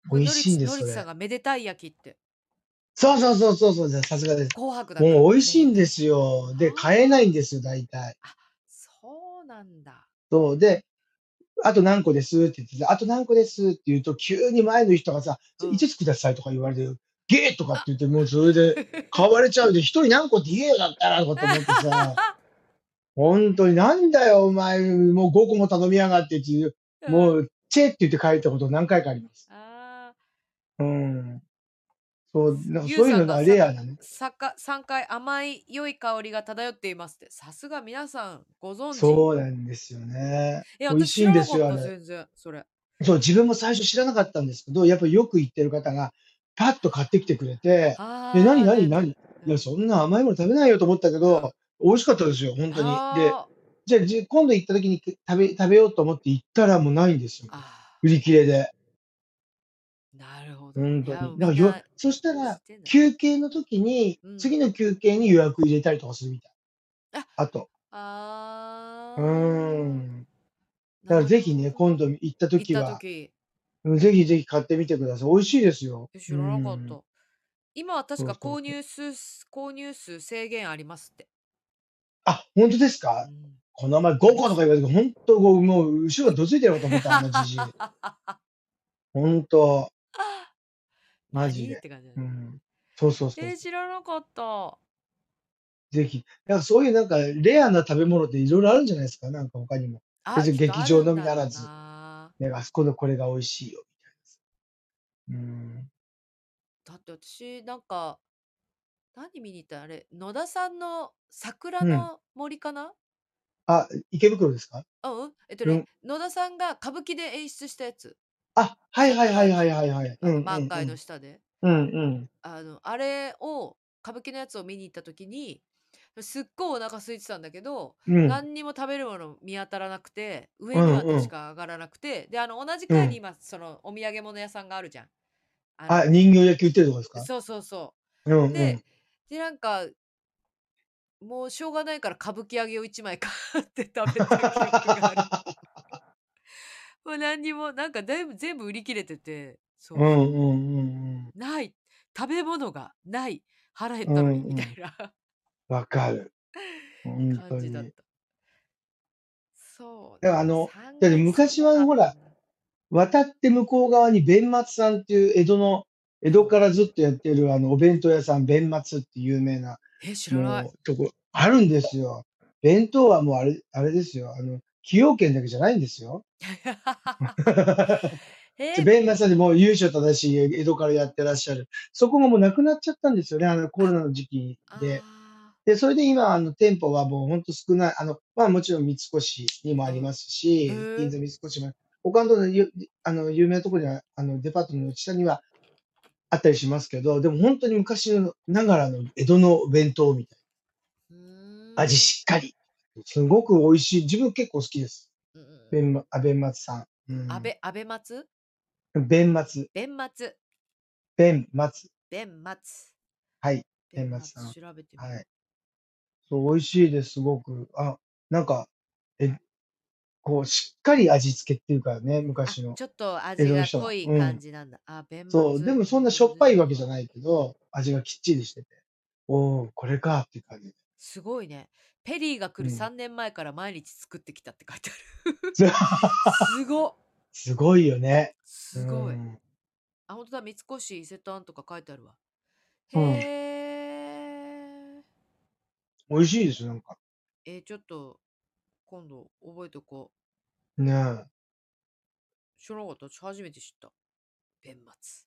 Speaker 1: これ、の
Speaker 2: 美味
Speaker 1: り
Speaker 2: しいん
Speaker 1: ち、
Speaker 2: で
Speaker 1: の
Speaker 2: す、
Speaker 1: り
Speaker 2: そ
Speaker 1: ちさん
Speaker 2: れ。
Speaker 1: がめでたい焼きって。
Speaker 2: そうそうそうそうそう、さすがです。
Speaker 1: 紅白だから、
Speaker 2: もう美味
Speaker 1: め
Speaker 2: しい
Speaker 1: で
Speaker 2: ん
Speaker 1: た
Speaker 2: で
Speaker 1: い。
Speaker 2: すよ。で、買え
Speaker 1: あ
Speaker 2: ないんですよ、大体。
Speaker 1: あ。あ、そうなんだ。
Speaker 2: そう。で、あと何個ですって言ってあと何個ですって言うと、急に前の人がさ、
Speaker 1: うん。
Speaker 2: 5つくださいとか言われて、ゲーとかって
Speaker 1: あ
Speaker 2: 言って、もうそれで買われちゃうで、一人何個って言えよだったらとかって思ってさ、本当になんだよ、お前、もう5個も頼みやがってっていう、
Speaker 1: うん。
Speaker 2: もう、チェって言って帰ったこと何回かあります。
Speaker 1: ああ。
Speaker 2: うん。そう、なんか
Speaker 1: ゆう
Speaker 2: そういう
Speaker 1: さん
Speaker 2: の
Speaker 1: が
Speaker 2: がレ
Speaker 1: さ
Speaker 2: アだね。
Speaker 1: さか3回甘い良い香りが漂っていますってさすが皆さんご存知
Speaker 2: そうなんですよね。
Speaker 1: いや
Speaker 2: 美味
Speaker 1: 私
Speaker 2: し
Speaker 1: 知
Speaker 2: いん
Speaker 1: ら
Speaker 2: で
Speaker 1: な
Speaker 2: す
Speaker 1: かっ
Speaker 2: よ、あ
Speaker 1: た
Speaker 2: れ。
Speaker 1: 全然それ
Speaker 2: そう、自分も最初知らなかったんですけど、やっぱりよく行ってる方が、パッと買ってきてくれて、え、
Speaker 1: あ
Speaker 2: 何、
Speaker 1: あーな
Speaker 2: 何、
Speaker 1: ん
Speaker 2: 何い
Speaker 1: かう
Speaker 2: や、
Speaker 1: ん
Speaker 2: そんな甘いもの食べないよと思ったけ
Speaker 1: うん
Speaker 2: ど、美味しかったですよ、本当
Speaker 1: あ
Speaker 2: に。で、
Speaker 1: ー
Speaker 2: じゃあ、じ今度行った時に食べ、食べようと思って行ったらもうないんですよ。
Speaker 1: あ
Speaker 2: 売り切れで。
Speaker 1: ーなるほど
Speaker 2: 本
Speaker 1: い
Speaker 2: 当
Speaker 1: や
Speaker 2: に。だ
Speaker 1: み
Speaker 2: か
Speaker 1: ん
Speaker 2: らよ、
Speaker 1: な
Speaker 2: そしたら、
Speaker 1: してんだね
Speaker 2: 休憩の時に、
Speaker 1: うん
Speaker 2: 次の休憩に予約入れたりとかするみたい。
Speaker 1: あ
Speaker 2: あと。うー
Speaker 1: あ
Speaker 2: ん。
Speaker 1: ー
Speaker 2: だから
Speaker 1: な
Speaker 2: ぜ
Speaker 1: る
Speaker 2: ひ
Speaker 1: ほ
Speaker 2: ね、
Speaker 1: ど
Speaker 2: 今度行った
Speaker 1: 行っ
Speaker 2: 時
Speaker 1: た
Speaker 2: は、
Speaker 1: 時
Speaker 2: うんぜひぜひ買ってみてください。美味しいですよ。
Speaker 1: え知
Speaker 2: う
Speaker 1: らなかっ
Speaker 2: ん。
Speaker 1: た今は確
Speaker 2: そう
Speaker 1: か
Speaker 2: そう
Speaker 1: 購
Speaker 2: そう。
Speaker 1: 入数購入数制限ありますって
Speaker 2: あ、本当です
Speaker 1: う
Speaker 2: か
Speaker 1: ん
Speaker 2: この前
Speaker 1: あ
Speaker 2: 5
Speaker 1: り
Speaker 2: 個
Speaker 1: ま
Speaker 2: と
Speaker 1: す
Speaker 2: か言われて、本当こうもう後ろがどついてやろうと思った、あのじ じい。本当、マジ
Speaker 1: 何っ
Speaker 2: で。
Speaker 1: て感じだ
Speaker 2: う
Speaker 1: ね。
Speaker 2: ん。そうそうそう
Speaker 1: えー
Speaker 2: そ
Speaker 1: 知らなかった。
Speaker 2: う。ぜひ。なんかそういうなんかレアな食べ物っていろいろあるんじゃないですかなんか他にも。
Speaker 1: あ、
Speaker 2: 別に
Speaker 1: きっと
Speaker 2: 劇
Speaker 1: あ
Speaker 2: 場
Speaker 1: る
Speaker 2: の
Speaker 1: ん
Speaker 2: み
Speaker 1: だ
Speaker 2: な
Speaker 1: ろ
Speaker 2: ら
Speaker 1: う
Speaker 2: ず、
Speaker 1: な。
Speaker 2: ね、あそこのこれが美味しいよ。うん。
Speaker 1: だって私、なんか、何見に行ったあれ、野田さんの桜
Speaker 2: うん。
Speaker 1: の森かな
Speaker 2: あ、池袋ですか
Speaker 1: あうん。えっと
Speaker 2: う
Speaker 1: ね、
Speaker 2: ん。
Speaker 1: 野田さんが歌舞伎で演出したやつ。
Speaker 2: あ、はいはいは
Speaker 1: 桜
Speaker 2: いはい
Speaker 1: の、
Speaker 2: はいはい。う
Speaker 1: あ
Speaker 2: んう
Speaker 1: の、満
Speaker 2: んう
Speaker 1: 開の
Speaker 2: ん。
Speaker 1: 下で。
Speaker 2: うんうん。
Speaker 1: あの、あれを、歌舞伎のやつを見に行った時に、すっごいお腹空いてたんだけど、
Speaker 2: うん。
Speaker 1: 何にも食べるもの見当たらなくて、
Speaker 2: う
Speaker 1: 上に
Speaker 2: ん
Speaker 1: は
Speaker 2: う
Speaker 1: 確
Speaker 2: ん。
Speaker 1: か上がらなくて、で、あの、同じ
Speaker 2: う
Speaker 1: 階に
Speaker 2: ん。
Speaker 1: 今、その、お土産物屋さんがあるじゃん。あ
Speaker 2: あ、
Speaker 1: の、
Speaker 2: 人形焼き売ってるとこですか
Speaker 1: そうそうそうう。
Speaker 2: んう
Speaker 1: で、
Speaker 2: ん。
Speaker 1: で、なんか、もうしょうがないから歌舞伎揚げを一枚買って食べた記憶がある。 もう何にも、なんか全部、全部売り切れてて、そううんそう。
Speaker 2: うんうん
Speaker 1: ない。食べ物がない。腹減っ
Speaker 2: う
Speaker 1: たの
Speaker 2: ん。
Speaker 1: に、
Speaker 2: う
Speaker 1: み
Speaker 2: んう
Speaker 1: たい
Speaker 2: ん。
Speaker 1: な
Speaker 2: わかる。本
Speaker 1: 感
Speaker 2: 当
Speaker 1: じだっ
Speaker 2: に。
Speaker 1: た。そう
Speaker 2: でもあ
Speaker 1: ね。
Speaker 2: の、
Speaker 1: 3
Speaker 2: だっ
Speaker 1: 階少
Speaker 2: て昔
Speaker 1: な
Speaker 2: は
Speaker 1: かっ
Speaker 2: ほら、
Speaker 1: たな。
Speaker 2: 渡って向こう側に弁松さんっていう江戸の、江
Speaker 1: う
Speaker 2: 戸
Speaker 1: ん。
Speaker 2: からずっとやってるあのお弁当屋さん、弁松って有名な、
Speaker 1: え、知らない。
Speaker 2: もう、とこ、あるんですよ。弁当はもうあれ、あれですよ。あの、崎陽軒だけじゃないんで すよ。
Speaker 1: え
Speaker 2: そう
Speaker 1: ー
Speaker 2: 弁松さんでもう由緒正しい江戸からやってらっしゃる。そこがもうなくなっちゃったんですよね。あのコロ
Speaker 1: あ、
Speaker 2: ナの時期で。
Speaker 1: あ
Speaker 2: で、それで今、あの、店舗はもうほんと少ない。あの、まあもちろん三越にも
Speaker 1: あ、
Speaker 2: あり
Speaker 1: うん。
Speaker 2: ますし、
Speaker 1: へ
Speaker 2: 銀
Speaker 1: え、
Speaker 2: 座三越も、他のところのゆ、あの、有名なところには、あの、デパートの下にはあったりしますけど、でも本当に昔のながらの江戸のお弁当みたいうな。味
Speaker 1: ーん。
Speaker 2: しっかり。すごく美味しい。自分結構好きです。
Speaker 1: うんうんうん
Speaker 2: 弁、あ、弁松さん。う
Speaker 1: 安
Speaker 2: ん。
Speaker 1: 倍、安倍松
Speaker 2: 弁松。
Speaker 1: 弁松。
Speaker 2: 弁松。
Speaker 1: 弁松。
Speaker 2: はい。
Speaker 1: 弁
Speaker 2: 弁松さん。
Speaker 1: 松調べてみ
Speaker 2: は
Speaker 1: よ
Speaker 2: い。そう、美味しいです、すごく。あ、なんか、え、こう、しっかり味付けっていうかね、
Speaker 1: う。あ、
Speaker 2: 昔の
Speaker 1: ちょっと
Speaker 2: 江
Speaker 1: 味
Speaker 2: 戸の
Speaker 1: が
Speaker 2: 人
Speaker 1: 濃
Speaker 2: は。
Speaker 1: いう感
Speaker 2: ん。
Speaker 1: じなんだ。あ、弁
Speaker 2: そう、で
Speaker 1: 松。
Speaker 2: もそんなしょっ
Speaker 1: 全
Speaker 2: ぱい
Speaker 1: 然
Speaker 2: わ
Speaker 1: 違
Speaker 2: けじゃ
Speaker 1: う。
Speaker 2: ないけど、味がきっちりしてて。おお、これかっていう感 じ。
Speaker 1: すごいね。ペリーが来
Speaker 2: う
Speaker 1: る
Speaker 2: ん。
Speaker 1: 3年前から毎日作ってきたって書い てある。
Speaker 2: す
Speaker 1: すごっ。
Speaker 2: すごいよね。う
Speaker 1: すごい。
Speaker 2: ん。
Speaker 1: あ、本当だ。三越伊勢丹とか書いてあるわ。へ
Speaker 2: うん
Speaker 1: え。
Speaker 2: 美味しいですよ、なんか。
Speaker 1: えー、ちょっと、今度覚えとこう。
Speaker 2: ねえ。
Speaker 1: 知らなかった。初めて知った。弁末。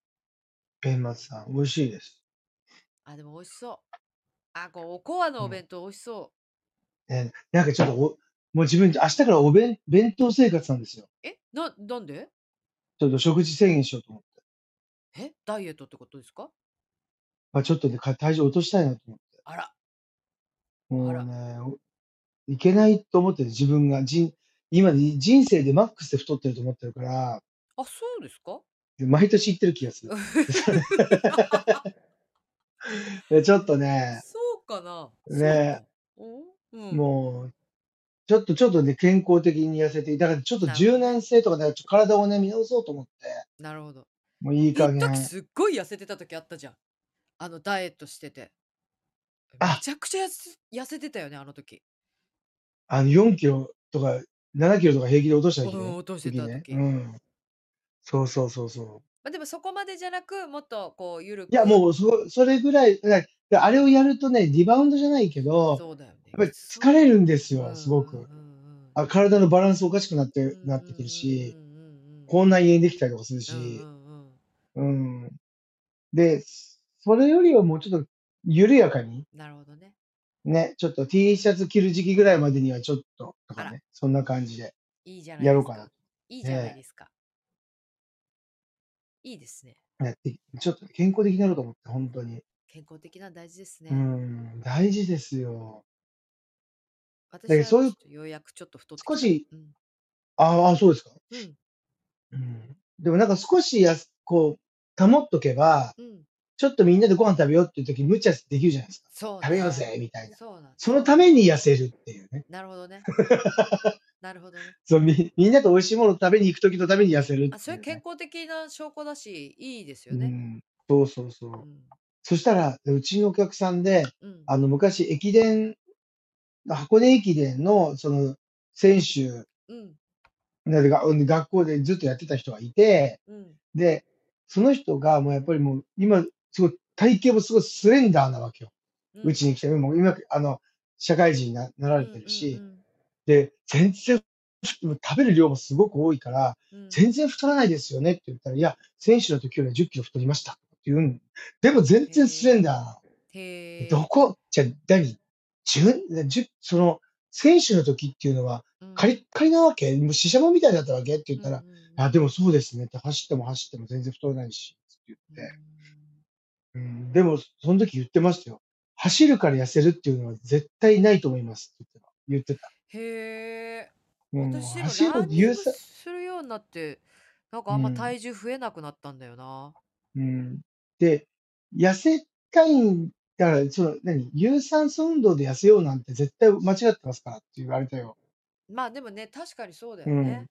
Speaker 2: 弁松さん、美味しいです。
Speaker 1: あ、でも美味しそう。あ、こう、おこわの
Speaker 2: う
Speaker 1: お
Speaker 2: ん。
Speaker 1: 弁当美味しそう。
Speaker 2: ね、なんかちょっとお、もう自分、明日からお弁、弁当生活なんですよ。
Speaker 1: え、な、なんで
Speaker 2: ちょっと食事制限しようと思って。
Speaker 1: え、ダイエットってことですか
Speaker 2: まあ、ちょっとね、か体重落としたいなと思って。
Speaker 1: あら、あ
Speaker 2: もう
Speaker 1: ら。
Speaker 2: ね、おいけないと思ってる自分が、人、今で人生でマックスで太ってると思ってるから、
Speaker 1: あ、そうです か
Speaker 2: で毎年行ってる気がする。でそれでちょっとね、
Speaker 1: そうかなそう
Speaker 2: ね、
Speaker 1: か。おうん。
Speaker 2: もう、ちょっとちょっとね、健康的に痩せて、だからちょっと
Speaker 1: なるほ
Speaker 2: 柔
Speaker 1: どね。
Speaker 2: 軟性とかね、ちょっと体をね、見直そうと思って、
Speaker 1: なるほど。
Speaker 2: もういい
Speaker 1: 一
Speaker 2: 加
Speaker 1: 時
Speaker 2: 減。
Speaker 1: すっごい痩せてた時あったじゃん。あの、ダイエットしてて。め
Speaker 2: あ、
Speaker 1: ちゃくちゃ痩せ痩せてたよね、あの時。
Speaker 2: あの、4キロとか、7キロとか平気で落とした
Speaker 1: う
Speaker 2: 時
Speaker 1: ん、
Speaker 2: ね。
Speaker 1: 落として
Speaker 2: 時
Speaker 1: た
Speaker 2: ね。
Speaker 1: 時。
Speaker 2: うん。そうそうそうそう。
Speaker 1: まあ、でもそこまでじゃなく、もっとこう、ゆる
Speaker 2: いや、
Speaker 1: く。
Speaker 2: もう、そ、それぐらい、だからあれをやるとね、リバウンドじゃないけど、
Speaker 1: そうだよね。
Speaker 2: やっぱり
Speaker 1: きつ
Speaker 2: 疲
Speaker 1: そう
Speaker 2: れ
Speaker 1: だ
Speaker 2: るん
Speaker 1: よ
Speaker 2: で
Speaker 1: ね。
Speaker 2: す
Speaker 1: うん
Speaker 2: よ、すごく。
Speaker 1: うん
Speaker 2: あ、体のバランスおかしくなっ
Speaker 1: う
Speaker 2: て、
Speaker 1: んうん。
Speaker 2: な
Speaker 1: う
Speaker 2: ってくるし、
Speaker 1: ん
Speaker 2: 口内炎できたりとかする
Speaker 1: うんうんうんうんうん。うんうんうん。
Speaker 2: し、うん。で、それよりはもうちょっと緩やかに、
Speaker 1: なるほどね。
Speaker 2: ね、ちょっと T シャツ着る時期ぐらいまでにはちょっと、と
Speaker 1: あ、
Speaker 2: からね、そんな感じで
Speaker 1: いいじゃない
Speaker 2: や
Speaker 1: で
Speaker 2: ろう
Speaker 1: す
Speaker 2: かな
Speaker 1: か。いい
Speaker 2: と。
Speaker 1: じゃない
Speaker 2: ね
Speaker 1: ですか。いいですね。
Speaker 2: やってい、ちょっと健康的になろうと思って、本当に。
Speaker 1: 健康的なの大事です
Speaker 2: う
Speaker 1: ね。
Speaker 2: ん、大事ですよ。だ
Speaker 1: 私
Speaker 2: けど、
Speaker 1: は
Speaker 2: そう
Speaker 1: ちょ
Speaker 2: いう、
Speaker 1: っとようやくちょっと太って
Speaker 2: 少
Speaker 1: きた。
Speaker 2: し、
Speaker 1: うん。
Speaker 2: ああ、そうですか。
Speaker 1: うん。
Speaker 2: うん。でもなんか少しやす、こう、保っとけば、
Speaker 1: うん。
Speaker 2: ちょっとみんなでご飯食べようっていう時、無茶できるじゃないですか。
Speaker 1: そう
Speaker 2: 食べよう
Speaker 1: ね。
Speaker 2: ぜ、みたいな。
Speaker 1: そうなん、
Speaker 2: その
Speaker 1: そう
Speaker 2: た
Speaker 1: なん。
Speaker 2: めに痩せるっていうね。
Speaker 1: なるほど ね。なるほどね。
Speaker 2: そう、み、みんなと美味しいものを食べに行く時のために痩せる
Speaker 1: あ、
Speaker 2: っ
Speaker 1: そ
Speaker 2: て
Speaker 1: れ
Speaker 2: いう
Speaker 1: 健
Speaker 2: ね。
Speaker 1: 康的な証拠だし、いいですよ
Speaker 2: う
Speaker 1: ね。
Speaker 2: ん。そうそうそうう。
Speaker 1: ん。
Speaker 2: そしたら、うちのお客さんで、
Speaker 1: うん。
Speaker 2: あの、昔、駅伝、箱根駅伝の、その、選手、
Speaker 1: うん。
Speaker 2: なんでがうん学校でずっとやってた人がいて、
Speaker 1: うん。
Speaker 2: で、その人がもうやっぱりもう今、すごい体型もすごいスレンダーなわけよ。
Speaker 1: う。
Speaker 2: うんちに来て、もう今、あの、社会人にななら
Speaker 1: う
Speaker 2: れ
Speaker 1: ん。
Speaker 2: てる
Speaker 1: うん。う
Speaker 2: し、
Speaker 1: ん。
Speaker 2: で、全然、食べる量もすごく多いから、
Speaker 1: うん。
Speaker 2: 全然太らないですよねって言ったら、いや、選手の時よりは10キロ太りましたって言うん。でも全然スレン
Speaker 1: へ
Speaker 2: ダー
Speaker 1: え。
Speaker 2: なの。ど
Speaker 1: へえ。
Speaker 2: こ、じゃあ何、10、10、その、選手の時っていうのは、
Speaker 1: うん。
Speaker 2: カリッカリなわけもうシシャモみたいだったわけって言っ
Speaker 1: うん。
Speaker 2: た
Speaker 1: う
Speaker 2: ら、
Speaker 1: ん。
Speaker 2: あ、でもそうですねって、走っても走っても全然太らないし、って言っ
Speaker 1: うん。う
Speaker 2: て。
Speaker 1: ん
Speaker 2: うん、でも、その時言ってましたよ。走るから痩せるっていうのは絶対ないと思いますって言ってた。言ってた。
Speaker 1: へえ。
Speaker 2: うん、
Speaker 1: 私でも
Speaker 2: 走るの
Speaker 1: ラ
Speaker 2: っ
Speaker 1: ン
Speaker 2: て
Speaker 1: ニ
Speaker 2: 有
Speaker 1: ング
Speaker 2: 酸、
Speaker 1: するようになって、なんか
Speaker 2: う
Speaker 1: あんま
Speaker 2: ん、
Speaker 1: 体重増えなくなったんだよな。
Speaker 2: うん。で、痩せたいんだから、その、何有酸素運動で痩せようなんて絶対間違ってますからって言われたよ。
Speaker 1: まあでもね、確かにそうだ
Speaker 2: う
Speaker 1: よ
Speaker 2: ん。
Speaker 1: ね。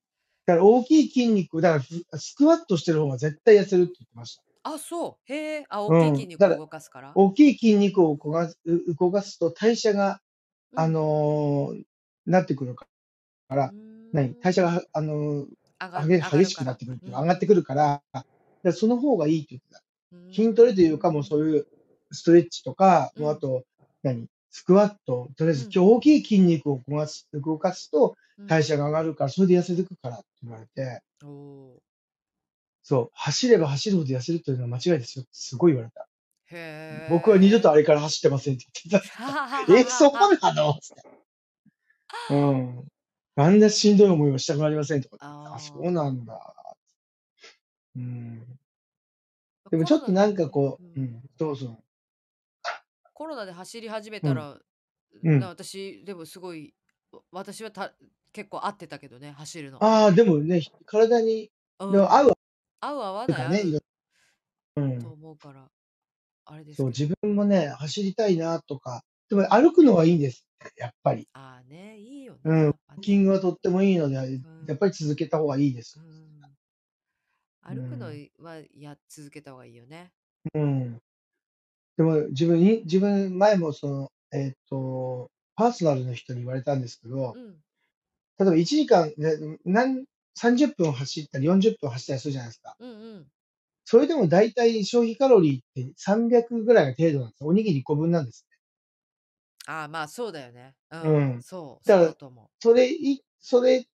Speaker 2: だから大きい筋肉、だからふスクワットしてる方が絶対痩せるって言ってました。
Speaker 1: あ、そう。へえ。あ、大
Speaker 2: う
Speaker 1: きい筋
Speaker 2: ん。
Speaker 1: 肉
Speaker 2: た
Speaker 1: を
Speaker 2: だ、
Speaker 1: 動かすから。
Speaker 2: 大きい筋肉を動かすう動かすと代謝が、
Speaker 1: う
Speaker 2: あ
Speaker 1: ん。
Speaker 2: のーなってくるか
Speaker 1: う
Speaker 2: ら、
Speaker 1: ー
Speaker 2: 何代謝
Speaker 1: ん。
Speaker 2: が、あの
Speaker 1: 上がる、
Speaker 2: ー激
Speaker 1: 上が
Speaker 2: 激
Speaker 1: る
Speaker 2: し
Speaker 1: か
Speaker 2: くな
Speaker 1: ら。
Speaker 2: ってくるって
Speaker 1: うん
Speaker 2: いう
Speaker 1: う
Speaker 2: か、上がってくるから、だからその方がいいって言ってた。
Speaker 1: ー。
Speaker 2: 筋トレというか、もうんそういうストレッチとか、
Speaker 1: う
Speaker 2: もうあ
Speaker 1: ん。
Speaker 2: と、何スクワット、とりあえ
Speaker 1: う
Speaker 2: ず
Speaker 1: ん。
Speaker 2: 大きい筋肉を動かす動かすと
Speaker 1: う
Speaker 2: 代
Speaker 1: ん。
Speaker 2: 謝が上がるから、それで痩せてくからって言われて、
Speaker 1: おお。
Speaker 2: そう、走れば走るほど痩せるっていうのは間違いですよってすごい言われた。僕は二度
Speaker 1: へ
Speaker 2: と
Speaker 1: え。
Speaker 2: あれから走ってませんって言ってた。
Speaker 1: はは
Speaker 2: え、
Speaker 1: は
Speaker 2: そ
Speaker 1: は
Speaker 2: こ
Speaker 1: は。
Speaker 2: なのつってうん。あんなしんどい思いをしたくなりませんとかって言ってあ、そう
Speaker 1: あ
Speaker 2: なんだ。うん。
Speaker 1: あ。
Speaker 2: でも
Speaker 1: コ
Speaker 2: ちょ
Speaker 1: ロ
Speaker 2: っと
Speaker 1: ナで
Speaker 2: なんか
Speaker 1: ね。
Speaker 2: こ
Speaker 1: う。
Speaker 2: う、うんん、どうぞ。
Speaker 1: コロナで走り始め
Speaker 2: う
Speaker 1: た
Speaker 2: ん、
Speaker 1: ら、
Speaker 2: う。
Speaker 1: なん私、でもすごい、わ私はた結構合ってたけどね、走るの。
Speaker 2: ああ、でもね、体に、
Speaker 1: う
Speaker 2: でも
Speaker 1: ん。
Speaker 2: 合う
Speaker 1: 合う合わ
Speaker 2: と
Speaker 1: ない
Speaker 2: か
Speaker 1: あ
Speaker 2: ね、いろ
Speaker 1: る
Speaker 2: う
Speaker 1: と
Speaker 2: ん。
Speaker 1: 思うから、あれです
Speaker 2: そう、
Speaker 1: けど。
Speaker 2: 自分もね、走りたいなとか、でも歩くのはいいんです、やっぱり。
Speaker 1: ああね、いいよ
Speaker 2: う
Speaker 1: ね、
Speaker 2: ん。ウ
Speaker 1: やっぱ
Speaker 2: ォーキン
Speaker 1: ね。
Speaker 2: グはとってもいいので、
Speaker 1: う
Speaker 2: やっぱ
Speaker 1: ん。
Speaker 2: り続けた方がいいです。
Speaker 1: うん。
Speaker 2: う
Speaker 1: 歩くの
Speaker 2: ん。
Speaker 1: いはや続けた方がいいよね。
Speaker 2: うん。でも自分に、自分、前もその、えっ、と、パーソナルの人に言われたんですけど、
Speaker 1: うん。
Speaker 2: 例えば1時間、ね、何、30分走ったり40分走ったりするじゃないですか。
Speaker 1: うんうん。
Speaker 2: それでも大体消費カロリーって300ぐらいが程度なんですよ。おにぎり1個分なんです。
Speaker 1: ああ、まあ、そうだよね。う。
Speaker 2: うんん
Speaker 1: そう、
Speaker 2: だ
Speaker 1: そ
Speaker 2: か
Speaker 1: う
Speaker 2: ら
Speaker 1: だと思
Speaker 2: それい、それ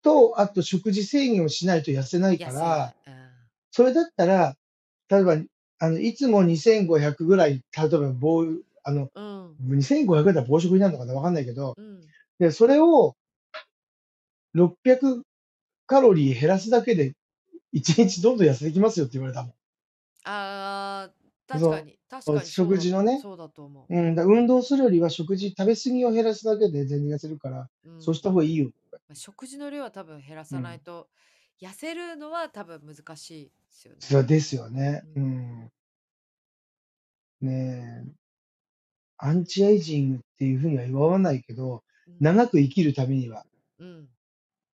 Speaker 2: と、あと食事制限をしないと痩せな
Speaker 1: う。
Speaker 2: い
Speaker 1: 痩
Speaker 2: か
Speaker 1: せな
Speaker 2: ら、
Speaker 1: い。うん。
Speaker 2: それだったら、例えば、あの、いつも2500ぐらい、例えば棒、あの、
Speaker 1: うん。
Speaker 2: 2500だったら暴食になるのかなわかんないけど、
Speaker 1: うん。
Speaker 2: で、それを600カロリー減らすだけで、1日どんどん痩せてきますよって言われたも
Speaker 1: ああ、
Speaker 2: ん。
Speaker 1: 確
Speaker 2: そ
Speaker 1: か
Speaker 2: の
Speaker 1: に。確かに、そう
Speaker 2: 食
Speaker 1: だ、
Speaker 2: 事のね、
Speaker 1: そうだと思
Speaker 2: うん、だから運動するよりは食事、食べ過ぎを減らすだけで全然痩せるから、
Speaker 1: う。う
Speaker 2: そうし
Speaker 1: ん。
Speaker 2: た方がいいよ。
Speaker 1: まあ食事の量は多分減ら
Speaker 2: う
Speaker 1: さない
Speaker 2: ん。
Speaker 1: と、痩せるのは多分難しいですよ
Speaker 2: そ
Speaker 1: ね。
Speaker 2: うですよね。
Speaker 1: う。
Speaker 2: うんん。ねえ。アンチエイジングっていうふうには言わないけど、
Speaker 1: うん。
Speaker 2: 長く生きるためには、
Speaker 1: うん。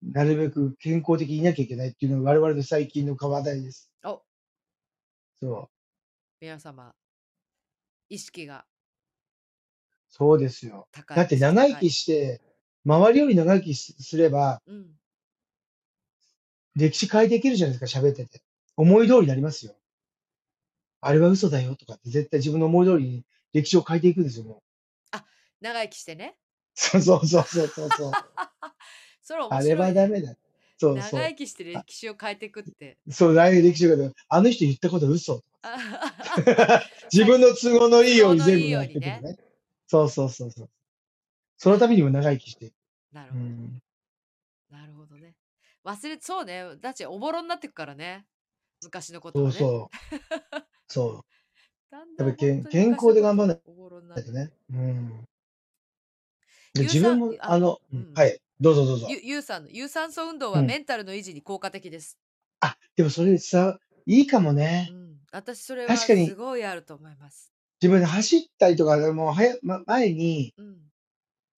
Speaker 2: なるべく健康的にいなきゃいけないっていうのが我々の最近の課題です。
Speaker 1: お、
Speaker 2: そう。
Speaker 1: 皆様、意識が
Speaker 2: そうですよ。
Speaker 1: 高
Speaker 2: だっ
Speaker 1: い、
Speaker 2: て
Speaker 1: 意識
Speaker 2: 長生
Speaker 1: 高
Speaker 2: き
Speaker 1: い。
Speaker 2: して、周りより長生きすすれば、
Speaker 1: うん。
Speaker 2: 歴史変えていけるじゃないですか、喋ってて。思い通りになりますよ。あれは嘘だよとかって絶対自分の思い通りに歴史を変えていくんですよ、もう。
Speaker 1: あ、長生きしてね。
Speaker 2: そうそうそうそうそうそう。
Speaker 1: それ面
Speaker 2: あれ
Speaker 1: 白い
Speaker 2: はダ
Speaker 1: ね。
Speaker 2: メだ。そう
Speaker 1: 長
Speaker 2: そ
Speaker 1: 生きして
Speaker 2: う。あ
Speaker 1: 歴史を変えていくって。
Speaker 2: そう、来歴史が、あの人言ったこと嘘。
Speaker 1: あ最
Speaker 2: 自分
Speaker 1: 近、
Speaker 2: の都合のい
Speaker 1: 都
Speaker 2: いよう
Speaker 1: 合
Speaker 2: に
Speaker 1: の
Speaker 2: 全
Speaker 1: いい
Speaker 2: 部
Speaker 1: よ
Speaker 2: や
Speaker 1: う
Speaker 2: っ
Speaker 1: に
Speaker 2: ていく
Speaker 1: ね。
Speaker 2: のね。そうそうそうそう。そのた
Speaker 1: あ、
Speaker 2: めにも長生きしていく。
Speaker 1: なる
Speaker 2: う
Speaker 1: ほど。
Speaker 2: ん。
Speaker 1: なるほどね。忘れ、そうね。だっておぼろになってくからね。昔のこと
Speaker 2: そ
Speaker 1: は
Speaker 2: う
Speaker 1: ね。
Speaker 2: そう。そう。
Speaker 1: だん
Speaker 2: やっ
Speaker 1: だ
Speaker 2: ぱ
Speaker 1: ん本
Speaker 2: り健
Speaker 1: 当に
Speaker 2: 健
Speaker 1: 昔
Speaker 2: 康
Speaker 1: の
Speaker 2: で
Speaker 1: こ
Speaker 2: 頑
Speaker 1: と
Speaker 2: 張
Speaker 1: は
Speaker 2: ら
Speaker 1: おぼろにな
Speaker 2: ない
Speaker 1: って
Speaker 2: と
Speaker 1: くる。
Speaker 2: ね。うん。
Speaker 1: 有
Speaker 2: で自分
Speaker 1: 酸、
Speaker 2: も、あ
Speaker 1: あ、
Speaker 2: の、う
Speaker 1: うんん。
Speaker 2: はい。どうぞどうぞ。
Speaker 1: ゆ、有酸の、有酸素運動
Speaker 2: う
Speaker 1: はメ
Speaker 2: ん。
Speaker 1: ンタルの維持に効果的です。
Speaker 2: あ、でもそれさ、いいかも
Speaker 1: う
Speaker 2: ね。
Speaker 1: ん。私、それ
Speaker 2: 確
Speaker 1: は
Speaker 2: か
Speaker 1: す
Speaker 2: に、
Speaker 1: ごいあると思います。
Speaker 2: 自分で走ったりとか、もうはや、ま、前に、
Speaker 1: うん。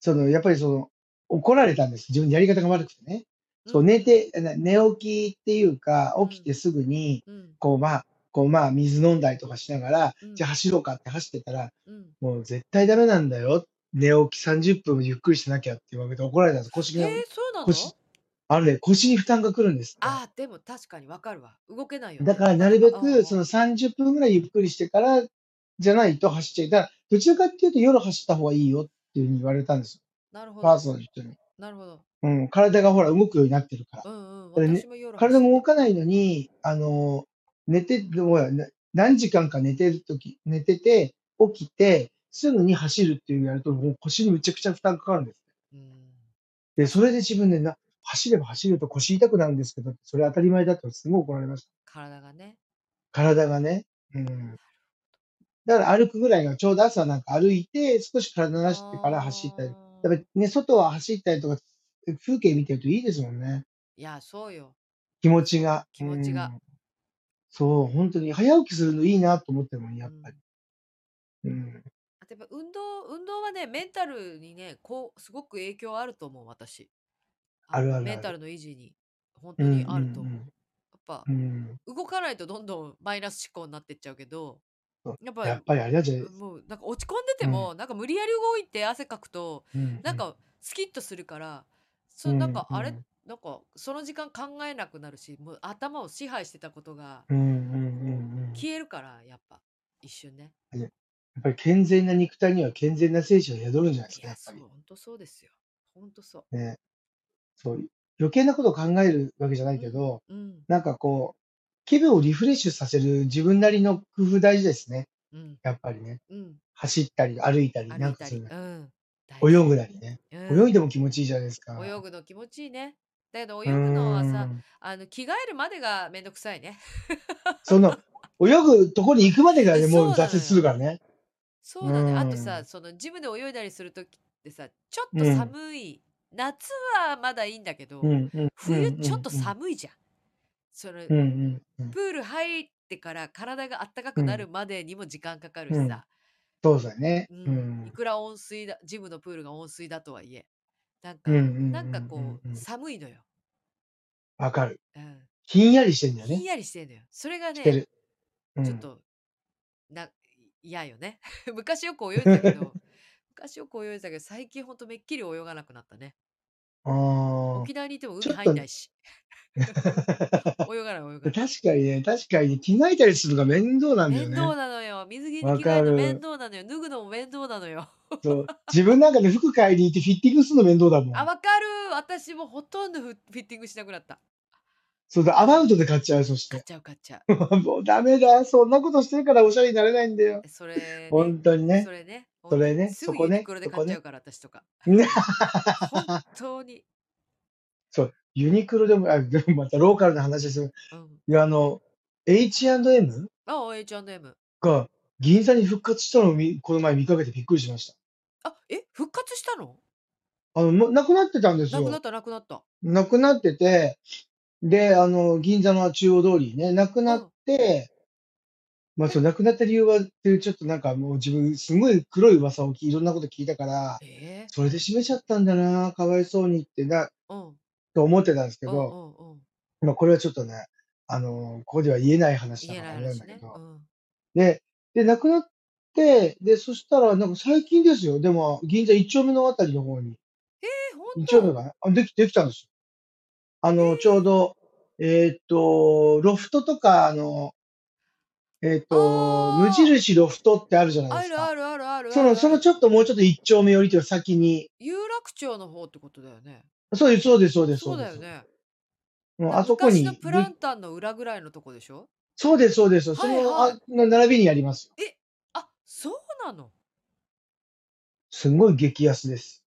Speaker 2: その、やっぱりその、怒られたんです。自分のやり方が悪くてね。
Speaker 1: う
Speaker 2: そう、
Speaker 1: ん
Speaker 2: 寝
Speaker 1: うん。
Speaker 2: て、な寝起きっていうか、
Speaker 1: う
Speaker 2: 起き
Speaker 1: ん。
Speaker 2: てすぐに、
Speaker 1: うん。
Speaker 2: こう、まあ、こう、まあ、水飲んだりとかしながら、
Speaker 1: う
Speaker 2: じゃ
Speaker 1: ん。
Speaker 2: あ走ろうかって走ってたら、
Speaker 1: うん。
Speaker 2: もう絶対ダメなんだよ。寝起き30分ゆっくりしなきゃって言われて怒られたんです。腰
Speaker 1: えー、
Speaker 2: が、
Speaker 1: そうなの
Speaker 2: 腰、あるね、腰に負担がくるんですって。
Speaker 1: ああ、でも確かにわかるわ。動けないよ
Speaker 2: だ
Speaker 1: ね。
Speaker 2: から、な
Speaker 1: 頭
Speaker 2: る
Speaker 1: が。
Speaker 2: べ
Speaker 1: あ
Speaker 2: く、そ
Speaker 1: あ、
Speaker 2: の30分ぐらいゆっくりしてから、じゃないと走っちゃいたら、どちらかっていうと夜走った方がいいよっていうふうに言われたんですよ。
Speaker 1: なるほ
Speaker 2: パー
Speaker 1: ど。
Speaker 2: ソナルの人に。
Speaker 1: なるほど。
Speaker 2: うん、体がほら動くようになってるから。
Speaker 1: うんうん。
Speaker 2: これね、
Speaker 1: 私も夜走
Speaker 2: 体が
Speaker 1: って
Speaker 2: 動
Speaker 1: た。
Speaker 2: かないのに、あの、寝て、でもほらな何時間か寝てるとき、寝てて、起きて、すぐに走るっていうやると、もう腰にむちゃくちゃ負担かかるんです。
Speaker 1: うん。
Speaker 2: で、
Speaker 1: 確
Speaker 2: そ
Speaker 1: か
Speaker 2: れで
Speaker 1: に。
Speaker 2: 自分でな、走れば走ると腰痛くなるんですけど、それ当たり前だとすごい怒られました。
Speaker 1: 体がね。
Speaker 2: 体がね。うん。だから歩くぐらいがちょうど朝なんか歩いて、少し体慣らしてから走ったり。やっぱ
Speaker 1: ああ。
Speaker 2: りね、外は走ったりとか、風景見てるといいですもんね。
Speaker 1: いや、そうよ。
Speaker 2: 気持ち
Speaker 1: そう。
Speaker 2: が。
Speaker 1: 気
Speaker 2: う
Speaker 1: 持ちが。
Speaker 2: ん。そう、本当に早起きするのいいなと思ってるもん、や
Speaker 1: う
Speaker 2: っぱり。
Speaker 1: ん。
Speaker 2: うん。
Speaker 1: あとやっぱ運動、運動はね、メンタルにね、こう、すごく影響あると思う、私。あ
Speaker 2: ある
Speaker 1: の、
Speaker 2: ある
Speaker 1: メン
Speaker 2: あ
Speaker 1: タ
Speaker 2: る。
Speaker 1: ルの維持に、本
Speaker 2: う
Speaker 1: 当に
Speaker 2: ん
Speaker 1: あると思う。やっぱ、
Speaker 2: うんうん。うん。
Speaker 1: 動かないとどんどんマイナス思考になってっちゃうけど、
Speaker 2: そう
Speaker 1: やっぱ
Speaker 2: やっぱりあれだぜ。
Speaker 1: もうなんか落ち込んでて
Speaker 2: うん。
Speaker 1: もなんか無理やり動いて汗かくと
Speaker 2: うんう
Speaker 1: なん
Speaker 2: ん。
Speaker 1: かスキッとするから
Speaker 2: う
Speaker 1: そなん
Speaker 2: ん
Speaker 1: か
Speaker 2: う
Speaker 1: あれ
Speaker 2: ん。
Speaker 1: なんかその時間考えなくなるしもう頭を支配してたことが
Speaker 2: うんうん
Speaker 1: こう
Speaker 2: うん
Speaker 1: 消えるからやっぱ一瞬ね
Speaker 2: うん。ねやっぱり健全な肉体には健全な精神が宿るんじゃないで
Speaker 1: い
Speaker 2: すか、
Speaker 1: や
Speaker 2: やっぱ
Speaker 1: そ
Speaker 2: り。
Speaker 1: うほんとそうですよほんとそ
Speaker 2: ね。そう。余計なことを考えるわけじゃないう
Speaker 1: う
Speaker 2: け
Speaker 1: ん
Speaker 2: ど、
Speaker 1: うん
Speaker 2: なんかこう、気分をリフレッシュさせる自分なりの工夫大事ですね。
Speaker 1: うん
Speaker 2: やっぱりね。
Speaker 1: うん
Speaker 2: 走ったり、歩いたり、
Speaker 1: 歩
Speaker 2: なん
Speaker 1: い
Speaker 2: か
Speaker 1: た
Speaker 2: する
Speaker 1: り
Speaker 2: なり。
Speaker 1: うん大
Speaker 2: 泳
Speaker 1: 事
Speaker 2: ぐなりね。
Speaker 1: う
Speaker 2: 泳い
Speaker 1: ん
Speaker 2: でも気持ちいいじゃないです
Speaker 1: 泳
Speaker 2: か。
Speaker 1: ぐの気持ちいいねだけど
Speaker 2: う
Speaker 1: 泳ぐのはさ
Speaker 2: ーん。
Speaker 1: あの着替えるまでがめんどくさいね
Speaker 2: その、泳ぐとこに行くまでが
Speaker 1: え
Speaker 2: ね、もう
Speaker 1: そうな
Speaker 2: 挫折
Speaker 1: の
Speaker 2: する
Speaker 1: よ
Speaker 2: からね。う
Speaker 1: そうだね。あと
Speaker 2: ー
Speaker 1: さ、
Speaker 2: ん。
Speaker 1: そのジムで泳いだりするときってさ、ちょっ
Speaker 2: う
Speaker 1: と
Speaker 2: ん。
Speaker 1: 寒い。夏はまだいいんだけ
Speaker 2: う
Speaker 1: ど、
Speaker 2: ん。うん。う
Speaker 1: 冬ちょっ
Speaker 2: ん。
Speaker 1: と
Speaker 2: うん。
Speaker 1: 寒いじゃん。その
Speaker 2: うん。うん。うん。
Speaker 1: プール入ってから体があったか
Speaker 2: う。
Speaker 1: くなんるまでにも時間かかる
Speaker 2: う
Speaker 1: し
Speaker 2: ん
Speaker 1: さ。
Speaker 2: そうだね。
Speaker 1: う。
Speaker 2: うん
Speaker 1: い
Speaker 2: ん。
Speaker 1: くら温水だ、ジムのプールが温水だとはいえ、なん
Speaker 2: うん。う
Speaker 1: か、
Speaker 2: ん。
Speaker 1: なんか
Speaker 2: うん。
Speaker 1: こう、
Speaker 2: うん。
Speaker 1: 寒いのよ。
Speaker 2: わかる。
Speaker 1: うん。
Speaker 2: ひんやりしてんだよ
Speaker 1: ひん
Speaker 2: ね。
Speaker 1: やりしてんのよ。それが
Speaker 2: して
Speaker 1: ね、
Speaker 2: る。う
Speaker 1: ちょっ
Speaker 2: ん。
Speaker 1: と、な、嫌よね。 昔よく泳いでたけど、昔よく泳いでたけど、最近ほんとめっきり泳がなくなったね。
Speaker 2: あ
Speaker 1: 沖縄にいても
Speaker 2: ち
Speaker 1: 海
Speaker 2: ょっ
Speaker 1: 入
Speaker 2: と
Speaker 1: ん
Speaker 2: ね
Speaker 1: ない し。
Speaker 2: あ。
Speaker 1: 泳がない泳が
Speaker 2: 確
Speaker 1: ない。
Speaker 2: かにね、確かに着替えたりするのが面倒なんだよ
Speaker 1: 面倒
Speaker 2: ね。
Speaker 1: なのよ。水着に
Speaker 2: わ
Speaker 1: 着替え
Speaker 2: か
Speaker 1: るの面
Speaker 2: る。
Speaker 1: 倒なのよ。脱ぐのも面倒なのよ。
Speaker 2: そう。自分なんかで服買いに行ってフィッティングするの面倒だも
Speaker 1: あ、
Speaker 2: ん。
Speaker 1: わかる。私もほとんどフフィッティングしなくなった。
Speaker 2: そうだ、アバウトで買っちゃう、そし。
Speaker 1: 買ってちゃう買っちゃう。
Speaker 2: もうダメだ。そんなことしてるからおしゃれになれないんだよ。
Speaker 1: それね。
Speaker 2: 本当にね。
Speaker 1: それね。
Speaker 2: そ
Speaker 1: 本当
Speaker 2: れ
Speaker 1: に。
Speaker 2: ね、
Speaker 1: す
Speaker 2: そ
Speaker 1: ぐ
Speaker 2: こ
Speaker 1: ユニ
Speaker 2: ね、
Speaker 1: クロで
Speaker 2: そ
Speaker 1: 買っ
Speaker 2: こ
Speaker 1: ちゃう
Speaker 2: ね。
Speaker 1: から、私とか。
Speaker 2: ね
Speaker 1: 本 当に。
Speaker 2: そう、 ユニクロでも、あ、でもまたローカルな話でする。
Speaker 1: うん。
Speaker 2: いや、あの、H&M
Speaker 1: あ、H&M。
Speaker 2: が銀座に復活したのを見この前見かけてびっくりしました。
Speaker 1: あ、え、復活したの
Speaker 2: あの、もうなくなってたんです
Speaker 1: なくなっ
Speaker 2: よ。
Speaker 1: たなくなった。
Speaker 2: なくなってて、で、あの、銀座の中央通りね、なく
Speaker 1: う
Speaker 2: なっ
Speaker 1: ん。
Speaker 2: て、まあ、
Speaker 1: え、
Speaker 2: そう、なくなった理由は、っていうちょっとなんかもう自分、すごい黒い噂を聞いいろんなこと聞いたから、
Speaker 1: え
Speaker 2: それで閉めちゃったんだな、かわいそうにってな、
Speaker 1: ー、うん
Speaker 2: と思ってたんですけ
Speaker 1: うんう
Speaker 2: ど、
Speaker 1: んうん。
Speaker 2: まあ、これはちょっとね、あの、ここでは言えない話だ
Speaker 1: 言え
Speaker 2: か
Speaker 1: な
Speaker 2: ら
Speaker 1: い
Speaker 2: あれなん
Speaker 1: 話
Speaker 2: だけ
Speaker 1: ね。う
Speaker 2: ど、
Speaker 1: ん。
Speaker 2: で、で、亡くなって、で、そしたら、なんか最近ですよ。でも、銀座一丁目のあたりの方に、
Speaker 1: えー、本
Speaker 2: 一丁目
Speaker 1: 当
Speaker 2: がね、あでき、できたんですよ。あの、ちょうど、えーっと、ロフトとか、あの、えーっと、無
Speaker 1: あ
Speaker 2: 印ロフトってあるじゃない
Speaker 1: あー、
Speaker 2: で
Speaker 1: あ
Speaker 2: す
Speaker 1: る
Speaker 2: か。
Speaker 1: あるあるある
Speaker 2: そ
Speaker 1: あ
Speaker 2: の、
Speaker 1: るあ
Speaker 2: その
Speaker 1: る。
Speaker 2: ちょっともうちょっと一丁目寄りというか先に、
Speaker 1: 有楽町の方ってことだよね。
Speaker 2: そうです、そうです、そうです、
Speaker 1: そ
Speaker 2: そううで
Speaker 1: だよ
Speaker 2: す。
Speaker 1: ね。
Speaker 2: もう
Speaker 1: な
Speaker 2: あそこ
Speaker 1: 昔の
Speaker 2: に
Speaker 1: プ
Speaker 2: で
Speaker 1: ラ
Speaker 2: き、
Speaker 1: ンタンの裏ぐらいのとこでしょ
Speaker 2: そうです、そうです。そ
Speaker 1: はい
Speaker 2: の、あ
Speaker 1: は
Speaker 2: の並びにありますよ。
Speaker 1: い。え、あ、そうなの
Speaker 2: すごい激安です。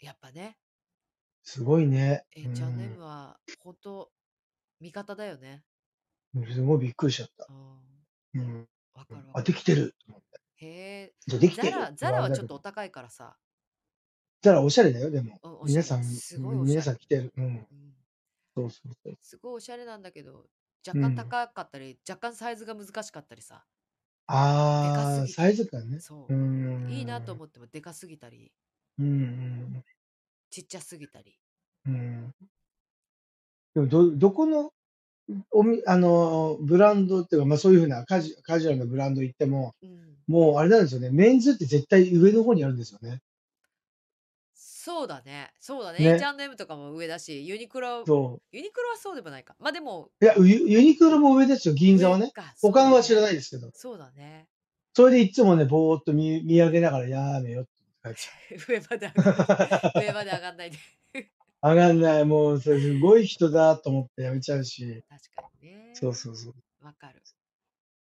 Speaker 1: やっぱね、
Speaker 2: すごいね。う
Speaker 1: H&M
Speaker 2: ん。
Speaker 1: は本当味方だよね。
Speaker 2: すごいびっくりしちゃった。
Speaker 1: うん。
Speaker 2: うん。
Speaker 1: わかるわか
Speaker 2: あ、で
Speaker 1: る。
Speaker 2: きてる。
Speaker 1: へえ、
Speaker 2: じゃあでき
Speaker 1: ザ
Speaker 2: てる
Speaker 1: ラ、
Speaker 2: の
Speaker 1: ザ
Speaker 2: は
Speaker 1: ラ
Speaker 2: あれ
Speaker 1: は
Speaker 2: だ
Speaker 1: ちょ
Speaker 2: け
Speaker 1: っと
Speaker 2: ど。
Speaker 1: お高いからさ、
Speaker 2: たらおしゃれだよ、でも。
Speaker 1: うん、おし
Speaker 2: 皆
Speaker 1: ゃれ。
Speaker 2: さん、
Speaker 1: す
Speaker 2: う
Speaker 1: ごいお
Speaker 2: ん
Speaker 1: し
Speaker 2: 皆
Speaker 1: ゃ
Speaker 2: さん
Speaker 1: れ。
Speaker 2: 来てる。うん。
Speaker 1: うん。
Speaker 2: そうそうそう。
Speaker 1: すごいおしゃれなんだけど、
Speaker 2: う
Speaker 1: 若干
Speaker 2: ん。
Speaker 1: 高かったり、若干サイズが難しかったりさ、でか
Speaker 2: あ
Speaker 1: す
Speaker 2: あ、
Speaker 1: ぎ
Speaker 2: サイ
Speaker 1: て、
Speaker 2: ズ感ね。う
Speaker 1: そう。いいなと
Speaker 2: ん。
Speaker 1: 思ってもでかすぎたり、
Speaker 2: うん。
Speaker 1: ちっちゃすぎたり。
Speaker 2: うん。でも、ど、どこの、おみ、あの、ブランドっていうか、まあそういうふうなカジ、カジュアルなブランド行っても、
Speaker 1: うん。
Speaker 2: もうあれなんですよね。メンズって絶対上の方にあるんですよね。
Speaker 1: そうだね。そうだね。
Speaker 2: ね。
Speaker 1: H&M とかも上だし、ユニクロ、
Speaker 2: そ
Speaker 1: ユニクロはそうでもないか。まあでも、
Speaker 2: う。いや、ユ、ユニクロも上ですよ。銀座
Speaker 1: 上
Speaker 2: はね。
Speaker 1: か。そう
Speaker 2: 他
Speaker 1: だ
Speaker 2: は知ら
Speaker 1: ね。
Speaker 2: ないですけど。
Speaker 1: そうだね。
Speaker 2: それでいつもね、ぼーっと見、見上げながら、やーめよって帰っちゃう。
Speaker 1: 上まで上がん ないで。上まで上がんないで。
Speaker 2: 上がんない。もう、それすごい人だと思ってやめちゃうし。
Speaker 1: 確かに
Speaker 2: そう
Speaker 1: ね。
Speaker 2: そうそう。
Speaker 1: わかる。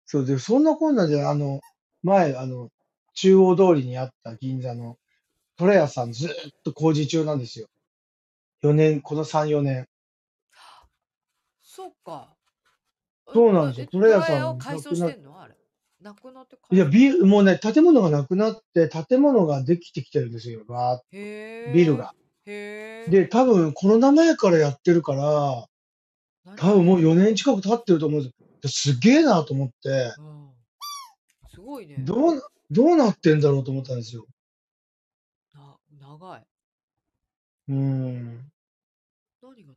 Speaker 2: そうで、そんなこんなで、あの、前、あの、中央通りにあった銀座のトレ屋さんずーっと工事中なんですよ。4年、この3、4年。
Speaker 1: そうか。え、
Speaker 2: そうなん
Speaker 1: な、
Speaker 2: ですよ。
Speaker 1: え、
Speaker 2: トレ
Speaker 1: ト
Speaker 2: 屋
Speaker 1: ラ
Speaker 2: さ
Speaker 1: ヤを
Speaker 2: ん
Speaker 1: 改
Speaker 2: な
Speaker 1: 装
Speaker 2: く
Speaker 1: し
Speaker 2: な、
Speaker 1: てんのあれ。なくなって
Speaker 2: い
Speaker 1: 改
Speaker 2: や、
Speaker 1: 装。
Speaker 2: ビル、もうね、建物がなくなって、建物ができてきてるんですよ、わーっと。ビル
Speaker 1: へ
Speaker 2: が。
Speaker 1: え。へえ。
Speaker 2: で、多分、コロナ前からやってるから、
Speaker 1: 何
Speaker 2: 多
Speaker 1: そ
Speaker 2: 分もう
Speaker 1: れ。
Speaker 2: 4年近く経ってると思うんですよ。ですげえなと思って、
Speaker 1: うん。すごいね。
Speaker 2: どうな、どうなってんだろうと思ったんですよ。
Speaker 1: な、長い。
Speaker 2: うーん。
Speaker 1: 何が立つ、立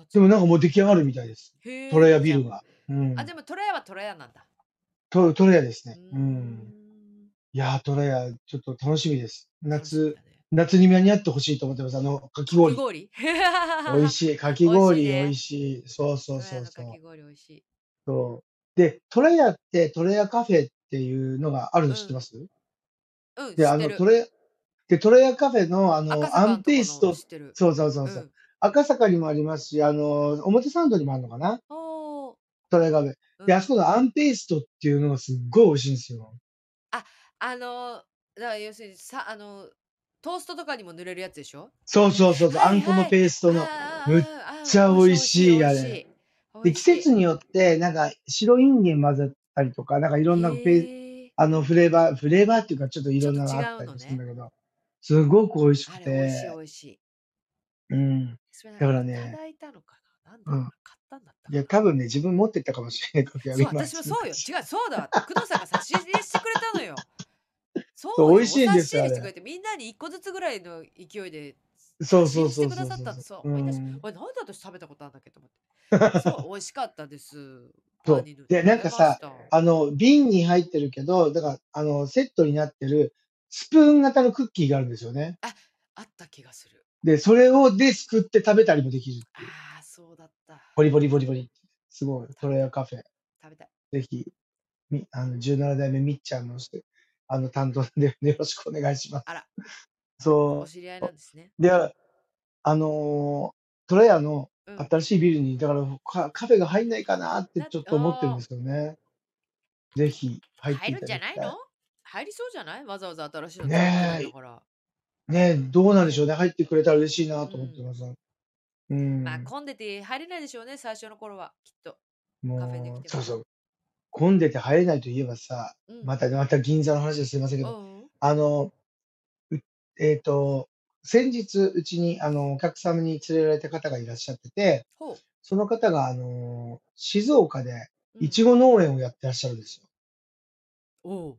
Speaker 2: で
Speaker 1: つ
Speaker 2: も
Speaker 1: ん
Speaker 2: なん
Speaker 1: だ
Speaker 2: かもう出来上がるみたいです。ト
Speaker 1: へ
Speaker 2: レ
Speaker 1: え、
Speaker 2: アビ
Speaker 1: じゃ
Speaker 2: ル
Speaker 1: あ。
Speaker 2: が。う
Speaker 1: あ、で
Speaker 2: ん。
Speaker 1: もトラヤはトラヤなんだ。
Speaker 2: ト、トレアです
Speaker 1: う
Speaker 2: ね。
Speaker 1: ー
Speaker 2: うん。
Speaker 1: ん。
Speaker 2: いやー、トレア、ちょっと楽しみです。
Speaker 1: 楽しみ
Speaker 2: 夏、
Speaker 1: だね。
Speaker 2: 夏に間に合ってほしいと思ってます。あの、
Speaker 1: か
Speaker 2: かき
Speaker 1: き
Speaker 2: 氷。
Speaker 1: 氷
Speaker 2: 美 味しい。かき
Speaker 1: 美味しい
Speaker 2: 氷、美味
Speaker 1: ね。
Speaker 2: しい。そうそう
Speaker 1: トラ
Speaker 2: そ
Speaker 1: ヤ
Speaker 2: う
Speaker 1: のか
Speaker 2: そ
Speaker 1: き
Speaker 2: う。
Speaker 1: 氷美味しい。
Speaker 2: そう。で、トレアって、トレアカフェっていうのがある
Speaker 1: う
Speaker 2: の知って
Speaker 1: ん。
Speaker 2: ます
Speaker 1: うん、
Speaker 2: で、
Speaker 1: 知っ
Speaker 2: あ
Speaker 1: て
Speaker 2: の、ト
Speaker 1: る。
Speaker 2: レ、で、トレアカフェの、あ
Speaker 1: 赤
Speaker 2: の、ア
Speaker 1: 坂
Speaker 2: ン
Speaker 1: んと
Speaker 2: ペ
Speaker 1: こ
Speaker 2: イス
Speaker 1: の
Speaker 2: ト、
Speaker 1: 知ってる。
Speaker 2: そうそうそう
Speaker 1: う
Speaker 2: そう。
Speaker 1: ん。
Speaker 2: 赤坂にもありますし、あの、表参道にもあるのかな
Speaker 1: おー。
Speaker 2: トレアカフェ。
Speaker 1: う
Speaker 2: で、あ
Speaker 1: ん。
Speaker 2: そこのアンペイストっていうのがすっごい美味しいんですよ。
Speaker 1: あ、あのー、だから要するにさ、あのー、トーストとかにも塗れるやつでしょ
Speaker 2: そうそうそうそう、あ
Speaker 1: は
Speaker 2: ん
Speaker 1: い
Speaker 2: この
Speaker 1: はい。
Speaker 2: ペーストの。む
Speaker 1: あ
Speaker 2: っ
Speaker 1: あ、ああ、
Speaker 2: ち
Speaker 1: ああ、
Speaker 2: ゃ
Speaker 1: 美味しい美味しい美
Speaker 2: 美味し
Speaker 1: 味
Speaker 2: い、あ
Speaker 1: し
Speaker 2: れ。
Speaker 1: い。美
Speaker 2: で、
Speaker 1: 味
Speaker 2: 季
Speaker 1: しい。
Speaker 2: 節によって、なんか、白インゲン混ぜたりとか、なんかいろんなペー、
Speaker 1: へえ。
Speaker 2: あの、フレーバー、フレーバーっていうか、ちょっとい
Speaker 1: ちょ
Speaker 2: ろ
Speaker 1: っ
Speaker 2: ん
Speaker 1: と
Speaker 2: なのが
Speaker 1: 違
Speaker 2: あっ
Speaker 1: う
Speaker 2: たり
Speaker 1: の
Speaker 2: するん
Speaker 1: ね。
Speaker 2: だけど、すごく美味し
Speaker 1: あ
Speaker 2: く
Speaker 1: れ、美味しい美
Speaker 2: て、
Speaker 1: 味しい。
Speaker 2: うん。
Speaker 1: それなん
Speaker 2: だ
Speaker 1: か
Speaker 2: から
Speaker 1: いた
Speaker 2: ね、
Speaker 1: だいたのかななんだ
Speaker 2: う。
Speaker 1: ろうんな買ったんだった
Speaker 2: い
Speaker 1: か
Speaker 2: や、
Speaker 1: な
Speaker 2: 多分ね、自分持ってったかもしれない。かき揚
Speaker 1: そう、
Speaker 2: げ前、
Speaker 1: 私も
Speaker 2: その
Speaker 1: そうよ。
Speaker 2: 時。
Speaker 1: 違う、そうだわ。工藤さんが差し入れしてくれたのよ。
Speaker 2: そ、
Speaker 1: そうう
Speaker 2: 美味
Speaker 1: よ。
Speaker 2: し
Speaker 1: お差
Speaker 2: いんで
Speaker 1: し
Speaker 2: す
Speaker 1: 入
Speaker 2: よ、あ
Speaker 1: れしてく
Speaker 2: れ。
Speaker 1: れて、みんなに一個ずつぐらいの勢いで差し入れしてくださったの。
Speaker 2: そうそうそうそうそうそう。
Speaker 1: そう、
Speaker 2: う
Speaker 1: 思い出し、
Speaker 2: ん。
Speaker 1: おい、なんで私食べたことあるんだっけと思って。そう、美味しかったです。パン
Speaker 2: そ
Speaker 1: に塗
Speaker 2: う。で、
Speaker 1: 食
Speaker 2: なん
Speaker 1: べ
Speaker 2: か
Speaker 1: まし
Speaker 2: さ、
Speaker 1: た。
Speaker 2: あの、瓶に入ってるけど、だから、あの、セットになってる、スプーン型のクッキーがあるんですよね。
Speaker 1: あ、あった気がする。
Speaker 2: で、それを、で、すくって食べたりもできるっていう。
Speaker 1: ああ、そうだった。
Speaker 2: ボリボリボリボリ。すごい。トロヤカフェ。
Speaker 1: 食べたい。
Speaker 2: ぜひ、みあの17代目みっちゃんのして、あの担当で よろしくお願いします。
Speaker 1: あら、お
Speaker 2: そ
Speaker 1: 知り合いなんですね。
Speaker 2: う。で、あのートラヤの
Speaker 1: うん
Speaker 2: 新しいビルに、だからカカフェが入んないかなって
Speaker 1: だ
Speaker 2: ちょっと思ってるんですよね。ぜひ入って
Speaker 1: 入
Speaker 2: い
Speaker 1: る
Speaker 2: ただ
Speaker 1: んじ
Speaker 2: きた
Speaker 1: ゃ
Speaker 2: い。
Speaker 1: ないの入りそうじゃないわざわざ新しいの
Speaker 2: ね
Speaker 1: 作
Speaker 2: え
Speaker 1: ってるんだから。
Speaker 2: ねどうなんでしょうね。入ってくれたら嬉しいなと思ってます。うん。
Speaker 1: まあ、混んでて入れないでしょうね、最初の頃は、きっと。カフェで
Speaker 2: も
Speaker 1: 来
Speaker 2: う
Speaker 1: て、も
Speaker 2: そうそう。混んでて入れないといえばさ、
Speaker 1: うん、
Speaker 2: また、また銀座の話ですいません
Speaker 1: う
Speaker 2: け
Speaker 1: ん
Speaker 2: ど、
Speaker 1: うん、
Speaker 2: あの、うえっ、と、先日、うちに、あの、お客様に連れられた方がいらっしゃってて、
Speaker 1: ほう。
Speaker 2: その方が、あの、静岡で、
Speaker 1: うん
Speaker 2: いちご農園をやってらっしゃるんです
Speaker 1: おう。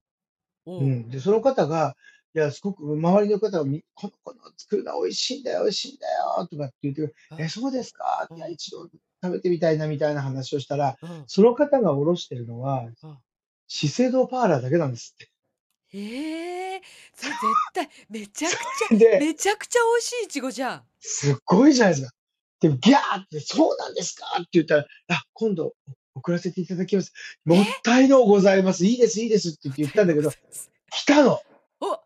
Speaker 1: お
Speaker 2: よ。
Speaker 1: う。
Speaker 2: うん。で、その方が、いや、すごく、周りの方がみ、この子の作るのは美味しいんだよ、美味しいんだよ、とかって言って、
Speaker 1: あ
Speaker 2: え、そうですかいや、
Speaker 1: うん
Speaker 2: 一度食べてみたいな、みたいな話をしたら、
Speaker 1: うん
Speaker 2: その方がおろしてるのは
Speaker 1: うん、
Speaker 2: 資生堂パーラーだけなんですっ
Speaker 1: ええそれ絶対、めちゃくち
Speaker 2: て。
Speaker 1: ゃ、
Speaker 2: で、
Speaker 1: めちゃくちゃ美味しいいちごじゃん。
Speaker 2: すっごいじゃないですか。でも、ギャーって、そうなんですかって言ったら、あ、今度、送らせていただきます。もったいのうございます。いいです、いいですって言って言ったんだ けど、来たの
Speaker 1: お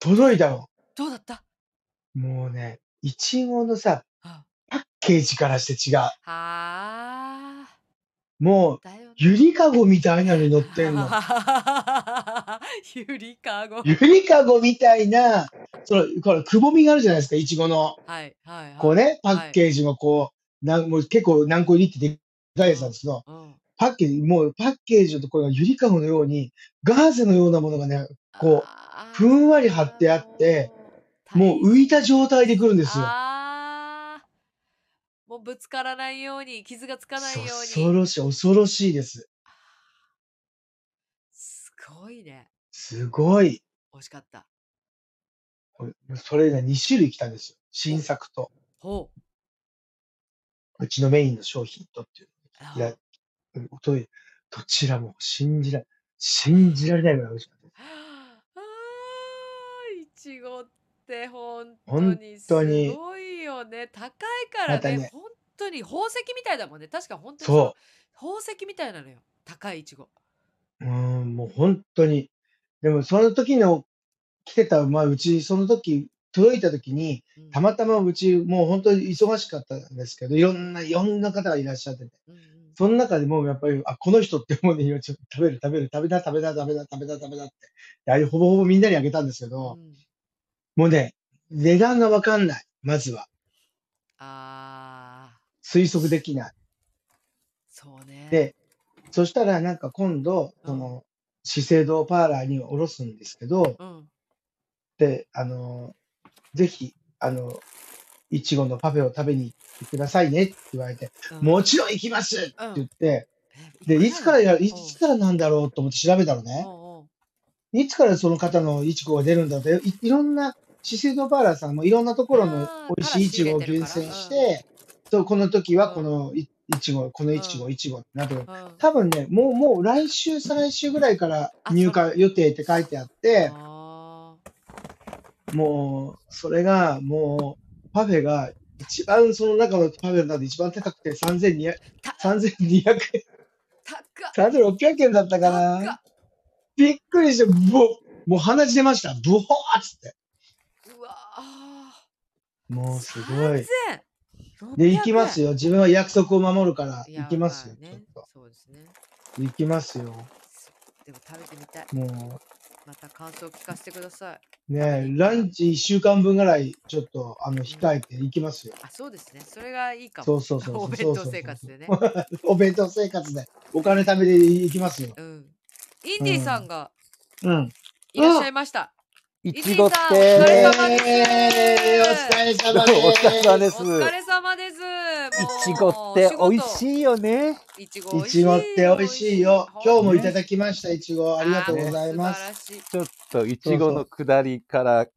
Speaker 2: 届いたの
Speaker 1: どうだった
Speaker 2: もうね、いちごのさ、
Speaker 1: あ
Speaker 2: パッケージからして違う。
Speaker 1: はあ、
Speaker 2: もう、
Speaker 1: だよね。
Speaker 2: ゆりかごみたいなのに乗ってん の。
Speaker 1: ゆりかご。
Speaker 2: ゆりかごみたいな、その、これ、くぼみがあるじゃないですか、いちごの。
Speaker 1: はい、はい、はい。
Speaker 2: こうね、パ
Speaker 1: はい
Speaker 2: ッケージもこう、なんもう結構何個入りってでかいやつなんですけど、
Speaker 1: うん。
Speaker 2: パッケージ、もうパッケージのところがゆりかごのように、ガーゼのようなものがね、こ
Speaker 1: う
Speaker 2: ふんわり張ってあって、もう浮いた状態で来るん
Speaker 1: で
Speaker 2: ですよ。
Speaker 1: あーもうぶつからないように、傷がつかないよ
Speaker 2: そう
Speaker 1: う
Speaker 2: 恐
Speaker 1: に。
Speaker 2: ろしい、恐ろしいです。
Speaker 1: すごいね。
Speaker 2: すごい。
Speaker 1: 惜しかった。
Speaker 2: これそれが2種類来たんですよ。新作と、
Speaker 1: ほう。
Speaker 2: うちのメインの商品とっていう。
Speaker 1: あ
Speaker 2: いや、うんどういうどちらも信じられ、信じられないぐらい美味しかった。
Speaker 1: あーいちごって本
Speaker 2: 本
Speaker 1: 当にす
Speaker 2: 当に
Speaker 1: ごいよね高いから
Speaker 2: また
Speaker 1: ね
Speaker 2: ね
Speaker 1: 本当に宝石みたいだもんね確か本当に
Speaker 2: そう
Speaker 1: の宝石みたいなのよ高いいちご
Speaker 2: うーん、もう本当に。でもその時の来てた、まあうち、その時、届いた時に、
Speaker 1: うん
Speaker 2: たまたまうち、もう本当に忙しかったんですけど、いろんな、いろんな方がいらっしゃってて、
Speaker 1: うんうん
Speaker 2: その中でもうやっぱり、あ、この人って思うね、ちょっと食べる食べる、食べた食べた食べた食べた食べたって、であれほぼほぼみんなにあげたんですけど、
Speaker 1: うん
Speaker 2: もうね、値段がわかんない、まずは。
Speaker 1: あー
Speaker 2: 推測できない。
Speaker 1: そうね
Speaker 2: で、そしたらなんか今度、その、資生堂パーラーにおろすんですけど、
Speaker 1: うん
Speaker 2: で、あの、ぜひ、あの、いちごのパフェを食べに行ってくださいねって言われて、
Speaker 1: うん
Speaker 2: もちろん行きますって言って、
Speaker 1: え
Speaker 2: で、いつから
Speaker 1: いく
Speaker 2: や、
Speaker 1: なの
Speaker 2: いつからなんだろうと思って調べたの
Speaker 1: うん
Speaker 2: ね。
Speaker 1: うんうん
Speaker 2: いつからその方のいちごが出るんだって、いいろんな、資生堂パーラーさんもいろんなところの
Speaker 1: あー
Speaker 2: 美味しいいちごを厳選して、そう、この時はこのいいちご、このいちご、いちごってなってる。
Speaker 1: うん
Speaker 2: 多分ね、もう、もう来週、再来週ぐらいから入荷予定って書いてあって、
Speaker 1: あー
Speaker 2: もう、それが、もう、パフェが、一番、その中のパフェの中で一番高くて3200、
Speaker 1: た
Speaker 2: 3200円、
Speaker 1: 高っ
Speaker 2: 3600円だったか
Speaker 1: 高っ
Speaker 2: な。びっくりして、ぼ、もう鼻血出ました。ブホーっつって。
Speaker 1: うわあ
Speaker 2: もうすごい。
Speaker 1: 3600
Speaker 2: で、行きます
Speaker 1: よ
Speaker 2: よ。自分は約束を守るから、
Speaker 1: いや
Speaker 2: 行きますよ。
Speaker 1: あ
Speaker 2: ちょっ
Speaker 1: ね
Speaker 2: と。
Speaker 1: そうですね
Speaker 2: 行きますよ。
Speaker 1: そうでも食べてみたい
Speaker 2: も、
Speaker 1: また感想を聞かせてくださいう
Speaker 2: ね、ランチ1週間分ぐらい、ちょっと、あの、控えて行きますよ。
Speaker 1: あそうですねそれがいいかも
Speaker 2: そうそうそうそう。
Speaker 1: お弁当生活でね
Speaker 2: お弁当生活で、お金貯めて行きますよ。
Speaker 1: うんインディさんが
Speaker 2: うん。
Speaker 1: いらっしゃいました、
Speaker 3: い
Speaker 1: インデ
Speaker 3: ち
Speaker 1: ィ
Speaker 3: ごっ
Speaker 1: さんお疲れ
Speaker 3: て、
Speaker 1: 様です、
Speaker 2: えーお疲れ様です。
Speaker 3: お
Speaker 1: お
Speaker 3: 疲れ様です
Speaker 1: 疲れ様です
Speaker 3: いち
Speaker 1: も
Speaker 3: ご
Speaker 1: う
Speaker 3: って
Speaker 1: お仕事
Speaker 3: 美味しいよね。
Speaker 1: いちご美
Speaker 2: い
Speaker 1: 味しい
Speaker 2: ちごって美味しいよ。今日もいただきました、いちご。
Speaker 1: あ
Speaker 2: ありがとうございます。
Speaker 1: ー素晴らしい
Speaker 3: ちょっといちごの下りから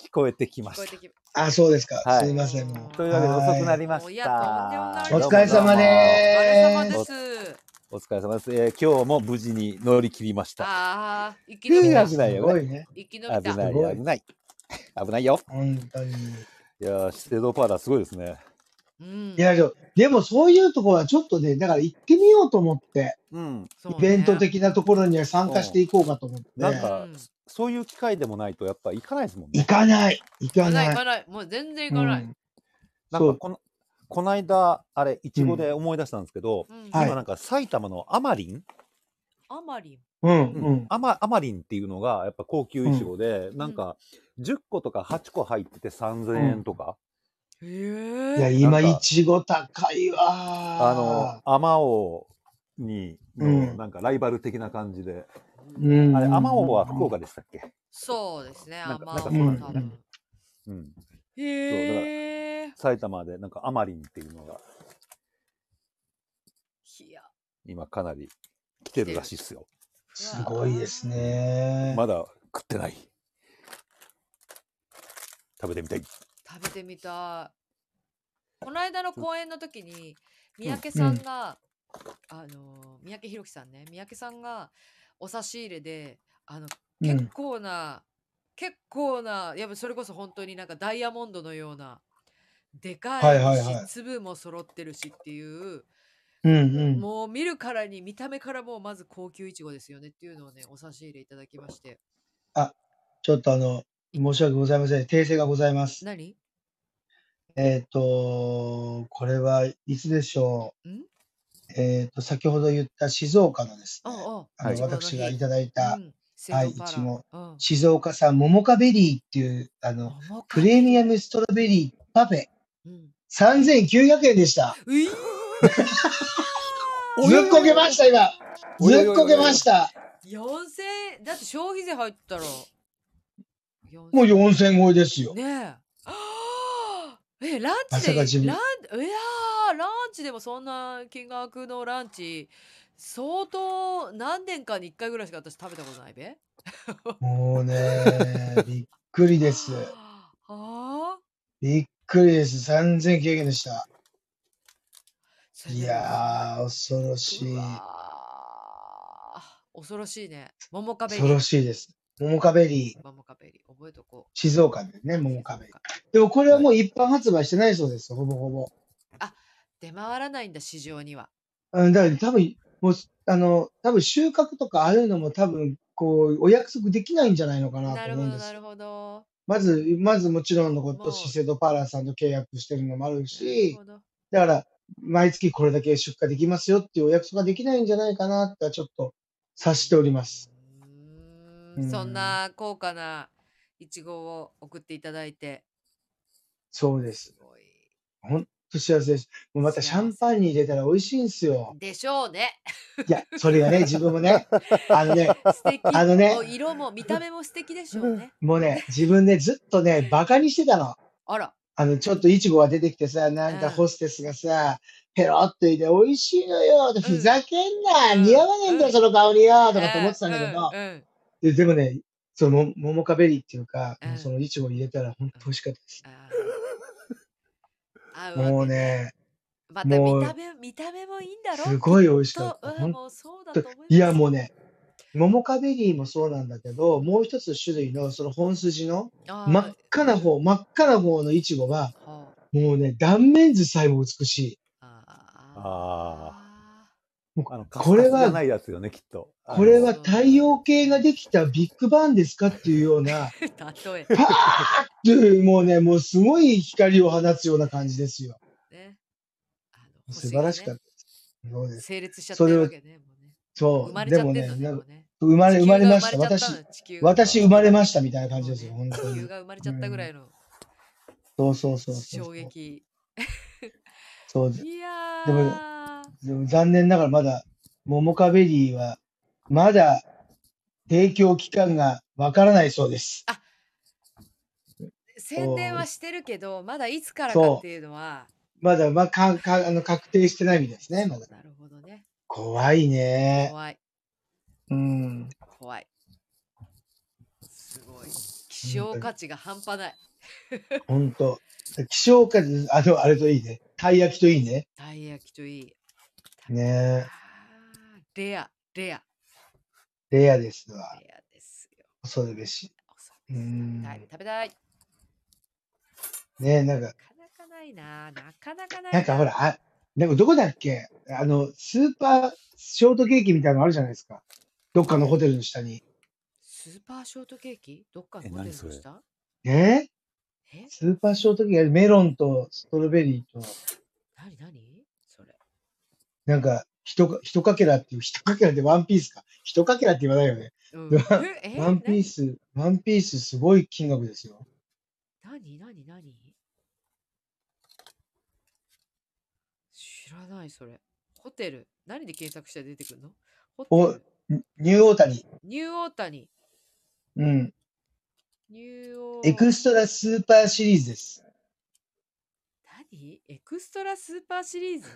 Speaker 3: 聞こえてきま
Speaker 1: 聞こえ
Speaker 3: してた。
Speaker 1: き
Speaker 2: あ、そうですか。
Speaker 3: はい
Speaker 2: すいません。も
Speaker 3: というわけで
Speaker 2: はい
Speaker 3: 遅くなりま
Speaker 1: お
Speaker 3: し
Speaker 1: やとんでもな
Speaker 3: た
Speaker 1: い。
Speaker 2: お疲れ様です
Speaker 1: お疲れ様です
Speaker 3: お疲れ様です。えー今日も無事に乗り切りました。
Speaker 1: ああ生き
Speaker 2: う
Speaker 1: 延び
Speaker 3: い
Speaker 1: た
Speaker 3: やい
Speaker 2: す
Speaker 3: 危ないよ
Speaker 2: ごいね。
Speaker 1: 生き延びた
Speaker 3: 危な
Speaker 2: す
Speaker 3: い
Speaker 2: ごい
Speaker 3: 危ない。危ないよ。
Speaker 2: 本当に。
Speaker 3: いやー、資生堂パーラーすごいですね。
Speaker 1: うん
Speaker 2: いや、でもでもそういうところはちょっとね、だから行ってみようと思って、
Speaker 3: うん。
Speaker 1: そうね
Speaker 2: イベント的なところには参加していこうかと思って。
Speaker 3: なんか、
Speaker 1: うん
Speaker 3: そういう機会でもないと、やっぱ行かないですもんね
Speaker 2: 行。かない。行
Speaker 1: 行
Speaker 2: か
Speaker 1: かない行
Speaker 2: ない。
Speaker 1: かないもう全然行かない、
Speaker 2: うんそ
Speaker 3: なんか
Speaker 2: う
Speaker 3: この、この間、あれ、いちごで思い出したんですけど、
Speaker 1: うん
Speaker 2: はい
Speaker 3: 今なんか埼玉のアマリン、
Speaker 1: あまり
Speaker 2: うん
Speaker 3: う
Speaker 2: うんん。
Speaker 3: アマアマリンっていうのがやっぱ高級いちごで、なんか10個とか8個入ってて3000円とか、
Speaker 1: へ
Speaker 2: いや、
Speaker 1: え
Speaker 2: 今、
Speaker 3: なん
Speaker 2: い
Speaker 3: か
Speaker 2: ちご高いわ。
Speaker 3: あの、アマオに
Speaker 2: う
Speaker 3: の
Speaker 2: ん
Speaker 3: なんかライバル的な感じで、
Speaker 2: うん、
Speaker 3: あれアマオは福岡でしたっけ、
Speaker 1: そうですね
Speaker 3: な
Speaker 1: あ
Speaker 3: んか
Speaker 1: ま
Speaker 3: なん
Speaker 1: あ
Speaker 3: か
Speaker 1: 多
Speaker 2: そうなん
Speaker 1: 分
Speaker 2: だよね
Speaker 3: うん、
Speaker 1: へえ
Speaker 3: 埼玉でなんかアマリンっていうのが
Speaker 1: いや
Speaker 3: 今かなり来てるらしいっすよ
Speaker 2: すごいですね。
Speaker 3: まだ食ってない食べてみたい
Speaker 1: 食べてみたいこの間の公演の時に三宅さんが、あの三宅宏樹さんね三宅さんがお差し入れであの
Speaker 2: う
Speaker 1: 結
Speaker 2: ん、
Speaker 1: 構な、結構なやっぱそれこそ本当になんかダイヤモンドのようなでかいし、
Speaker 2: はいはいはい
Speaker 1: 粒も揃ってるしっていう、
Speaker 2: うん、うん。
Speaker 1: もう見るからに見た目からもうまず高級いちごですよねっていうのをねお差し入れいただきまして
Speaker 2: ちょっとあの、申し訳ございません。訂正がございます。
Speaker 1: 何
Speaker 2: えっ、と、これはいつでしょ
Speaker 1: ん
Speaker 2: う。えっ、と、先ほど言った静岡のです
Speaker 1: あ
Speaker 2: ね、
Speaker 1: あ
Speaker 2: あの
Speaker 3: はい
Speaker 2: 私がいただい
Speaker 1: う
Speaker 2: た、
Speaker 1: ん、
Speaker 2: はい
Speaker 1: セイドパラ
Speaker 2: いちご
Speaker 1: うん
Speaker 2: 静岡産桃カベリーっていう、あの、
Speaker 1: 桃か
Speaker 2: プレミアムストロベリーパフェ、
Speaker 1: うん
Speaker 2: 3900円でした。
Speaker 1: ういー
Speaker 2: ずっこけました、今。
Speaker 3: おいおいおい
Speaker 2: ずっこけました。
Speaker 1: 4000円だって消費税入ったら
Speaker 2: もう
Speaker 1: 4000
Speaker 2: 4000超えですよ。
Speaker 1: ねえあーえラン
Speaker 2: ま
Speaker 1: チ
Speaker 2: さ
Speaker 1: で
Speaker 2: か自分
Speaker 1: ランいやーランチでもそんな金額のランチ相当何年かに1回ぐらいしか私食べたことないべ
Speaker 2: もうね、 びっくりです。
Speaker 1: はあ
Speaker 2: びっくりです。3900円でした。
Speaker 1: それで
Speaker 2: い
Speaker 1: も
Speaker 2: やー、恐ろし
Speaker 1: う
Speaker 2: い。
Speaker 1: わー恐ろしいね桃かべり
Speaker 2: 恐ろしいです。桃カベリー、
Speaker 1: 桃かべり覚えとこう
Speaker 2: 静岡でね、桃カベリー。でもこれはもう一般発売してないそうです、ほぼほぼ。
Speaker 1: 出回らないんだ市場には
Speaker 2: うん、だから多分、もう、あの、多分収穫とかああいうのも多分、こう、お約束できないんじゃないのかな
Speaker 1: な
Speaker 2: と
Speaker 1: る
Speaker 2: 思
Speaker 1: ほ
Speaker 2: うん
Speaker 1: ど
Speaker 2: で
Speaker 1: な
Speaker 2: す
Speaker 1: る
Speaker 2: よ。
Speaker 1: ほど
Speaker 2: まず、まずもちろんのこ
Speaker 1: も
Speaker 2: と、
Speaker 1: う
Speaker 2: 資生堂パーラーさんと契約してるのもある
Speaker 1: なる
Speaker 2: し
Speaker 1: ほ、ど
Speaker 2: だから、毎月これだけ出荷できますよっていうお約束ができないんじゃないかなってちょっと察しております。
Speaker 1: うーん
Speaker 2: うん
Speaker 1: そんな高価なイチゴを送っていただいて
Speaker 2: そうです。
Speaker 1: ごい
Speaker 2: ほんと幸せです。もうまたシャンパンに入れたら美味しいんですよ。
Speaker 1: でしょうね
Speaker 2: いや、それがね、自分もね、あのね、
Speaker 1: 素敵
Speaker 2: あのね
Speaker 1: もう色も見た目も素敵でしょうね
Speaker 2: もうね、自分ね、ずっとね、馬鹿にしてたの。
Speaker 1: あら
Speaker 2: あの、ちょっとイチゴが出てきてさ、なん
Speaker 1: う
Speaker 2: か
Speaker 1: ん
Speaker 2: ホステスがさ、ペロっと入れて、美味しいのよって、
Speaker 1: うん
Speaker 2: ふざけんな、
Speaker 1: うん
Speaker 2: 似合わねえんだよ、
Speaker 1: うん
Speaker 2: その香りよとかって思ってたんだけど、
Speaker 1: うんうん
Speaker 2: ででもね、その、桃かベリーっていうか、
Speaker 1: うん
Speaker 2: そのイチゴ入れたら本当美味しかったです。
Speaker 1: あー合うわけ
Speaker 2: もうね、
Speaker 1: また
Speaker 2: もう
Speaker 1: 見た目見た目もいいんだろ
Speaker 2: すごい美味し
Speaker 1: きっ
Speaker 2: かっ
Speaker 1: と
Speaker 2: た。
Speaker 1: う
Speaker 2: ほ
Speaker 1: ん
Speaker 2: ん
Speaker 1: もうそうだと
Speaker 2: と
Speaker 1: 思います
Speaker 2: いや、もうね、桃かベリーもそうなんだけど、もう一つ種類の、その本筋の、
Speaker 1: あー
Speaker 2: 真っ赤な方、真っ赤な方のイチゴは、
Speaker 1: は
Speaker 2: もうね、断面図さえも美しい。
Speaker 1: ああ
Speaker 3: あのカス
Speaker 2: こ
Speaker 3: カ
Speaker 2: れ
Speaker 3: スじゃ
Speaker 2: は
Speaker 3: な、いやつよねきっとあの
Speaker 2: これは太陽系ができたビッグバンですかっていうような、
Speaker 1: ー 例え
Speaker 2: パーっていう、もうね、もうすごい光を放つような感じですよ。
Speaker 1: ねあの
Speaker 2: 素晴らしか
Speaker 1: っ
Speaker 2: ったです。そう
Speaker 1: た
Speaker 2: です。
Speaker 1: 整列しちゃっ
Speaker 2: そ
Speaker 1: て
Speaker 2: れ
Speaker 1: る
Speaker 2: を
Speaker 1: わけねもうね
Speaker 2: そ
Speaker 1: 生まれ
Speaker 2: う。
Speaker 1: ち
Speaker 2: で
Speaker 1: ゃっ
Speaker 2: も
Speaker 1: てん
Speaker 2: ね
Speaker 1: の、ね
Speaker 2: なん
Speaker 1: も
Speaker 2: か
Speaker 1: うね
Speaker 2: 生まれ、生まれました。
Speaker 1: 地球が
Speaker 2: 私
Speaker 1: 生、れちゃったの地球が
Speaker 2: 私生まれましたみたいな感じですよ、
Speaker 1: もう
Speaker 2: 本
Speaker 1: ね
Speaker 2: 当
Speaker 1: 地球
Speaker 2: に。
Speaker 1: が生まれちゃったぐらいの
Speaker 2: そうそうそうそう。
Speaker 1: 衝。撃
Speaker 2: そうです。
Speaker 1: いや
Speaker 2: でも
Speaker 1: ー
Speaker 2: でも残念ながらまだ、桃カベリーは、まだ、提供期間がわからないそうです。
Speaker 1: 宣伝はしてるけどまだいつからかっていうのは
Speaker 2: まだ、まあ、かんかんあの確定してないみたいですね、まだ。
Speaker 1: なるほどね
Speaker 2: 怖いね。
Speaker 1: 怖い
Speaker 2: うん。
Speaker 1: 怖いすごい希少価値が半端ない
Speaker 2: ほんと。希少価値、あの、あれといいね。たい焼きといいね。
Speaker 1: たい焼きといい
Speaker 2: ね
Speaker 1: あーレアレア
Speaker 2: え。レアですわ。
Speaker 1: レアですよ
Speaker 2: 恐るべし。
Speaker 1: 恐ろしい食べ
Speaker 2: うん
Speaker 1: たい食べたい
Speaker 2: ねえ、なんか
Speaker 1: な、かなかないな。なかなかない
Speaker 2: なんかほら、あ、なんかどこだっけあの、スーパーショートケーキみたいなのあるじゃないですか。どっかのホテルの下に。
Speaker 1: スーパーショートケーキどっか
Speaker 3: え
Speaker 1: のホテル
Speaker 3: 何そ
Speaker 1: の
Speaker 3: れ
Speaker 1: 下
Speaker 2: え
Speaker 1: え
Speaker 2: スーパーショートケーキ、メロンとストロベリーと、
Speaker 1: なになにそれ。
Speaker 2: なんか、ひとか、ひとかけらっていう、ひとかけらってワンピースか。ひとかけらって言わないよね。
Speaker 1: うん
Speaker 2: でも
Speaker 1: ええ
Speaker 2: ワンピース、ワンピースすごい金額ですよ。
Speaker 1: なになになに知らないそれ。ホテル。何で検索して出てくるのホ
Speaker 2: お
Speaker 1: テル。
Speaker 2: ニニューオータニ。
Speaker 1: ニューオータニ。
Speaker 2: うん。
Speaker 1: ニューオー
Speaker 2: エクストラスーパーシリーズです。
Speaker 1: 何エクストラスーパーシリーズ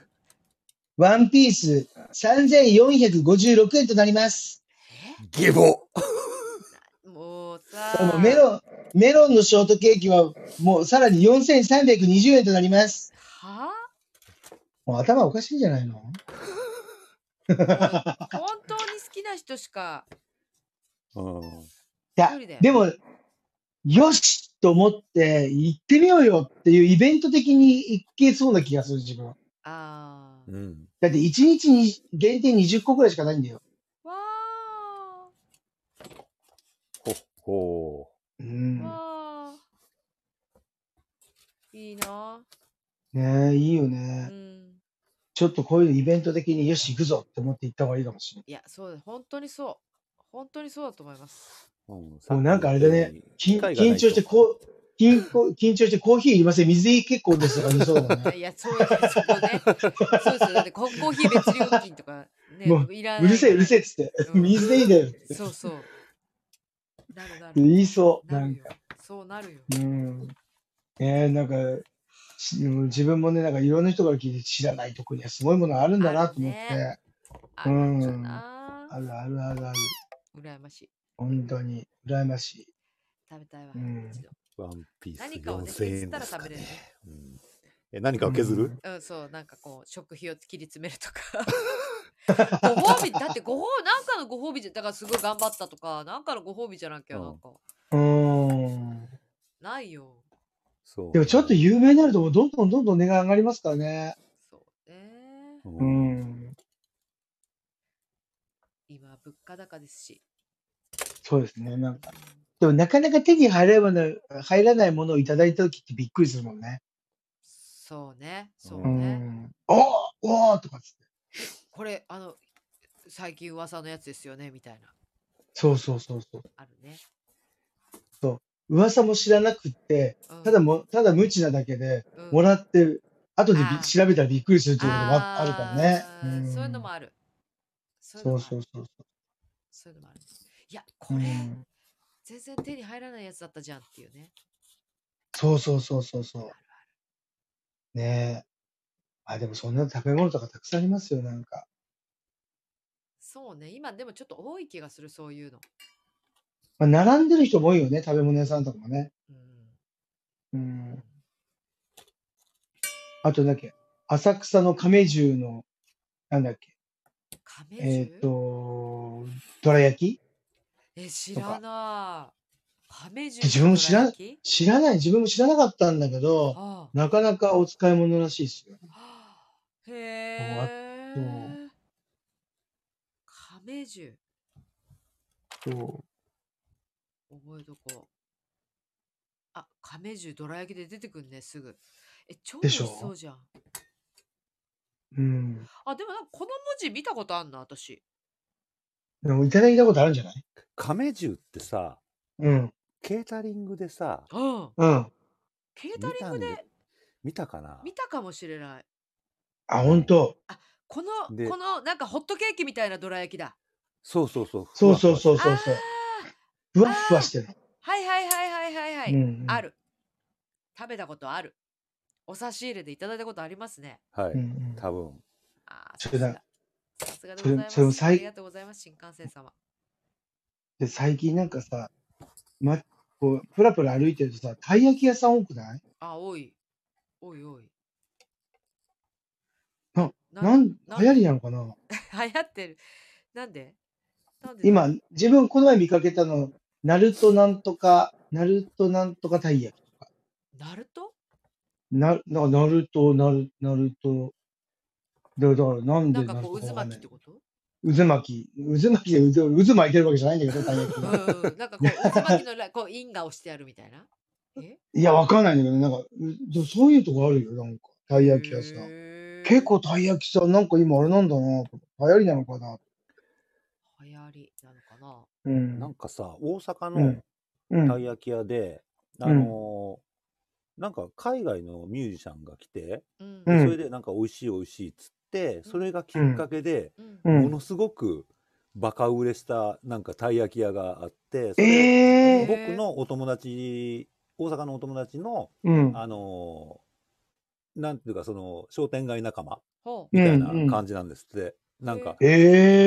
Speaker 2: ワンピース3456円となります。
Speaker 3: ゲボ
Speaker 1: えもうさ
Speaker 2: このメロン、メロンのショートケーキはもうさらに4320円となります。
Speaker 1: は
Speaker 2: もう頭おかしいんじゃないの
Speaker 1: あ本当に好きな人しか
Speaker 3: うん。
Speaker 2: いや
Speaker 1: 無理だよ、
Speaker 2: でも、よしと思って行ってみようよっていうイベント的に行けそうな気がする自分。
Speaker 1: あー
Speaker 3: うん。
Speaker 2: だって1日に限定20個くらいしかないんだよ。
Speaker 1: わ
Speaker 3: ほっほ
Speaker 2: うん
Speaker 1: ー。わーいいな
Speaker 2: ねえ、いいよ
Speaker 1: う
Speaker 2: ね。
Speaker 1: ん
Speaker 2: ちょっとこういうイベント的によし行くぞって思って行った方がいいかもしれない。
Speaker 1: いやそうだ本当にそう本当にそうだと思います
Speaker 3: う。うん
Speaker 2: もうなんかあれだね。
Speaker 3: 機
Speaker 2: 緊
Speaker 3: 会がない
Speaker 2: 緊
Speaker 3: と
Speaker 2: 張してこう、緊緊張してコーヒーいりません。水着結構ですとか言いそうだ もん ね。
Speaker 1: いやそうですそこね そうですよだってココーヒー別料金とかね
Speaker 2: も
Speaker 1: いらないう
Speaker 2: るせえうるせえっつって。
Speaker 1: うん
Speaker 2: 水でいいんだよって
Speaker 1: そうそうなるなる
Speaker 2: 言いそう。
Speaker 1: な
Speaker 2: なん
Speaker 1: る
Speaker 2: か
Speaker 1: よ。そうなるよ
Speaker 2: うん。ねえ、なんか、しでも自分もね、なんかいろんな人から聞いて知らないとこにはすごいものあるんだなと思って。
Speaker 1: あるねある
Speaker 2: うん
Speaker 1: んじゃな
Speaker 2: あるあるあるある。
Speaker 1: 羨ましい
Speaker 2: 本当に、羨ましい。
Speaker 1: 食べたいわ、
Speaker 2: うん
Speaker 1: 一度
Speaker 3: ワンピース
Speaker 1: 何かをね
Speaker 3: 4000円
Speaker 1: 削った
Speaker 3: で
Speaker 1: ら
Speaker 3: すか
Speaker 1: 食べれる
Speaker 3: ね
Speaker 1: ね。
Speaker 3: うんえ、何かを削る
Speaker 1: うん、そう、なんかこう、食費を切り詰めるとか。 ご褒美、だってご褒美、なんかのご褒美じゃ、だからすごい頑張ったとか、なんかのご褒美じゃなきゃ、
Speaker 3: うん
Speaker 1: なんか、
Speaker 2: うん。
Speaker 1: ないよ。
Speaker 3: そう。
Speaker 2: でもちょっと有名になると、どんどんどんどん値が上がりますからね。
Speaker 1: そうね。
Speaker 3: う。
Speaker 2: うんん。
Speaker 1: 今、物価高ですし。
Speaker 2: そうですね。なんか。
Speaker 1: うん
Speaker 2: でもなかなか手に入らない入らないものをいただいた時ってびっくりするもんね。
Speaker 1: そうね、そう
Speaker 2: う
Speaker 1: ね。
Speaker 2: ん。おーおーとかっつって。
Speaker 1: これ、あの、最近噂のやつですよね、みたいな。
Speaker 2: そうそうそうそう。
Speaker 1: あるね。
Speaker 2: 噂も知らなくって、
Speaker 1: うん
Speaker 2: ただ、も、ただ無知なだけで、
Speaker 1: うん
Speaker 2: もらって、後でび
Speaker 1: あー
Speaker 2: 調べたらびっくりするっていうこともああるからね
Speaker 1: あ。ーそういうのも
Speaker 2: あ
Speaker 1: ある。そ
Speaker 2: そうそうう
Speaker 1: いうのもあるそ
Speaker 2: そうそ
Speaker 1: ういうのもある。いや、
Speaker 2: う。
Speaker 1: こ
Speaker 2: う
Speaker 1: れ、
Speaker 2: ん。
Speaker 1: 全然手に入らないやつだったじゃんっていうね。
Speaker 2: そうそうそうそうそう。ねえ。あ、でもそんな食べ物とかたくさんありますよ、なんか。
Speaker 1: そうね、今でもちょっと多い気がする、そういうの。
Speaker 2: まあ、並んでる人も多いよね、食べ物屋さんとかもね。
Speaker 1: うん、
Speaker 2: うん。あと、なんだっけ、浅草の亀十の、なんだっけ、
Speaker 1: 亀十
Speaker 2: えっ、と、どら焼き
Speaker 1: え、知らない。亀十
Speaker 2: 自分も知らん
Speaker 1: い。
Speaker 2: 知らない、自分も知らなかったんだけど、
Speaker 1: ああ
Speaker 2: なかなかお使い物らしいですよ。
Speaker 1: はあへえ。亀十、
Speaker 2: そう
Speaker 1: 覚えとこう。あ、亀十どら焼きで出てくんね、すぐ。え、超美
Speaker 2: で
Speaker 1: 味
Speaker 2: しょ
Speaker 1: しそうじゃん。
Speaker 2: うん。
Speaker 1: あ、でもなんかこの文字見たことあんな、私。
Speaker 2: でもいただいたことあるんじゃない
Speaker 3: 亀十ってさ、
Speaker 2: うん。
Speaker 3: ケータリングでさ、
Speaker 1: うん。
Speaker 2: うん。
Speaker 1: ケータリング
Speaker 3: 見たん
Speaker 1: で
Speaker 3: で見たかな
Speaker 1: 見たかもしれない。
Speaker 2: あ、ほんと。
Speaker 1: この、
Speaker 3: で
Speaker 1: この、なんかホットケーキみたいなどら焼きだ。
Speaker 3: そうそうそう。
Speaker 2: そうそう
Speaker 3: う。
Speaker 2: そうそうそう。
Speaker 1: あー
Speaker 2: ふわっふわしてるの。
Speaker 1: はいはいはいはいはいはい。
Speaker 2: うん
Speaker 1: ある。食べたことある。お差し入れでいただいたことありますね。
Speaker 3: は
Speaker 2: うんう
Speaker 3: い。
Speaker 2: ん、
Speaker 3: 多分。
Speaker 1: ああ、
Speaker 2: それだ
Speaker 1: さすが。さすがで
Speaker 2: そ
Speaker 1: ござ
Speaker 2: れ
Speaker 1: いま
Speaker 2: それも
Speaker 1: す。
Speaker 2: さ
Speaker 1: あ
Speaker 2: い
Speaker 1: りがとうございます、新幹線様。
Speaker 2: で最近なんかさ、ま、こう、ぷらぷら歩いてるとさ、たい焼き屋さん多くない
Speaker 1: あ、多い。多い多い。
Speaker 2: な、
Speaker 1: な
Speaker 2: なん、流
Speaker 1: な
Speaker 2: 行りなのかな
Speaker 1: 流行ってる。なんでなんで
Speaker 2: 今、自分この前見かけたの、ナルトなんとか、ナルトなんとかたい焼きとか。
Speaker 1: ナルト
Speaker 2: な、な、なると、なる、なると。だから、なん
Speaker 1: な
Speaker 2: で
Speaker 1: んか
Speaker 2: なる
Speaker 1: こう
Speaker 2: と
Speaker 1: 渦
Speaker 2: わかん
Speaker 1: 巻きっ
Speaker 2: ない
Speaker 1: てこと
Speaker 2: 渦巻き。渦巻きで渦、渦巻いてるわけじゃないん だけど、たい焼き
Speaker 1: う
Speaker 2: が
Speaker 1: んうんなんかこ う渦巻きのらこう因果をしてあるみたいな。え
Speaker 2: いや、わかんないんだけど、なんか、うでもそういうとこあるよ、なんか、たい焼き屋さん。
Speaker 1: へー
Speaker 2: 結構たい焼きさん、なんか今あれなんだな、流行りなのかな。
Speaker 1: 流行りなのかな。
Speaker 2: うん。
Speaker 3: なんかさ、大阪
Speaker 2: うん
Speaker 3: の
Speaker 2: うん
Speaker 3: たい焼き屋で、
Speaker 2: ん
Speaker 3: あのーなんか海外のミュージシャンが来て、
Speaker 1: うん
Speaker 2: うん
Speaker 3: それでなんか美味しい美味しいっつって、それがきっかけで、
Speaker 1: うん
Speaker 2: うん
Speaker 3: ものすごくバカ売れしたなんかたい焼き屋があって、それ
Speaker 2: ええ
Speaker 1: ー
Speaker 3: 僕のお友達、大阪のお友達の、
Speaker 2: うん。
Speaker 3: あのーなんていうかその商店街仲間
Speaker 1: ほう
Speaker 3: みたい
Speaker 2: うんうん
Speaker 3: な感じなんですって、なんか、
Speaker 2: え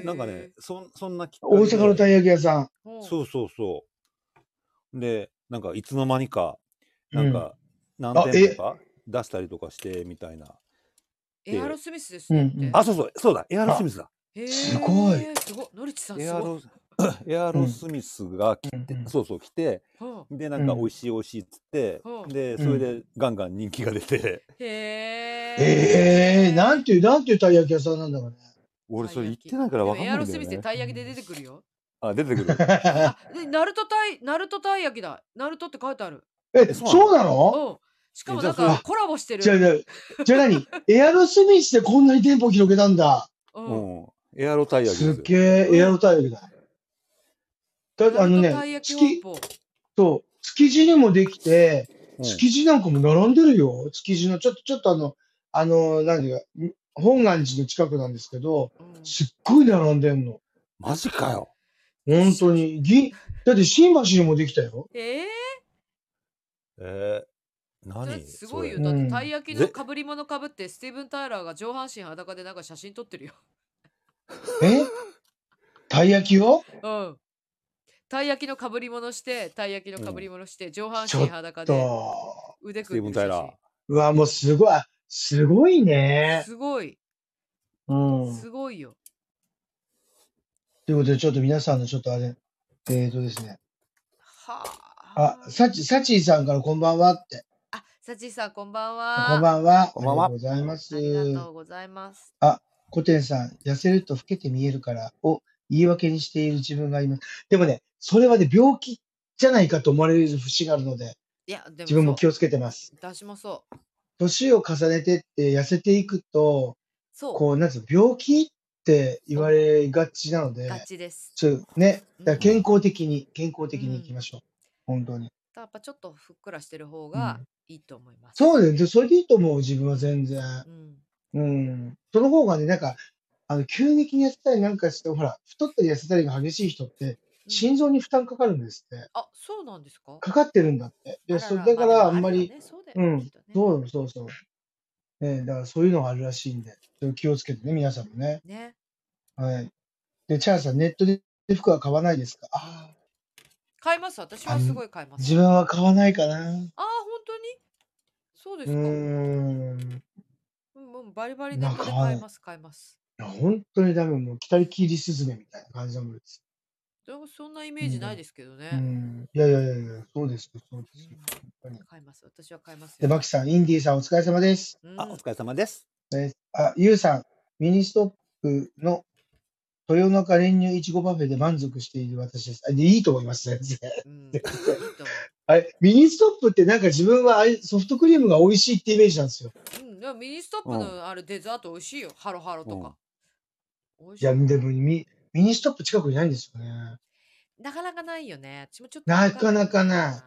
Speaker 2: え
Speaker 3: なんかねそんそんなきっかけ
Speaker 2: 大
Speaker 3: で
Speaker 2: 阪のたい焼き屋さん。
Speaker 1: ほう
Speaker 3: そうそうそう。で、なんかいつの間にか、
Speaker 2: う
Speaker 3: なん
Speaker 2: ん
Speaker 3: か何
Speaker 2: あ
Speaker 3: 店舗か出したりとかしてみたいな。
Speaker 1: エアロスミスですね
Speaker 2: うん
Speaker 1: っ
Speaker 2: う
Speaker 1: て。
Speaker 2: ん
Speaker 3: あ、そうそう、そうだ、エアロスミスだ。
Speaker 1: へー
Speaker 2: すごい。
Speaker 1: すごい。ノリチさん
Speaker 3: エ
Speaker 1: す
Speaker 3: ア
Speaker 1: ごい。
Speaker 3: ロ、エアロスミスが来
Speaker 2: うん
Speaker 3: て、
Speaker 2: うん
Speaker 3: そうそう来て、
Speaker 1: ほ
Speaker 3: で、なんか
Speaker 2: うん
Speaker 3: 美味しい美味しいっつって、
Speaker 1: うん
Speaker 3: で、それでガンガン人気が 出て、
Speaker 1: うへ
Speaker 2: ええ
Speaker 1: ー
Speaker 2: なんていう、なんていうたい焼き屋さんなんだろうね。
Speaker 3: 俺そ
Speaker 1: た
Speaker 3: れ言っ
Speaker 1: 焼き
Speaker 3: てないからわかん
Speaker 1: でも
Speaker 3: な
Speaker 1: エ
Speaker 3: い
Speaker 1: アロ
Speaker 3: んだ
Speaker 1: ス
Speaker 3: よ
Speaker 1: ミスで
Speaker 3: ね。
Speaker 1: たい焼きで出てくるよ。
Speaker 3: あ、出てくる。
Speaker 1: あ、でナルトたい、ナルトたい焼きだ。ナルトって書いてある。
Speaker 2: え、
Speaker 3: えそうなの
Speaker 2: そうなの
Speaker 1: うん。しかも
Speaker 3: えじ
Speaker 1: な
Speaker 3: ゃ
Speaker 1: ん
Speaker 3: あ
Speaker 1: か
Speaker 2: そ
Speaker 1: コラボしてる。
Speaker 2: じゃあ、じゃあじゃあ何 エアロスミスでこんなに店舗広げたんだ。
Speaker 1: うん
Speaker 3: うん。エアロタイヤです
Speaker 2: す
Speaker 3: よ
Speaker 2: っげえ、エアロたい焼きだ。だってあの
Speaker 1: ナルトたい
Speaker 2: ね、
Speaker 1: 焼き
Speaker 2: 月、
Speaker 1: 本舗
Speaker 2: そう、築地にもできて、
Speaker 3: うん
Speaker 2: 築地なんかも並んでるよ。築地の、ちょっと、ちょっとあの、あの、何ていうか、本願寺の近くなんですけど、
Speaker 1: うん
Speaker 2: すっごい並んでんの。
Speaker 3: マジかよ。
Speaker 2: 本当に。ぎだって新橋にもできたよ。
Speaker 1: ええ
Speaker 3: えー、何
Speaker 1: すごいよ。
Speaker 3: それ
Speaker 1: だっ
Speaker 2: う
Speaker 1: て
Speaker 2: ん
Speaker 1: たい焼きの被り物被ってスティーブン・タイラーが上半身裸でなんか写真撮ってるよ。
Speaker 2: えたい焼きを
Speaker 1: うん。たい焼きの被り物して、たい焼きの被り物して、上半
Speaker 2: ちょっ
Speaker 1: 身裸で
Speaker 2: と。
Speaker 1: 腕
Speaker 3: ステ
Speaker 1: 組
Speaker 3: ィー
Speaker 1: ん
Speaker 3: ブ
Speaker 1: で
Speaker 3: ン・
Speaker 1: る
Speaker 3: タイラー
Speaker 1: 写。
Speaker 2: うわ、もうすごい。あすごい
Speaker 1: 真。
Speaker 2: ね。
Speaker 1: すごい。
Speaker 2: うん。
Speaker 1: すごいよ。
Speaker 2: ということで、ちょっと皆さんのちょっとあれ、えーとですね。
Speaker 1: は
Speaker 2: あ
Speaker 1: あ。、
Speaker 2: サチ、サチーさんからこんばんはって。
Speaker 1: あ、さちさん、こんばんは。
Speaker 2: こんばんは。
Speaker 3: こんばんは
Speaker 2: ありがとうござ
Speaker 1: あ
Speaker 2: いま
Speaker 1: りが
Speaker 2: す
Speaker 1: と。うございます。
Speaker 2: コテンさん、痩せると老けて見えるからを言い訳にしている自分がいます。でもね、それはね、病気じゃないかと思われる節があるので、
Speaker 1: いや、でも
Speaker 2: 自分も
Speaker 1: そ
Speaker 2: 気をつけてます。
Speaker 1: う私もそう。
Speaker 2: 年を重ねてって痩せていくと、
Speaker 1: そ
Speaker 2: こう、なんつうの、病気って言われがちなの
Speaker 1: う。
Speaker 2: で、
Speaker 1: ガチです。
Speaker 2: そうね。だから
Speaker 1: うん
Speaker 2: 健康的に、健康的にいきましょう。本当に。
Speaker 1: やっぱちょっとふっくらしてる方が
Speaker 2: うん
Speaker 1: いいと思います。
Speaker 2: そう
Speaker 1: で
Speaker 2: ね。でそれでいいと思う、自分は全然。
Speaker 1: す。うん。
Speaker 2: うん。その方がね、なんか、あの、急激に痩せたりなんかして、ほら、太ったり痩せたりが激しい人って、心臓に負担かかるんですって。
Speaker 1: あ、そうなんですか
Speaker 2: かかってるんだって。
Speaker 1: あ
Speaker 2: で、
Speaker 1: ら
Speaker 2: そ
Speaker 1: ら
Speaker 2: だか
Speaker 1: ま
Speaker 2: ら、あ
Speaker 1: で
Speaker 2: ん
Speaker 1: も
Speaker 2: ま
Speaker 1: るよ
Speaker 2: り、
Speaker 1: ねそうだ
Speaker 2: う
Speaker 1: よね。き
Speaker 2: ん
Speaker 1: っとね。
Speaker 2: そうそうそう。ね、だからそういうのがあるらしいんで、それ気をつけてね、皆さんもね。
Speaker 1: ね。
Speaker 2: はい。で、チャーさん、ネットで服は買わないですかああ、
Speaker 1: 買います。私はすごい買います。
Speaker 2: 自分は買わないかな。
Speaker 1: ああ、本当にそうで
Speaker 2: う
Speaker 1: すか。うん、
Speaker 2: ーん。
Speaker 1: もうバリバリネ
Speaker 2: なん
Speaker 1: ッ
Speaker 2: か
Speaker 1: トで買います、買います。
Speaker 2: いや本当にダメ、もう、キタリキリスズメみたいな感じだもんです。
Speaker 1: でもそんなイメージないですけどね。
Speaker 2: うん。いやいやいやいや、そうですよ、そうですよ。ぱり
Speaker 1: 買います。私は買います
Speaker 2: で、
Speaker 1: よ。
Speaker 2: マキさん、インディーさん、お疲れ様です。
Speaker 1: うん、
Speaker 3: あ、お疲れ様です。
Speaker 2: ですあ、ユウさん、ミニストップの豊中練乳いちごパフェで満足している私です。あでいいと思います、全然。
Speaker 1: うん、いいと
Speaker 2: あれ、ミニストップってなんか自分はああいうソフトクリームが美味しいってイメージなんですよ。
Speaker 1: 思う。うん、でもミニストップ
Speaker 3: う
Speaker 1: のあるデザート美味しいよ。ハロハロとか。美味し
Speaker 2: いや、
Speaker 1: い。
Speaker 2: でもミ、ミニストップ近くにないんですよね。
Speaker 1: なかなかないよね。私もちょっと
Speaker 2: なかなか
Speaker 1: う
Speaker 2: ない
Speaker 1: ん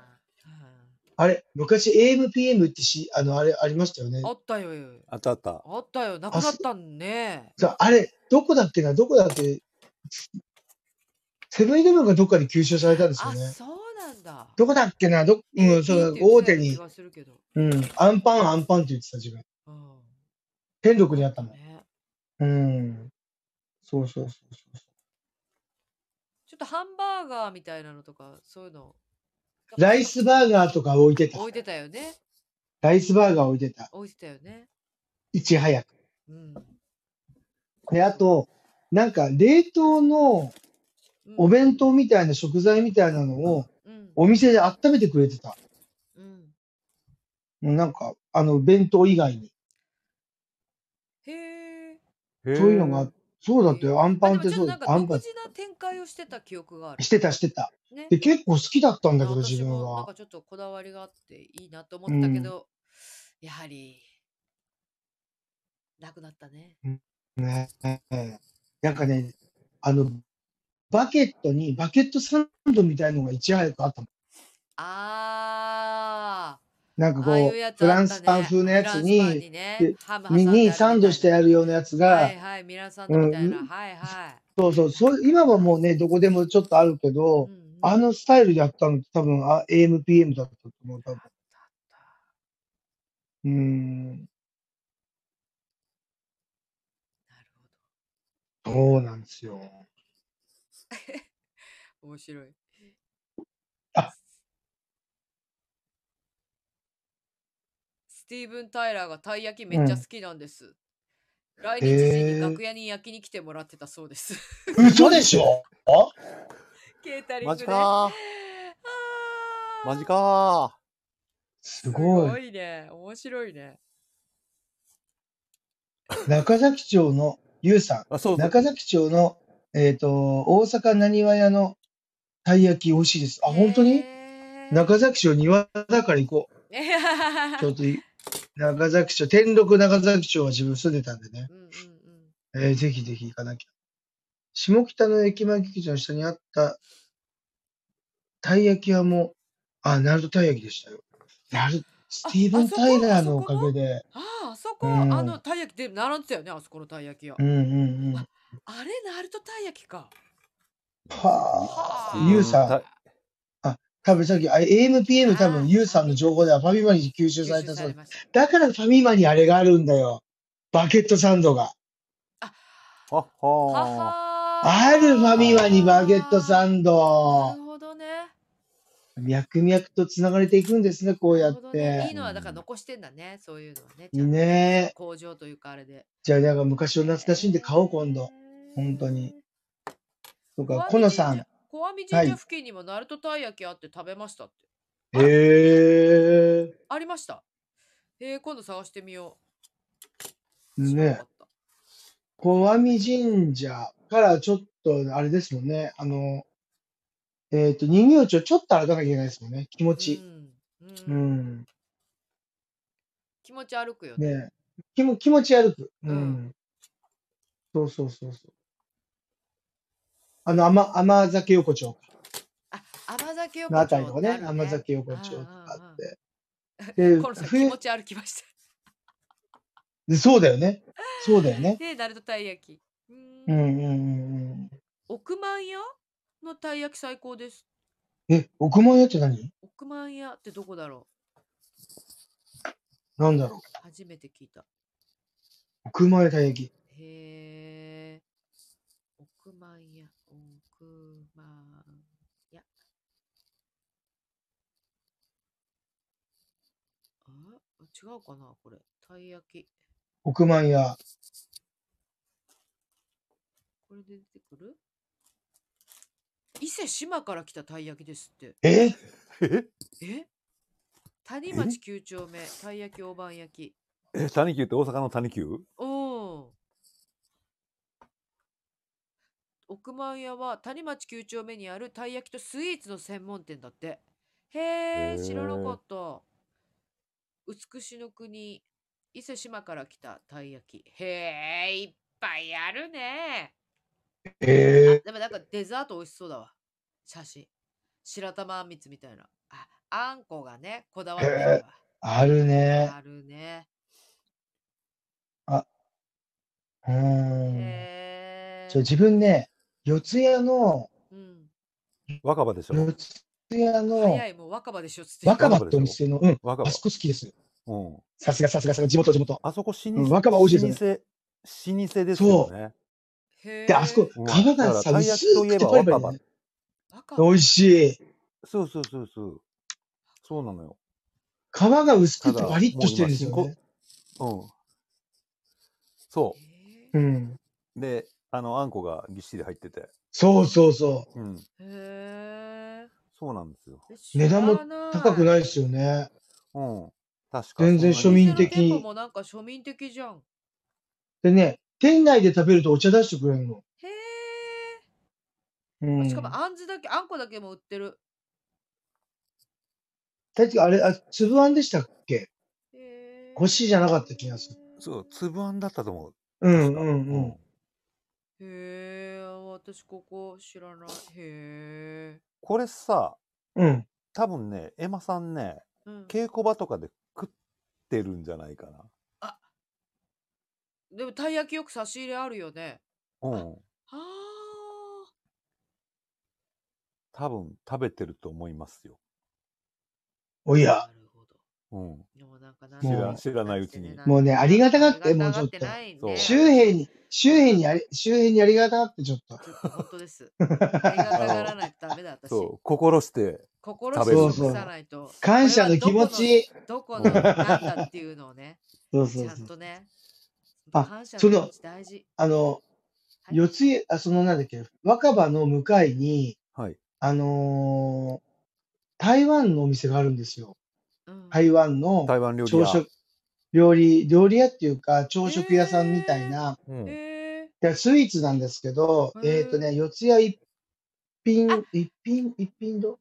Speaker 2: あれ、昔 AMPM ってし、あの、あれ、ありましたよね。
Speaker 1: あったよ。
Speaker 3: あったあった。
Speaker 1: あったよ。なくなったんね。
Speaker 2: そうあれ、どこだっけな、どこだっけ、セブンイレブンがどっかで吸収されたんですよ
Speaker 1: あ、
Speaker 2: ね。
Speaker 1: そうなんだ。
Speaker 2: どこだっけな、ど、う
Speaker 1: いい
Speaker 2: ん、
Speaker 1: って
Speaker 2: そう、
Speaker 1: 言っ
Speaker 2: 大
Speaker 1: てた
Speaker 2: 手
Speaker 1: ような気
Speaker 2: に、
Speaker 1: がするけど
Speaker 2: うん、アンパン、アンパンって言ってた自分。
Speaker 1: うん
Speaker 2: 天禄にあったもん。
Speaker 1: ね
Speaker 2: うん。そうそうそうそう。
Speaker 1: ちょっとハンバーガーみたいなのとか、そういうの。
Speaker 2: ライスバーガーとか置いてた。
Speaker 1: 置いてたよね。
Speaker 2: ライスバーガー置いてた。
Speaker 1: 置いてたよね。
Speaker 2: いち早く。
Speaker 1: うん。
Speaker 2: で、あと、なんか、冷凍の
Speaker 1: うん
Speaker 2: お弁当みたいな食材みたいなのを、
Speaker 1: うん。
Speaker 2: お店で温めてくれてた。
Speaker 1: うん。
Speaker 2: なんか、あの、弁当以外に。
Speaker 1: へえ。
Speaker 3: そう
Speaker 2: そういうのが、そうだって、アンパン
Speaker 1: あ
Speaker 2: っ
Speaker 1: で
Speaker 2: て
Speaker 1: もちょ
Speaker 2: そ
Speaker 1: っとな
Speaker 2: うだ
Speaker 1: ん。か
Speaker 2: アン
Speaker 1: 独
Speaker 2: パン。
Speaker 1: 自な展開をしてた記憶がある。
Speaker 2: してた、してた。
Speaker 1: ね
Speaker 2: で、結構好きだったんだけど、
Speaker 1: 私
Speaker 2: 自分
Speaker 1: もなん
Speaker 2: は
Speaker 1: か。ちょっとこだわりがあっていいなと思ったけど、やはりなくなったね。
Speaker 2: ねえ。なんかね、あの、バケットに、バケットサンドみたいのがいち早くあったの。
Speaker 1: あ
Speaker 2: なん
Speaker 1: ー
Speaker 2: か
Speaker 1: ああい
Speaker 2: こ
Speaker 1: うや
Speaker 2: う、
Speaker 1: つ
Speaker 2: フラ
Speaker 1: あ
Speaker 2: ン
Speaker 1: ったね
Speaker 2: スパン風のやつ
Speaker 1: フランスパン
Speaker 2: に、
Speaker 1: にね
Speaker 2: で
Speaker 1: ハム挟ん
Speaker 2: に
Speaker 1: であるみたい
Speaker 2: に
Speaker 1: な
Speaker 2: サンドしてあるようなやつ
Speaker 1: は
Speaker 2: が
Speaker 1: い、はいミランサンドみたいな、
Speaker 2: うん
Speaker 1: はいはい、
Speaker 2: そうそう、そう、今はもうね、どこでもちょっとあるけ
Speaker 1: うん
Speaker 2: ど
Speaker 1: う、ん、
Speaker 2: あのスタイルでやったのって多分、あ、AM、PM だったと思う、多分。うーん、
Speaker 1: なるほ
Speaker 2: そうなんですよ。
Speaker 1: ど面白い。
Speaker 2: あ
Speaker 1: スティーブン・タイラーがたい焼きめっちゃ
Speaker 2: うん
Speaker 1: 好きなんです。来日時に楽屋に焼きに来てもらってたそうです。
Speaker 2: 嘘でしょ
Speaker 1: ケータリン
Speaker 3: マ
Speaker 1: グ
Speaker 3: ジ
Speaker 1: で。
Speaker 3: か
Speaker 1: あー
Speaker 3: ーマジか
Speaker 2: す
Speaker 1: す
Speaker 2: ご
Speaker 1: ご
Speaker 2: い。
Speaker 1: いね。面白いね。
Speaker 2: 中崎町の、ゆうさ
Speaker 3: ーあ、そ
Speaker 2: ん、
Speaker 3: うそう。
Speaker 2: 中崎町の、えっ、と、大阪なにわ屋のたい焼き美味しいです。あ、本当に
Speaker 1: へー
Speaker 2: 中崎町庭だから行こう。ちょっとい、中崎町、天禄中崎町は自分住んでたんでね。
Speaker 1: うんうんうん。
Speaker 2: えーぜひぜひ行かなきゃ。下北の駅前劇場の下にあった、たい焼き屋も、あ、ナルトたい焼きでしたよ。ナルスティーブン・タイラーのおかげで、
Speaker 1: ああ、あそこ、
Speaker 2: うん
Speaker 1: あのたい焼きで並んでたよね。あそこのたい焼き屋。
Speaker 2: うんうんうん。
Speaker 1: あれ、ナルトたい焼きか。
Speaker 2: は
Speaker 1: は
Speaker 2: あ、ユウさん
Speaker 3: た、
Speaker 2: 多分さっき、あ AMPM 多
Speaker 1: あー
Speaker 2: 分ユウさんの情報ではファミマに吸収
Speaker 1: 吸
Speaker 2: された
Speaker 1: 収
Speaker 2: そ
Speaker 1: され
Speaker 2: う。
Speaker 1: ました。
Speaker 2: だからファミマにあれがあるんだよ。バケットサンドが。
Speaker 3: はっ
Speaker 1: は
Speaker 3: は
Speaker 1: は
Speaker 2: あるファミマにバケットサ
Speaker 1: ン
Speaker 2: ン
Speaker 1: な
Speaker 2: ド。
Speaker 1: るほどね。
Speaker 2: 脈々と繋がれていくんですね、こうや
Speaker 1: なる
Speaker 2: っ
Speaker 1: ほどねいい
Speaker 2: て。
Speaker 1: のはだから残してんだね。そういうのはね。
Speaker 2: いいね。
Speaker 1: 工場というかあれで。
Speaker 2: じゃあ、だから昔を懐かしんで買おう、今度。。本当に。とか、コノさん。。
Speaker 1: 小網神
Speaker 2: は
Speaker 1: 社
Speaker 2: い
Speaker 1: 付近にもナルトたい焼きあって食べましたって。
Speaker 2: へえ。
Speaker 1: ありました。えー、今度探してみよう。知らな
Speaker 2: ね
Speaker 1: かった。
Speaker 2: 小網神社からちょっと、あれですもんね。あの、えっ、と、人形町ちょっと歩かなきゃいけないですもんね。気持ち。
Speaker 1: うん
Speaker 2: う
Speaker 1: うん
Speaker 2: ん。
Speaker 1: 気持ち歩くよね。
Speaker 2: ねえ気も気持ち歩く。う。
Speaker 1: うん
Speaker 2: そうそうそうそう。あの、甘、甘酒横丁か
Speaker 1: あ、甘酒横丁
Speaker 2: のあ
Speaker 1: って
Speaker 2: た
Speaker 1: あ
Speaker 2: り
Speaker 1: る
Speaker 2: と
Speaker 1: ね。
Speaker 2: かね。甘酒横丁とかあって。で
Speaker 1: コロさ、ん気
Speaker 2: 冬
Speaker 1: 持、ち歩きまし
Speaker 2: でそうだよね。そうだよ
Speaker 1: た。
Speaker 2: ね。
Speaker 1: で、ナルトたい焼き。うー
Speaker 2: うん
Speaker 1: ん。
Speaker 2: うんうんうん。
Speaker 1: 億万屋のたい焼き最高です。
Speaker 2: え、億万屋って何
Speaker 1: 億万屋ってどこだろ
Speaker 2: なんだろ
Speaker 1: う初めて聞いた。
Speaker 2: う。億万屋たい焼き。
Speaker 1: へえ。億万屋、億万屋。あ違うかなこれ。たい焼き。
Speaker 2: 億万屋。
Speaker 1: これで出てくる伊勢志摩から来たたい焼きですって。
Speaker 2: え
Speaker 3: ー。
Speaker 1: え谷町9丁目、たい焼き大判焼き。
Speaker 3: え、え、谷急って大阪の谷急
Speaker 1: おお。億万屋は谷町9丁目にあるたい焼きとスイーツの専門店だって。へ
Speaker 3: へ
Speaker 1: え、
Speaker 3: ー
Speaker 1: 知らなかった。美しの国、伊勢志摩から来たたい焼き。へえ、いっぱいあるね。
Speaker 2: え
Speaker 1: あでもなんかデザート美味しそうだわ。写真。白玉あんみつみたいな。あ、あんこがね、こだわってるわ。
Speaker 2: あるね。
Speaker 1: あるね。
Speaker 2: うーん。
Speaker 1: へえ。
Speaker 2: そう、自分ね、四ツ谷の、
Speaker 1: うん。
Speaker 3: 若葉でしょ
Speaker 2: 四ツ谷の
Speaker 1: 早、い、もう若葉でしょつって。
Speaker 2: 若葉ってお店の、うん、
Speaker 3: 若
Speaker 2: あ
Speaker 3: 葉
Speaker 2: そ。こ好きです。
Speaker 3: うん。
Speaker 2: さすがさすがさすが、地元地元。
Speaker 3: あそこ老
Speaker 2: うん
Speaker 3: 舗。
Speaker 2: 若葉美味しいです
Speaker 3: 老舗、老舗ですよね。
Speaker 1: へー
Speaker 2: で、あそこ、
Speaker 3: うん
Speaker 2: 皮が
Speaker 3: だから
Speaker 2: さ、
Speaker 3: たい
Speaker 2: 薄
Speaker 3: 焼きとい
Speaker 2: く
Speaker 3: え
Speaker 2: て
Speaker 3: ば
Speaker 2: パリパリ
Speaker 3: 若
Speaker 2: だ
Speaker 3: 葉
Speaker 2: ね。
Speaker 1: 若葉
Speaker 2: 美味しい。皮
Speaker 3: そうそうそうそう。そうなのよ。
Speaker 2: が薄
Speaker 3: た
Speaker 2: く
Speaker 3: だ
Speaker 2: てパリッとしてるんですよね。
Speaker 3: もう今新興うん。そ
Speaker 1: へー
Speaker 2: うん。
Speaker 3: う。で、あの、あんこがぎっしり入ってて。
Speaker 2: そうそうそ
Speaker 3: うん。
Speaker 1: へー
Speaker 3: そうなんですよ。
Speaker 1: え。
Speaker 2: 値段も
Speaker 1: 知ら
Speaker 2: う。高く
Speaker 1: い。
Speaker 2: ないですよね。
Speaker 3: うん。確か
Speaker 2: 全
Speaker 3: に
Speaker 2: 然庶民的
Speaker 1: お店の店舗もなんか庶民的じゃん。
Speaker 2: でね、店内で食べるとお茶出してくれるの。
Speaker 1: へえ。
Speaker 2: うん
Speaker 1: しかもあんずだけ、あんこだけも売ってる。
Speaker 2: 確かあれ、あ、粒あんでしたっけ
Speaker 1: へえ
Speaker 2: 欲しいじゃなかった気がする。
Speaker 3: そう、粒あんだったと思う。
Speaker 2: うん
Speaker 3: 確か
Speaker 2: うんうん。。
Speaker 1: へえ、私ここ知らない。へえ。
Speaker 3: これさ、
Speaker 2: うん。
Speaker 3: 多分ね、エマさんね、
Speaker 1: うん、
Speaker 3: 稽古場とかで食ってるんじゃないかな。
Speaker 1: でもたい焼きよく差し入れあるよね。
Speaker 3: うん。
Speaker 1: ああ。
Speaker 3: 多分食べてると思いますよ。
Speaker 2: おや、
Speaker 1: なるほど。
Speaker 3: うん。
Speaker 1: でもなんかなん
Speaker 2: 知ら
Speaker 1: と
Speaker 3: 知らないうちに
Speaker 1: なんか
Speaker 2: もうね、ありがたがっ
Speaker 1: あ
Speaker 2: て、
Speaker 1: り
Speaker 2: もう
Speaker 1: が
Speaker 2: ち
Speaker 1: た
Speaker 2: ょ
Speaker 1: が
Speaker 2: ってと。
Speaker 1: ないね
Speaker 3: そう
Speaker 2: 周辺に、周辺にあり、周辺にありがたがって、ちょっと。
Speaker 1: ちょっと本当です。ありがたがらないとダメだ、私。
Speaker 3: そう、心して。
Speaker 1: 心を
Speaker 3: 食べる
Speaker 1: 尽くさないと。
Speaker 2: 感謝の気持ち。
Speaker 1: どこの、どこのなんだっていうのをね、
Speaker 2: そう
Speaker 1: ち
Speaker 2: そう
Speaker 1: ゃ
Speaker 2: そ
Speaker 1: ん
Speaker 2: う。
Speaker 1: とね。
Speaker 2: あ
Speaker 1: 感謝
Speaker 2: その
Speaker 1: 気持ち大事。
Speaker 2: あの、
Speaker 1: はい
Speaker 2: 四つ谷、あ、そのなんだっけ、若葉の向かいに、
Speaker 3: はい。
Speaker 2: あのー台湾のお店があるんですよ。
Speaker 1: うん
Speaker 2: 台湾の
Speaker 3: 台湾料理
Speaker 2: 朝
Speaker 3: 屋。
Speaker 2: 食、料理、料理屋っていうか、朝食屋さんみたいな、
Speaker 3: うん。
Speaker 1: へえ。
Speaker 2: でスイーツなんですけど、
Speaker 1: へー
Speaker 2: えっ、とね、四ツ谷一品、一品、一品堂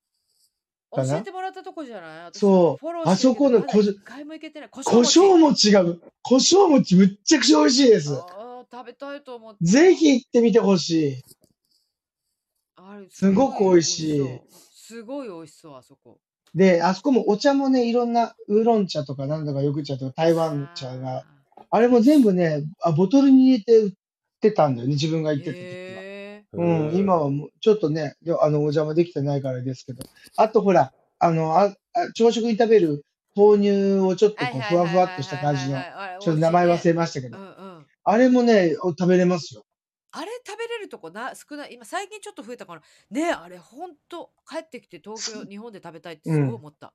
Speaker 1: 教
Speaker 2: かな
Speaker 1: えてもらったとこじゃない私
Speaker 2: そう
Speaker 1: フォローしてるけど
Speaker 2: あそこの
Speaker 1: まだ
Speaker 2: こじ
Speaker 1: 一回も行けてない。胡
Speaker 2: 胡椒餅が、胡椒餅むっちゃくちゃ美味しいです。
Speaker 1: あー食べたいと思って。
Speaker 2: ぜひ行ってみてほしい。
Speaker 1: あれ
Speaker 2: すごく美味しい
Speaker 1: 美味そう。すごい美味しそう、あそこ。
Speaker 2: で、あそこもお茶もね、いろんなウーロン茶とかなんとかよく茶とか台湾茶が、
Speaker 1: あ
Speaker 2: あれも全部ね、あボトルに入れて売ってたんだよね、自分が
Speaker 1: ー。
Speaker 2: 行ってた時は。
Speaker 1: へえ。
Speaker 2: うん、今はもうちょっとね、であの、お邪魔できてないからですけど。あとほら、あの、ああ朝食に食べる豆乳をちょっとこうふわふわっとした感じの、ち
Speaker 1: ょ
Speaker 2: ょっと名前忘
Speaker 1: れ
Speaker 2: れましたけ
Speaker 1: う
Speaker 2: ど、
Speaker 1: んうん。
Speaker 2: あれもね、お食べれますよ。
Speaker 1: あれ食べれるとこな少ない今最近ちょっと増えたからねえあれほんと帰ってきて東京日本で食べたいってすごい思った、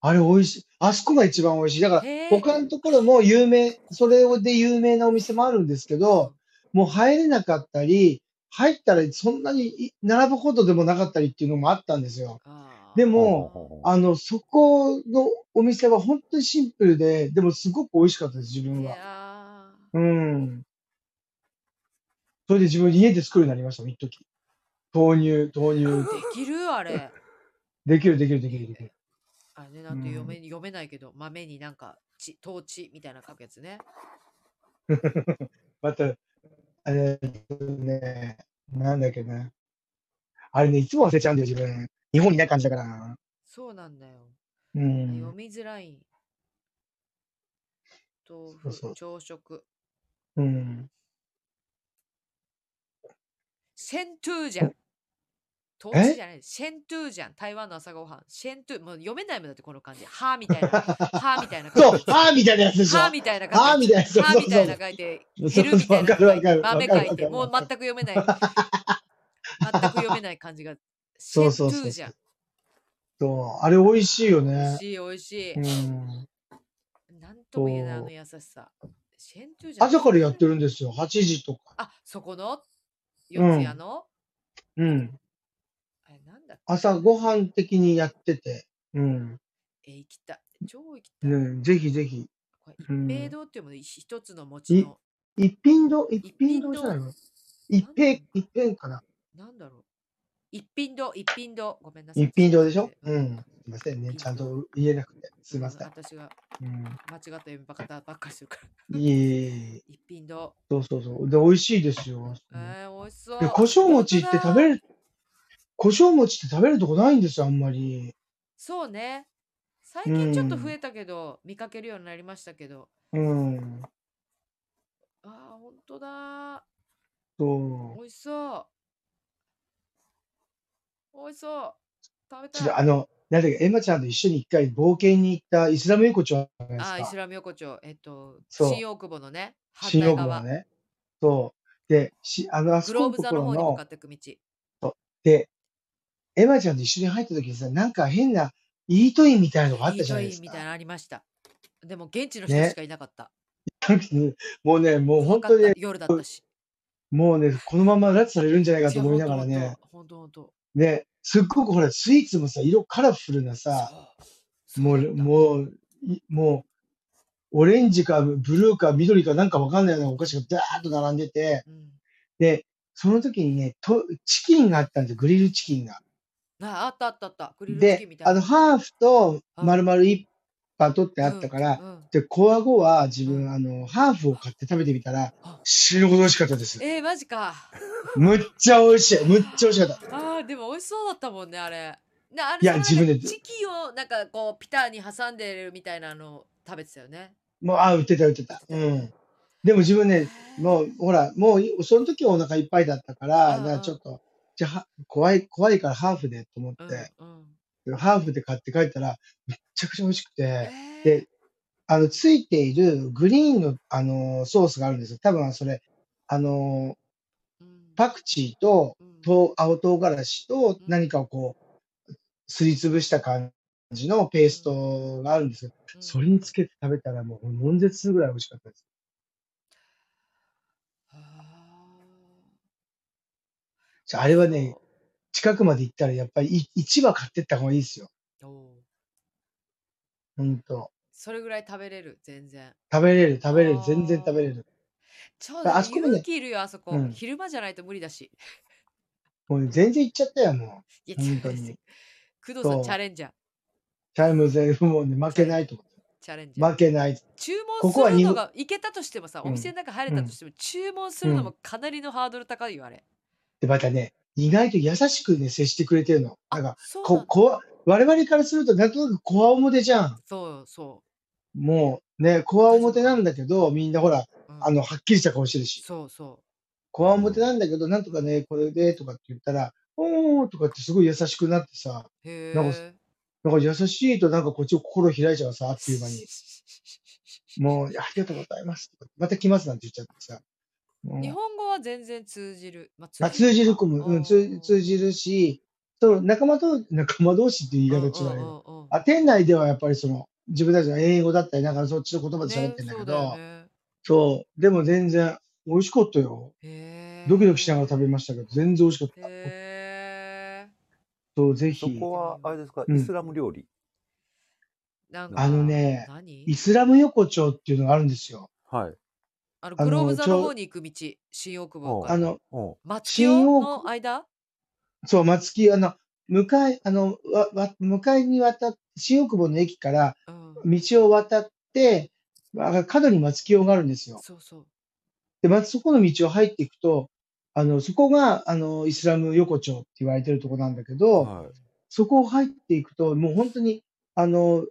Speaker 2: あれ美味しい。あそこが一番美味しい。だから、
Speaker 1: へえ
Speaker 2: 他のところも有名、それで有名なお店もあるんですけど、もう入れなかったり、入ったらそんなにい並ぶほどでもなかったりっていうのもあったんですよ。
Speaker 1: あー
Speaker 2: でも
Speaker 3: う
Speaker 2: あの、そこのお店は本当にシンプルで、でもすごく美味しかったです、自分
Speaker 1: い
Speaker 2: は。
Speaker 1: や
Speaker 2: うん。それで自分家で作るようになりました、一時。豆乳、豆
Speaker 1: ー
Speaker 2: 乳。
Speaker 1: できるあれ
Speaker 2: できる、できる、できる、できる。
Speaker 1: あれねなんて
Speaker 2: うん
Speaker 1: 読め,、読めないけど豆になんかち豆地みたいな書くやつね
Speaker 2: また、あれね、なんだっけな。あれね、いつも忘れちゃうんだよ、自分。日本にない感じだからな。
Speaker 1: そうなんだよ、
Speaker 2: う
Speaker 1: 読
Speaker 2: ん。
Speaker 1: みづらい豆
Speaker 2: そう
Speaker 1: 腐
Speaker 2: そう
Speaker 1: 朝食
Speaker 2: うん。
Speaker 1: シェントゥージャン豆地じゃないシェントゥージャン台湾の朝ごはんシェントゥもう読めないもんだってこの感じはみたいなはみたいな
Speaker 2: そ
Speaker 1: 感
Speaker 2: う
Speaker 1: じ、
Speaker 2: あーみたいなやつでしょ。
Speaker 1: はみたいな
Speaker 2: は
Speaker 1: 感
Speaker 2: み
Speaker 1: じ。
Speaker 2: たいなやつ。そう
Speaker 1: はみ
Speaker 2: そ
Speaker 1: た
Speaker 2: う
Speaker 1: い
Speaker 2: そう
Speaker 1: な書いて、
Speaker 2: そう
Speaker 1: 昼みたいな書
Speaker 2: わ
Speaker 1: い
Speaker 2: か
Speaker 1: て、
Speaker 2: るわか
Speaker 1: 豆
Speaker 2: る
Speaker 1: 書
Speaker 2: わか
Speaker 1: い
Speaker 2: る
Speaker 1: て、もう
Speaker 2: わ
Speaker 1: 全く読めない。全く読めない感じが。シェ
Speaker 2: そうそう
Speaker 1: ン
Speaker 2: そう
Speaker 1: トゥージャン。
Speaker 2: そう。あれ美味しいよ
Speaker 1: 美味
Speaker 2: ね。
Speaker 1: しい、美味し
Speaker 2: うん。
Speaker 1: い。なんとも言えないあ
Speaker 2: そう
Speaker 1: の優しさ。シェントゥージャン。
Speaker 2: 朝からやってるんですよ。8時とか。
Speaker 1: あ、そこの四つ屋の、
Speaker 2: うん。
Speaker 1: あれなんだっけ
Speaker 2: 朝ご飯的にやってて。うん。
Speaker 1: え、行きたい。超行きたい。
Speaker 2: ね、ぜひぜひ。
Speaker 1: これ
Speaker 2: う
Speaker 1: 一
Speaker 2: ん
Speaker 1: 平堂っていうもの、一一つの餅の。
Speaker 2: 一品堂、一品
Speaker 1: 品
Speaker 2: 堂
Speaker 1: 堂
Speaker 2: じゃないの一平、一平かな。
Speaker 1: なんだろう。一品堂、一品堂。ごめんなさい。
Speaker 2: 一品堂でしょ
Speaker 1: すいま
Speaker 2: う
Speaker 1: せ
Speaker 2: ん。すいませんね。ちゃんと言えなくて。すいません。
Speaker 1: 私が
Speaker 2: うん。
Speaker 1: 間違った読み方ばっかりするから。
Speaker 2: いえいえいえ。
Speaker 1: 一品堂。
Speaker 2: そうそうそう。で、美味しいですよ。
Speaker 1: えー、美味しそう。
Speaker 2: で、胡椒餅って食べ
Speaker 1: る
Speaker 2: れる、胡椒餅って食べるとこないんですよ、あんまり。
Speaker 1: そうね。最近ちょっと
Speaker 2: うん
Speaker 1: 増えたけど、見かけるようになりましたけど。
Speaker 2: うん。
Speaker 1: ああ、ほんとだ。
Speaker 2: そう。
Speaker 1: 美味しそう。美味しそう。食べ
Speaker 2: ちょ
Speaker 1: た
Speaker 2: っと
Speaker 1: い。
Speaker 2: あの、なんだっけ、エマちゃんと一緒に一回冒険に行ったイスラム横丁あるじ
Speaker 1: あ
Speaker 2: ゃな
Speaker 1: あ
Speaker 2: い
Speaker 1: ー、
Speaker 2: で
Speaker 1: イス
Speaker 2: すか。
Speaker 1: ラム横丁。えっと、
Speaker 2: そう
Speaker 1: 新大久保のね、反
Speaker 2: 新
Speaker 1: 対
Speaker 2: 大久保
Speaker 1: 側。
Speaker 2: のね。そう。で、しあの、あそ
Speaker 1: グ
Speaker 2: こ
Speaker 1: ロー
Speaker 2: の
Speaker 1: ブ
Speaker 2: と
Speaker 1: 座
Speaker 2: こ
Speaker 1: の
Speaker 2: ろ
Speaker 1: 方に向か
Speaker 2: の、
Speaker 1: っていく道。
Speaker 2: で、エマちゃんと一緒に入った時にさ、なんか変なイートインみたいなのがあっ
Speaker 1: イ
Speaker 2: た
Speaker 1: ー
Speaker 2: じゃ
Speaker 1: ト
Speaker 2: ないで
Speaker 1: イン
Speaker 2: す
Speaker 1: み
Speaker 2: か
Speaker 1: たい。なのありました。でも現地の人
Speaker 2: ね
Speaker 1: しかいなかった。
Speaker 2: もうね、もう
Speaker 1: 怖
Speaker 2: 本
Speaker 1: かっ
Speaker 2: 当に
Speaker 1: た
Speaker 2: ね、
Speaker 1: 夜だったし。
Speaker 2: もうね、このまま拉致されるんじゃないかと思いながら
Speaker 1: いや
Speaker 2: ね、。
Speaker 1: ほんとほんと。
Speaker 2: ね、すっごくほら、スイーツもさ、色カラフルな
Speaker 1: ほんと
Speaker 2: さ、
Speaker 1: ほんとそう
Speaker 2: も
Speaker 1: そう
Speaker 2: う、
Speaker 1: だった
Speaker 2: もう、いもう、オレンジかブルーか緑かなんかわかんないようなお菓子がダーッと並んでて、
Speaker 1: うん
Speaker 2: で、その時にね、とチキンがあったんですよ、グリルチキンが。
Speaker 1: ああったあったあった。グリルチキ
Speaker 2: で
Speaker 1: ンみ、たい
Speaker 2: あ
Speaker 1: な。
Speaker 2: の、ハーフと
Speaker 1: うん
Speaker 2: 丸々一杯取ってあったから、
Speaker 1: うんうん
Speaker 2: で、コア後は自
Speaker 1: う
Speaker 2: 分、あの、ハーフを買って食べてみたら
Speaker 1: あ、
Speaker 2: 死ぬほど美味しかったです。
Speaker 1: えー、マジか。
Speaker 2: むっちゃ美味しい。むっちゃ美味しかった。
Speaker 1: ああ、でも美味しそうだったもんね、あれ。なあれ
Speaker 2: いや
Speaker 1: そのなんか
Speaker 2: 自分で
Speaker 1: チキンをなんかこう、ピタに挟んでるみたいなのを食べてたよね。
Speaker 2: もう、あ、売ってた、売ってた。うん。でも自分ね、もう、ほら、もう、その時はお腹いっぱいだったから、
Speaker 1: うんうん
Speaker 2: だからちょっと、じゃあは怖い、怖いからハーフでと思
Speaker 1: う
Speaker 2: っ
Speaker 1: ん
Speaker 2: て、
Speaker 1: うん
Speaker 2: ハーフで買って帰ったら、めっちゃくちゃ美味しくて、
Speaker 1: えー
Speaker 2: であの、ついているグリーンの、あの、ソースがあるんですよ。多分、それ、あの、
Speaker 1: うん
Speaker 2: パクチーと、
Speaker 1: うん
Speaker 2: と青唐辛子と何かをこう、すりつぶした感じのペーストがあるんですけど、
Speaker 1: うん
Speaker 2: それにつけて食べたらもう悶絶するぐらい美味しかったです。
Speaker 1: あ
Speaker 2: じゃ
Speaker 1: ー
Speaker 2: ああれはね、、近くまで行ったらやっぱりい一羽買ってった方がいいですよ。
Speaker 1: そうおー
Speaker 2: ほんと。
Speaker 1: それぐらい食べれる、全然。
Speaker 2: 食べれる、食べれる
Speaker 1: あ、ー
Speaker 2: 全然食べれる。
Speaker 1: ちょう
Speaker 2: だ
Speaker 1: ど
Speaker 2: あそこもね
Speaker 1: 勇気いるよ、あそこ、
Speaker 2: うん
Speaker 1: 昼間じゃないと無理だし。
Speaker 2: もう全然行っちゃったよ、もう。
Speaker 1: いや、
Speaker 2: 本当
Speaker 1: 違うです工
Speaker 2: に。
Speaker 1: 藤さ、
Speaker 2: そうん
Speaker 1: チャレンジャー。
Speaker 2: チャイム全部もうね、負けないと思
Speaker 1: チャレンジャー
Speaker 2: う。負けない。
Speaker 1: 注
Speaker 2: こ
Speaker 1: 文
Speaker 2: こは
Speaker 1: する
Speaker 2: 日本
Speaker 1: のがいけたとしてもさ、
Speaker 2: うん
Speaker 1: お店の中入れたとしても、注文するのもかなりのハードル高いよ、あれ。
Speaker 2: で、またね、意外と優しくね、接してくれてるの。なんか、
Speaker 1: そうな
Speaker 2: こ、
Speaker 1: んだ
Speaker 2: こわ、我々からすると、なんとなくこわ表じゃん。
Speaker 1: そうそ
Speaker 2: もうね、こわ表なんだけど、みんなほら、
Speaker 1: う、うん
Speaker 2: あの、はっきりした顔してるし、
Speaker 1: そうそ
Speaker 2: こわ表なんだけど、なんとかね、これでとかって言ったら、おーとかってすごい優しくなってさ、
Speaker 1: う。へ
Speaker 2: なんか
Speaker 1: え。
Speaker 2: なんか優しいとなんかこっちを心開いちゃうさ、あっという間に。もう、ありがとうございます。また来ますなんて言っちゃってさ。も う
Speaker 1: 日本語は全然通じる。ま
Speaker 2: あ通じる子も、うん、通
Speaker 1: おー
Speaker 2: 通じるし、そう仲間と、仲間同士って言い
Speaker 1: うん
Speaker 2: 方
Speaker 1: うん
Speaker 2: 違うよ。
Speaker 1: うんうん
Speaker 2: あ、店内ではやっぱりその、自分たちの英語だったり、なんかそっちの言葉で喋ってんだ
Speaker 1: ね
Speaker 2: け
Speaker 1: そう
Speaker 2: ど、
Speaker 1: だよね
Speaker 2: そう、でも全然美味しかったよ。
Speaker 1: へえ
Speaker 2: ドキドキしながら食べましたけど、全然美味しかった。
Speaker 1: へえ
Speaker 2: そう、ぜ
Speaker 3: そ
Speaker 2: ひ。
Speaker 3: こは、あれですか、
Speaker 2: うん
Speaker 3: イスラム料理。
Speaker 1: なんか
Speaker 2: あのね
Speaker 1: 何
Speaker 2: イスラム横丁っていうのがあるんですよ。
Speaker 3: はい。
Speaker 1: あの
Speaker 2: あの
Speaker 1: グローブ座
Speaker 2: ちょ
Speaker 1: の
Speaker 2: う
Speaker 1: 方に行く道新大久保か
Speaker 2: あ
Speaker 1: ら
Speaker 2: の、
Speaker 3: うん。
Speaker 1: 松尾の間
Speaker 2: そう、松木、あの、向かい、あの、わわ向かいに渡っ新大久保の駅から
Speaker 1: うん
Speaker 2: 道を渡って、あ角に松木用があるんですよ。
Speaker 1: そうそう
Speaker 2: で、まずそこの道を入っていくと、あの、そこが、あの、イスラム横丁って言われてるとこなんだけど、
Speaker 3: はい。
Speaker 2: そこを入っていくと、もう本当に、あの、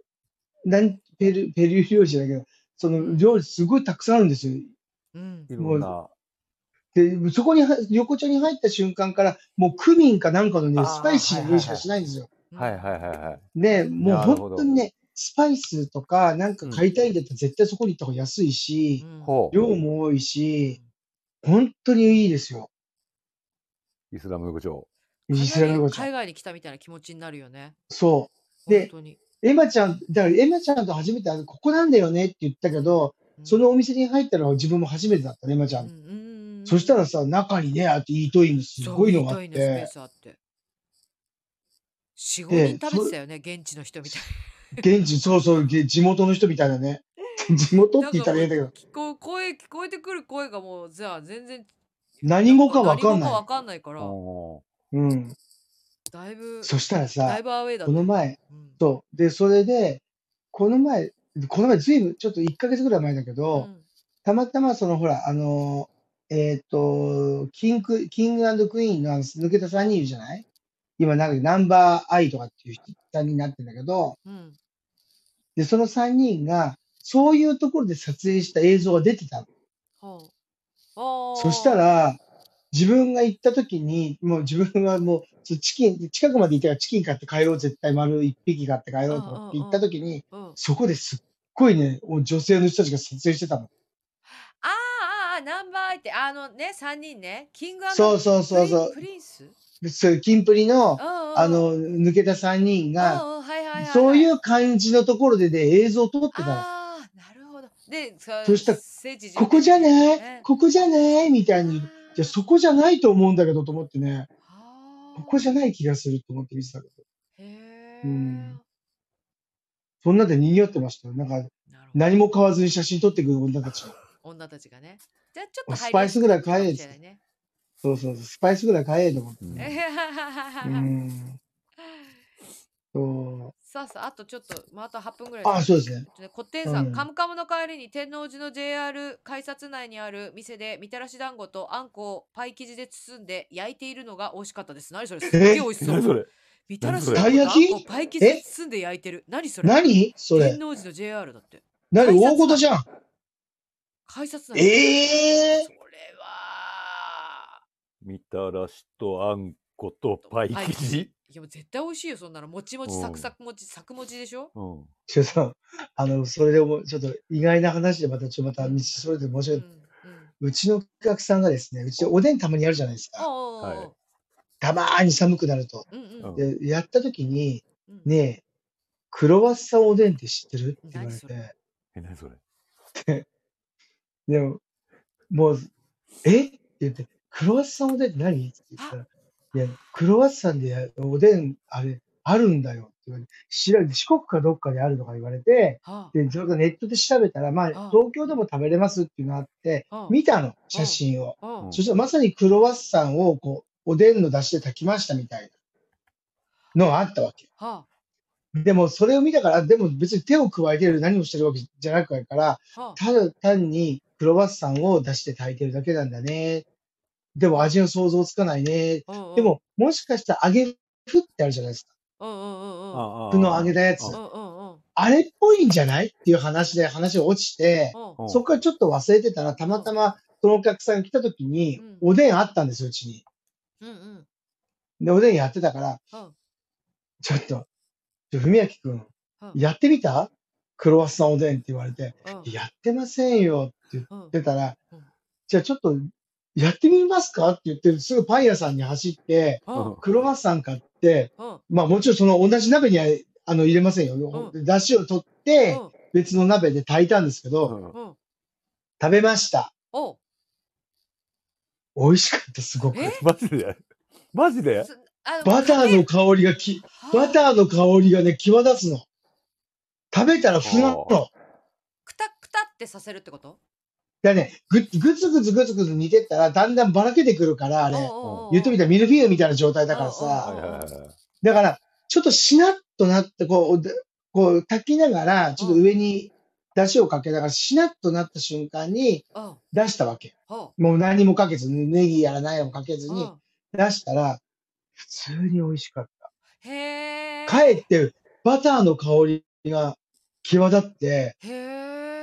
Speaker 2: なんペル、ペルー料理じゃないけど、その料理すごいたくさんあるんですよ。
Speaker 1: うん
Speaker 3: いろんな。
Speaker 2: で、そこには、横丁に入った瞬間から、もうクミンかなんかの
Speaker 3: あ
Speaker 2: ね、
Speaker 3: ー
Speaker 2: スパイシーな匂いしかしないんですよ。
Speaker 3: はいはいはいはい。
Speaker 2: で、もう
Speaker 3: なるほど
Speaker 2: 本当にね、スパイスとかなんか買いたいんだったら絶対そこに行った方が安いし
Speaker 1: う、ん
Speaker 3: ほう。
Speaker 2: 量も多いし、本当にいいですよ。
Speaker 3: イスラム横丁。
Speaker 2: イ
Speaker 1: かなり
Speaker 2: スラム横丁
Speaker 1: 海。外に来たみたいな気持ちになるよね
Speaker 2: そう。で
Speaker 1: 本当に
Speaker 2: エマちゃん、だからエマちゃんと初めてあのここなんだよねって言ったけど、
Speaker 1: うん
Speaker 2: そのお店に入ったのは自分も初めてだったね、エマちゃ
Speaker 1: うん
Speaker 2: ん。
Speaker 1: うんうんうん
Speaker 2: そしたらさ、中にね、あとイートインのすごいのがあっ
Speaker 1: そうイートインのスペー
Speaker 2: て、
Speaker 1: スあって四五
Speaker 2: で
Speaker 1: 人食べてたよね現地の人みたい
Speaker 2: 現地、そうそう、げ地元の人みたいなね。地元って言ったらいいんだけど、
Speaker 1: 聞こう声聞こえてくる声がもうじゃあ全然
Speaker 2: 何語かわかん
Speaker 1: 何語か
Speaker 2: な
Speaker 1: わかんないから
Speaker 3: お
Speaker 2: い。うん。
Speaker 1: だいぶ
Speaker 2: そしたら
Speaker 1: だ
Speaker 2: さ
Speaker 1: い、ぶアウェーだった
Speaker 2: この前、
Speaker 1: うん
Speaker 2: そう。で、それで、この前、この前ずいぶん、ちょっと1ヶ月ぐらい前だけど、
Speaker 1: うん
Speaker 2: たまたま、そのほら、あのー、えっ、と、キング、キングクイーンのあの抜けた3人いるじゃない今、なんかナンバーアイとかっていう人3人になってんだけど、
Speaker 1: うん
Speaker 2: で、その3人が、そういうところで撮影した映像が出てたの。
Speaker 1: ほうあー
Speaker 2: そしたら、自分が行った時に、もう自分はもう、そうチキン、近くまで行ったからチキン買って帰ろう、絶対丸1匹買って帰ろうとかって行った時に、
Speaker 1: うん、あー
Speaker 2: そこですっごいね、お女性の人たちが撮影してたの。
Speaker 1: あーあーナンバーアイってあのね三人ねキング
Speaker 2: そうそうそうそう
Speaker 1: プリンプリンス
Speaker 2: でそういうキンプリの、あ
Speaker 1: あ
Speaker 2: の、抜けた3人が、
Speaker 1: あはいはいはい、はい、
Speaker 2: そういうう感じのところでね、映像を撮ってたの。
Speaker 1: ああなるほどで
Speaker 2: そしたら
Speaker 1: 聖地巡礼
Speaker 2: ここじゃな
Speaker 1: ね
Speaker 2: いここじゃないみたいに。
Speaker 1: あー
Speaker 2: じゃそこじゃないと思うんだけどと思ってね、
Speaker 1: あー
Speaker 2: ここじゃない気がすると思って見てたけど。
Speaker 1: へえ、
Speaker 2: うんそんなんで賑わってましたよ。なんか、
Speaker 1: なるほど。
Speaker 2: 何も買わずに写真撮ってくる女たちが。
Speaker 1: 女たちがね。じゃあちょっと入りやす
Speaker 2: スパイスぐらい買
Speaker 1: か
Speaker 2: え
Speaker 1: もしれないね。
Speaker 2: そうそうそう、スパイスぐらい買えと思って。
Speaker 3: うん
Speaker 1: えへへへ
Speaker 2: う
Speaker 1: へへ
Speaker 2: ん。そ。
Speaker 1: さあさあ、あとちょっと、まあ、あと8分ぐらいう
Speaker 2: あ、そうですね。
Speaker 1: ね、コッテンさん、
Speaker 2: うん
Speaker 1: カムカムの代わりに天王寺の JR 改札内にある店でみたらし団子とあんこをパイ生地で包んで焼いているのが美味しかったです。何それすっげえ美味しそ。
Speaker 3: 何そうれ
Speaker 1: みたらし
Speaker 3: 何そ
Speaker 1: 団
Speaker 2: れ
Speaker 1: 子とあんこを
Speaker 2: たい焼き
Speaker 1: パイ生地で包んで焼いてる。何それ
Speaker 2: 何それ
Speaker 1: 天。王寺の JR だって。
Speaker 2: 何
Speaker 1: 改札
Speaker 2: 大事じゃん。
Speaker 1: 改札内。
Speaker 2: ええ
Speaker 1: それは。
Speaker 3: みたらしとあんことパイ生地、
Speaker 1: いやもう絶対美味しいよ、そんなの。もちもち、
Speaker 3: うん
Speaker 1: サクサクもち、サクもちでしょ
Speaker 3: うん、
Speaker 2: ちょっと、あの、それでも、ちょっと意外な話でまた、ちょっとまた、道それて申し
Speaker 1: うん。う
Speaker 2: 訳ない。
Speaker 1: ん。
Speaker 2: うちのお客さんがですね、うちおでんたまにやるじゃないです
Speaker 1: あ
Speaker 2: か。
Speaker 1: あ、
Speaker 3: はい
Speaker 2: たまーに寒くなると。
Speaker 1: うんうん
Speaker 3: うん
Speaker 2: で、やった時に、
Speaker 1: うん。
Speaker 2: ねえ、クロワッサンおでんって知ってるって言われ
Speaker 1: 何それ
Speaker 2: て。
Speaker 3: え何それ
Speaker 2: でも、もう、えって言って、クロワッサンおでんって何って言ったら、いや、クロワッサンでやおでん、あれ、あるんだよって言われて、知らん四国かどっかであるとか言われて、
Speaker 1: は
Speaker 2: で、ちょうどネットで調べたら、まあ、東京でも食べれますっていうのがあって、
Speaker 1: あ。
Speaker 2: 見たの、写真を。
Speaker 1: うん。うん
Speaker 2: そしたらまさにクロワッサンを、こう、おでんの出汁で炊きましたみたいなのがあったわけ。
Speaker 1: は
Speaker 2: でも、それを見たから、でも別に手を加えてる何をしてるわけじゃなくやから、
Speaker 1: あ。はあ。
Speaker 2: ただ単にクロワッサンを出して炊いてるだけなんだね。でも味の想像つかないね。
Speaker 1: うんうん
Speaker 2: で、も、もしかしたら揚げふってあるじゃないですか。
Speaker 1: うんうんうんうん。
Speaker 3: ああ
Speaker 2: ふの揚げたやつ。
Speaker 1: うんうんうん
Speaker 2: あれっぽいんじゃないっていう話で話が落ちて、
Speaker 1: う
Speaker 3: うん
Speaker 2: そこからちょっと忘れてたら、たまたまそのお客さんが来た時に
Speaker 1: うん、
Speaker 2: おでんあったんですよ、うちに。
Speaker 1: んうんうん
Speaker 2: で、おでんやってたから、
Speaker 1: うん
Speaker 2: ちょっと、ちょ、ふみやきくん
Speaker 1: うん、
Speaker 2: やってみたクロワッサンおでんって言われて、
Speaker 1: うん
Speaker 2: やってませんよって言って
Speaker 1: うん
Speaker 2: ってたら
Speaker 1: うん、
Speaker 2: じゃあちょっとやってみますかって言って、すぐパン屋さんに走って、
Speaker 1: うん
Speaker 2: クロワッサン買って、
Speaker 1: うん
Speaker 2: まあもちろんその同じ鍋にはあの入れませんよ。
Speaker 1: う
Speaker 2: 出汁を取って、別の鍋で炊いたんですけ
Speaker 3: う
Speaker 2: ど、
Speaker 3: ん
Speaker 1: うんうん
Speaker 2: 食べました。
Speaker 1: お
Speaker 2: 美味しかった、すごく。
Speaker 1: え
Speaker 3: マジでマジで
Speaker 1: そあ
Speaker 2: バターの香りがき、バタ
Speaker 1: ー
Speaker 2: ーの香りがね、際立つの。食べたらふな
Speaker 3: あ
Speaker 2: の。
Speaker 1: くたくたってさせるってこと
Speaker 2: だね、ぐ、ぐつぐつぐつぐつ煮てったら、だんだんばらけてくるから、あ
Speaker 1: おうお
Speaker 2: れ。
Speaker 1: うおう
Speaker 2: 言ってみたらミルフィーユみたいな状態だから
Speaker 1: う
Speaker 2: さ。
Speaker 1: んうんうん
Speaker 3: はいはいはいはい
Speaker 2: だから、ちょっとしなっとなって、こう、でこう炊きながら、ちょっと上に出汁をかけながら、しなっとなった瞬間に
Speaker 1: うん
Speaker 2: 出したわけ。
Speaker 1: ほ
Speaker 2: もう何もかけずに、ネギやら何もかけず
Speaker 1: うう
Speaker 2: に
Speaker 1: ん
Speaker 2: 出したら、普通に美味しかっ
Speaker 1: へえ
Speaker 2: た。かえって、バターの香りが際立って、
Speaker 1: へ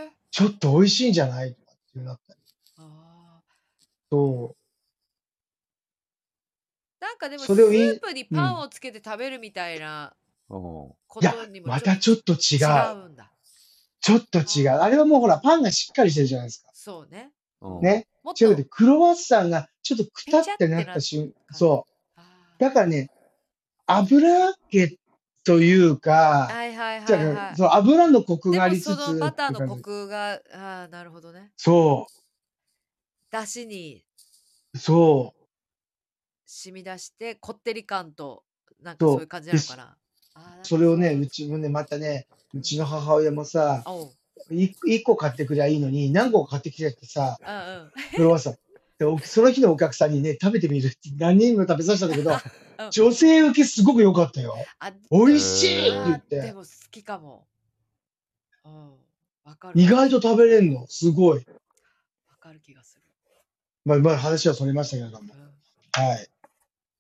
Speaker 1: え
Speaker 2: ちょっと美味しいんじゃないとかっていうなったり
Speaker 1: あー
Speaker 2: と、
Speaker 1: なんかでもス
Speaker 2: それをい
Speaker 1: ープにパンをつけて食べるみたいな
Speaker 3: うん
Speaker 1: ことにも
Speaker 2: またちょっと違う。
Speaker 1: んだ
Speaker 2: ちょっと違う。あれはもうほら、パンがしっかりしてるじゃないですか。
Speaker 1: そうね
Speaker 3: うん
Speaker 2: ね。
Speaker 1: もっ
Speaker 2: 違う
Speaker 1: と
Speaker 2: で、クロワッサンがちょっとくたってなった瞬
Speaker 1: ペチャってなった
Speaker 2: そう。
Speaker 1: あー
Speaker 2: だからね、油揚げというか、
Speaker 1: はいはいは
Speaker 2: じ
Speaker 1: い
Speaker 2: ゃ
Speaker 1: は
Speaker 2: あ
Speaker 1: い
Speaker 2: そう油のコク
Speaker 1: で
Speaker 2: があ
Speaker 1: も
Speaker 2: りつつ
Speaker 1: そ
Speaker 2: って
Speaker 1: の
Speaker 2: いう
Speaker 1: バター
Speaker 2: 感じ、
Speaker 1: のコクがああなるほどね
Speaker 2: そ
Speaker 1: だしに
Speaker 2: う、そ
Speaker 1: 染み出してこってり感となんか
Speaker 2: そう
Speaker 1: そういう感じなのかなあー
Speaker 2: う。それをね、うちもね、またね、うちの母親もさ、
Speaker 1: おう
Speaker 2: い一個買ってくりゃいいのに、何個か買ってきてって さ、
Speaker 1: うんうん
Speaker 2: クロワッサン。でおその日のお客さんにね、食べてみるって何人も食べさせたんだけど、女性受けすごく良かったよ。
Speaker 1: あ
Speaker 2: 美味しいって言っ
Speaker 1: あーで
Speaker 2: て、
Speaker 1: も好きかもうんわかる
Speaker 2: 意外と食べれんの、すごい。
Speaker 1: わかる気がする、
Speaker 2: まあ、まあ話はそれましたけれども
Speaker 1: う。ん
Speaker 2: はい。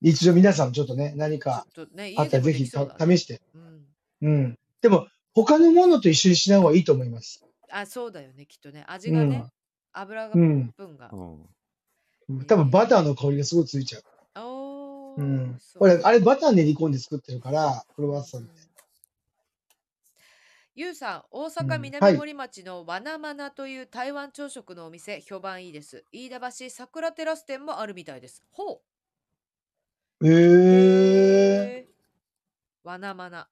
Speaker 2: 一度皆さんちょっとね、何か
Speaker 1: ちょっとね
Speaker 2: あ
Speaker 1: 家
Speaker 2: っ
Speaker 1: で
Speaker 2: たら
Speaker 1: も
Speaker 2: ぜ
Speaker 1: で
Speaker 2: ひ
Speaker 1: きそう
Speaker 2: た
Speaker 1: だ、ね、
Speaker 2: 試して。
Speaker 1: うん
Speaker 2: うん。でも、他のものと一緒にしない方がいいと思います。
Speaker 1: あそうだよねきっとね味
Speaker 2: う
Speaker 1: が
Speaker 2: ん
Speaker 1: ね、油が
Speaker 2: うん
Speaker 1: 分が、
Speaker 3: うん
Speaker 2: 多分バターの香りがすごいついちゃう。
Speaker 1: おー
Speaker 2: うん。
Speaker 1: そう
Speaker 2: 俺、あれバター練り込んで作ってるから、クロワッサンって。
Speaker 1: ゆうさん、大
Speaker 2: う
Speaker 1: 阪
Speaker 2: んは
Speaker 1: 南
Speaker 2: い
Speaker 1: 森町のわなまなという台湾朝食のお店、評判いいです。飯田橋桜テラス店もあるみたいです。ほう。
Speaker 2: へえ。
Speaker 1: わなまな。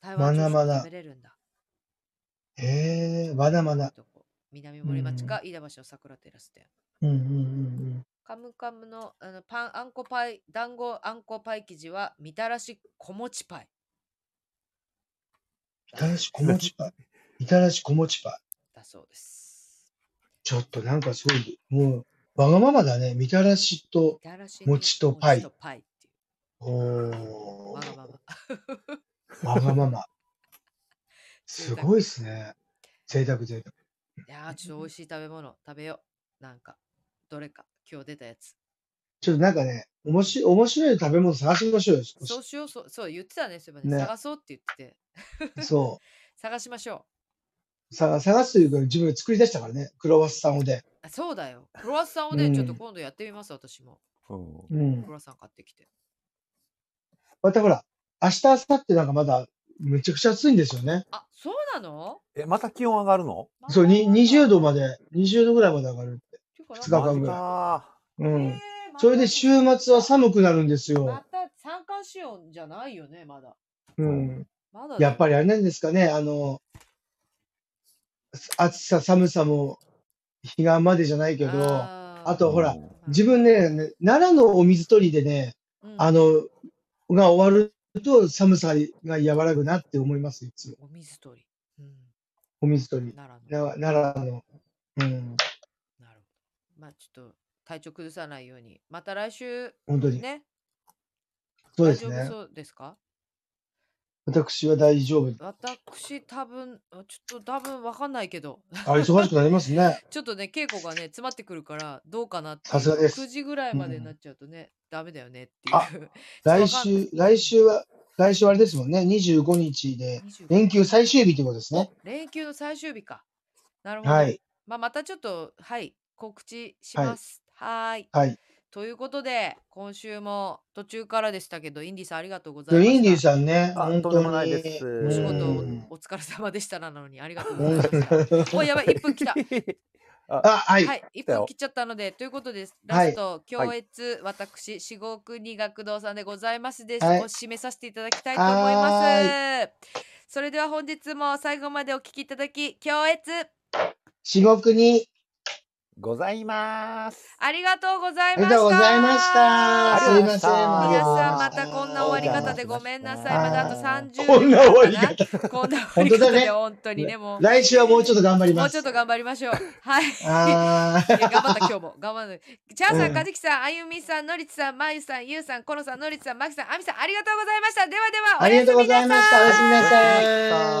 Speaker 1: 台
Speaker 2: わ
Speaker 1: 湾
Speaker 2: な
Speaker 1: 朝
Speaker 2: ま
Speaker 1: 食
Speaker 2: な
Speaker 1: 食べれるんだ。
Speaker 2: ー。へえ。まだまだ。
Speaker 1: とこ南森町か飯田橋の桜テラス店。
Speaker 2: うんうんうん
Speaker 1: カムカムのあのパンあんこパイ、団子あんこパイ生地はみたらし小餅パイ。
Speaker 2: みたらし小餅パイ。みたらし小餅パイ。
Speaker 1: だそうです。
Speaker 2: ちょっとなんかすごい、もう、わがままだね。みたらしと、
Speaker 1: みたらしに
Speaker 2: 餅とパイ
Speaker 1: 餅とパイってい
Speaker 2: お
Speaker 1: う。わがまま。
Speaker 2: ま。わがまま。すごいですね。贅沢贅沢。
Speaker 1: いやー、ちょっ と美味しい食べ物食べよう。なんか、どれか、今日出たやつ。
Speaker 2: ちょっとなんかね、おもし面白い食べ物探しましょうよ。少し
Speaker 1: そうしよう、そうそう言ってたね、そういえばね。
Speaker 2: ね
Speaker 1: 探そうって言ってて、
Speaker 2: そ
Speaker 1: 探しましょ
Speaker 2: う。さ探すというか、自分で作り出したからね。クロワッサンをで。
Speaker 1: う。あそうだよ。クロワッサンをね、
Speaker 2: うん
Speaker 1: ちょっと今度やってみます、私も。
Speaker 3: うん
Speaker 2: うん
Speaker 1: クロ。ワッサン買ってきて。
Speaker 2: またほら、明日、明後日なんかまだ、めちゃくちゃ暑いんですよね。
Speaker 1: あ、そうなの
Speaker 3: え、また気温上がるの
Speaker 2: そう、に20度ま
Speaker 1: で。
Speaker 2: で、20度ぐらいまで上がるって。
Speaker 1: 二
Speaker 2: 二日間ぐらい
Speaker 3: ら
Speaker 2: う
Speaker 1: え
Speaker 2: ん。
Speaker 1: ー
Speaker 2: それで週末は寒くなるんです
Speaker 1: ま
Speaker 2: よ。
Speaker 1: た三寒四温じゃないよね、まだ。
Speaker 2: うん。
Speaker 1: まだ
Speaker 2: やっぱ
Speaker 1: り。
Speaker 2: りあれなんですかね、あの、暑さ、寒さも、彼岸までじゃないけど、あ
Speaker 1: あー
Speaker 2: とほら、
Speaker 3: う
Speaker 2: 自分ね、ね奈良のお水取りでね、
Speaker 1: うん
Speaker 2: あの、が終わると寒さが和らぐなって思います、いつも。
Speaker 1: お水取り。うん
Speaker 2: お水取り。
Speaker 1: 奈良の。
Speaker 2: な奈良の。う
Speaker 1: な
Speaker 2: ん、
Speaker 1: るほど。まあ、ちょっと体調崩さないように。また来週、
Speaker 2: 本当に。
Speaker 1: ね。
Speaker 2: そうです
Speaker 1: 大丈夫
Speaker 2: ね。
Speaker 1: そうですか
Speaker 2: 私は大丈夫。
Speaker 1: 私、多分、あちょっと多分わかんないけど、
Speaker 2: あ、忙しくなりますね。
Speaker 1: ちょっとね、稽古がね、詰まってくるから、どうかなっていう。
Speaker 2: さすがです
Speaker 1: 9時ぐらいまでにな
Speaker 2: う
Speaker 1: っちゃうとね、ダメだよねって
Speaker 2: あ
Speaker 1: いう。
Speaker 2: 来
Speaker 1: わ
Speaker 2: 週
Speaker 1: か、んない
Speaker 2: 来週は、来週はあれですもんね。25日で、
Speaker 1: 25
Speaker 2: 連休最終日ということですね。
Speaker 1: 連休の最終日か。なるほど。
Speaker 2: はい。
Speaker 1: まあ、またちょっと、はい、告知し
Speaker 2: はい
Speaker 1: ます。はーい。
Speaker 2: はい。
Speaker 1: ということで、今週も途中からでしたけど、インディさんありがとうございました。
Speaker 2: インディーさんね、
Speaker 3: あ
Speaker 2: 本
Speaker 3: とんで
Speaker 2: 当
Speaker 3: もない
Speaker 2: に。
Speaker 3: です
Speaker 1: お仕
Speaker 2: う
Speaker 1: 事
Speaker 2: ん
Speaker 1: お疲れ様でしたなのにありがとうございました。
Speaker 2: うん
Speaker 1: もうやばい、1分来 た。
Speaker 2: あ、はい。
Speaker 1: はい、1分切っちゃったので、ということです。ラスト、共越、私、四国二学堂さんでございますです。
Speaker 2: はい
Speaker 1: を締めさせていただきたいと思います。それでは本日も最後までお聞きいただき、共越、
Speaker 2: 至極に、
Speaker 3: ございます。
Speaker 1: ありがとうござ
Speaker 2: あ
Speaker 1: い
Speaker 2: り
Speaker 1: ました。
Speaker 2: がとうございました。
Speaker 3: あ
Speaker 2: す
Speaker 3: り
Speaker 2: い
Speaker 3: がとうございま
Speaker 2: ま
Speaker 3: し
Speaker 2: せ
Speaker 1: 皆さんま
Speaker 2: ん。ありがとうございし
Speaker 3: た
Speaker 1: たこんな終わり方でごめんなさい。
Speaker 2: は
Speaker 1: ま
Speaker 2: い
Speaker 1: だあと30
Speaker 2: こんな終わり
Speaker 1: 秒かな。こんな終わり
Speaker 2: 本当
Speaker 1: 方
Speaker 2: だね
Speaker 1: で本当にね、もう。
Speaker 2: 来週はもうちょっと頑張り
Speaker 1: も
Speaker 2: ま
Speaker 1: うち
Speaker 2: す。
Speaker 1: ょっと頑張りましょう。はい。
Speaker 2: あ
Speaker 1: え頑張った今日 も頑張る。チャーさ、
Speaker 2: うんん
Speaker 1: かじきさん、あゆみさん、のりつさん、まゆさん、ゆうさん、このさん、のりつさん、まきさん、あみさん、ありがとうございました。ではでは、
Speaker 2: ありがとうございました。おやすみな
Speaker 3: ございま
Speaker 2: さい。
Speaker 3: した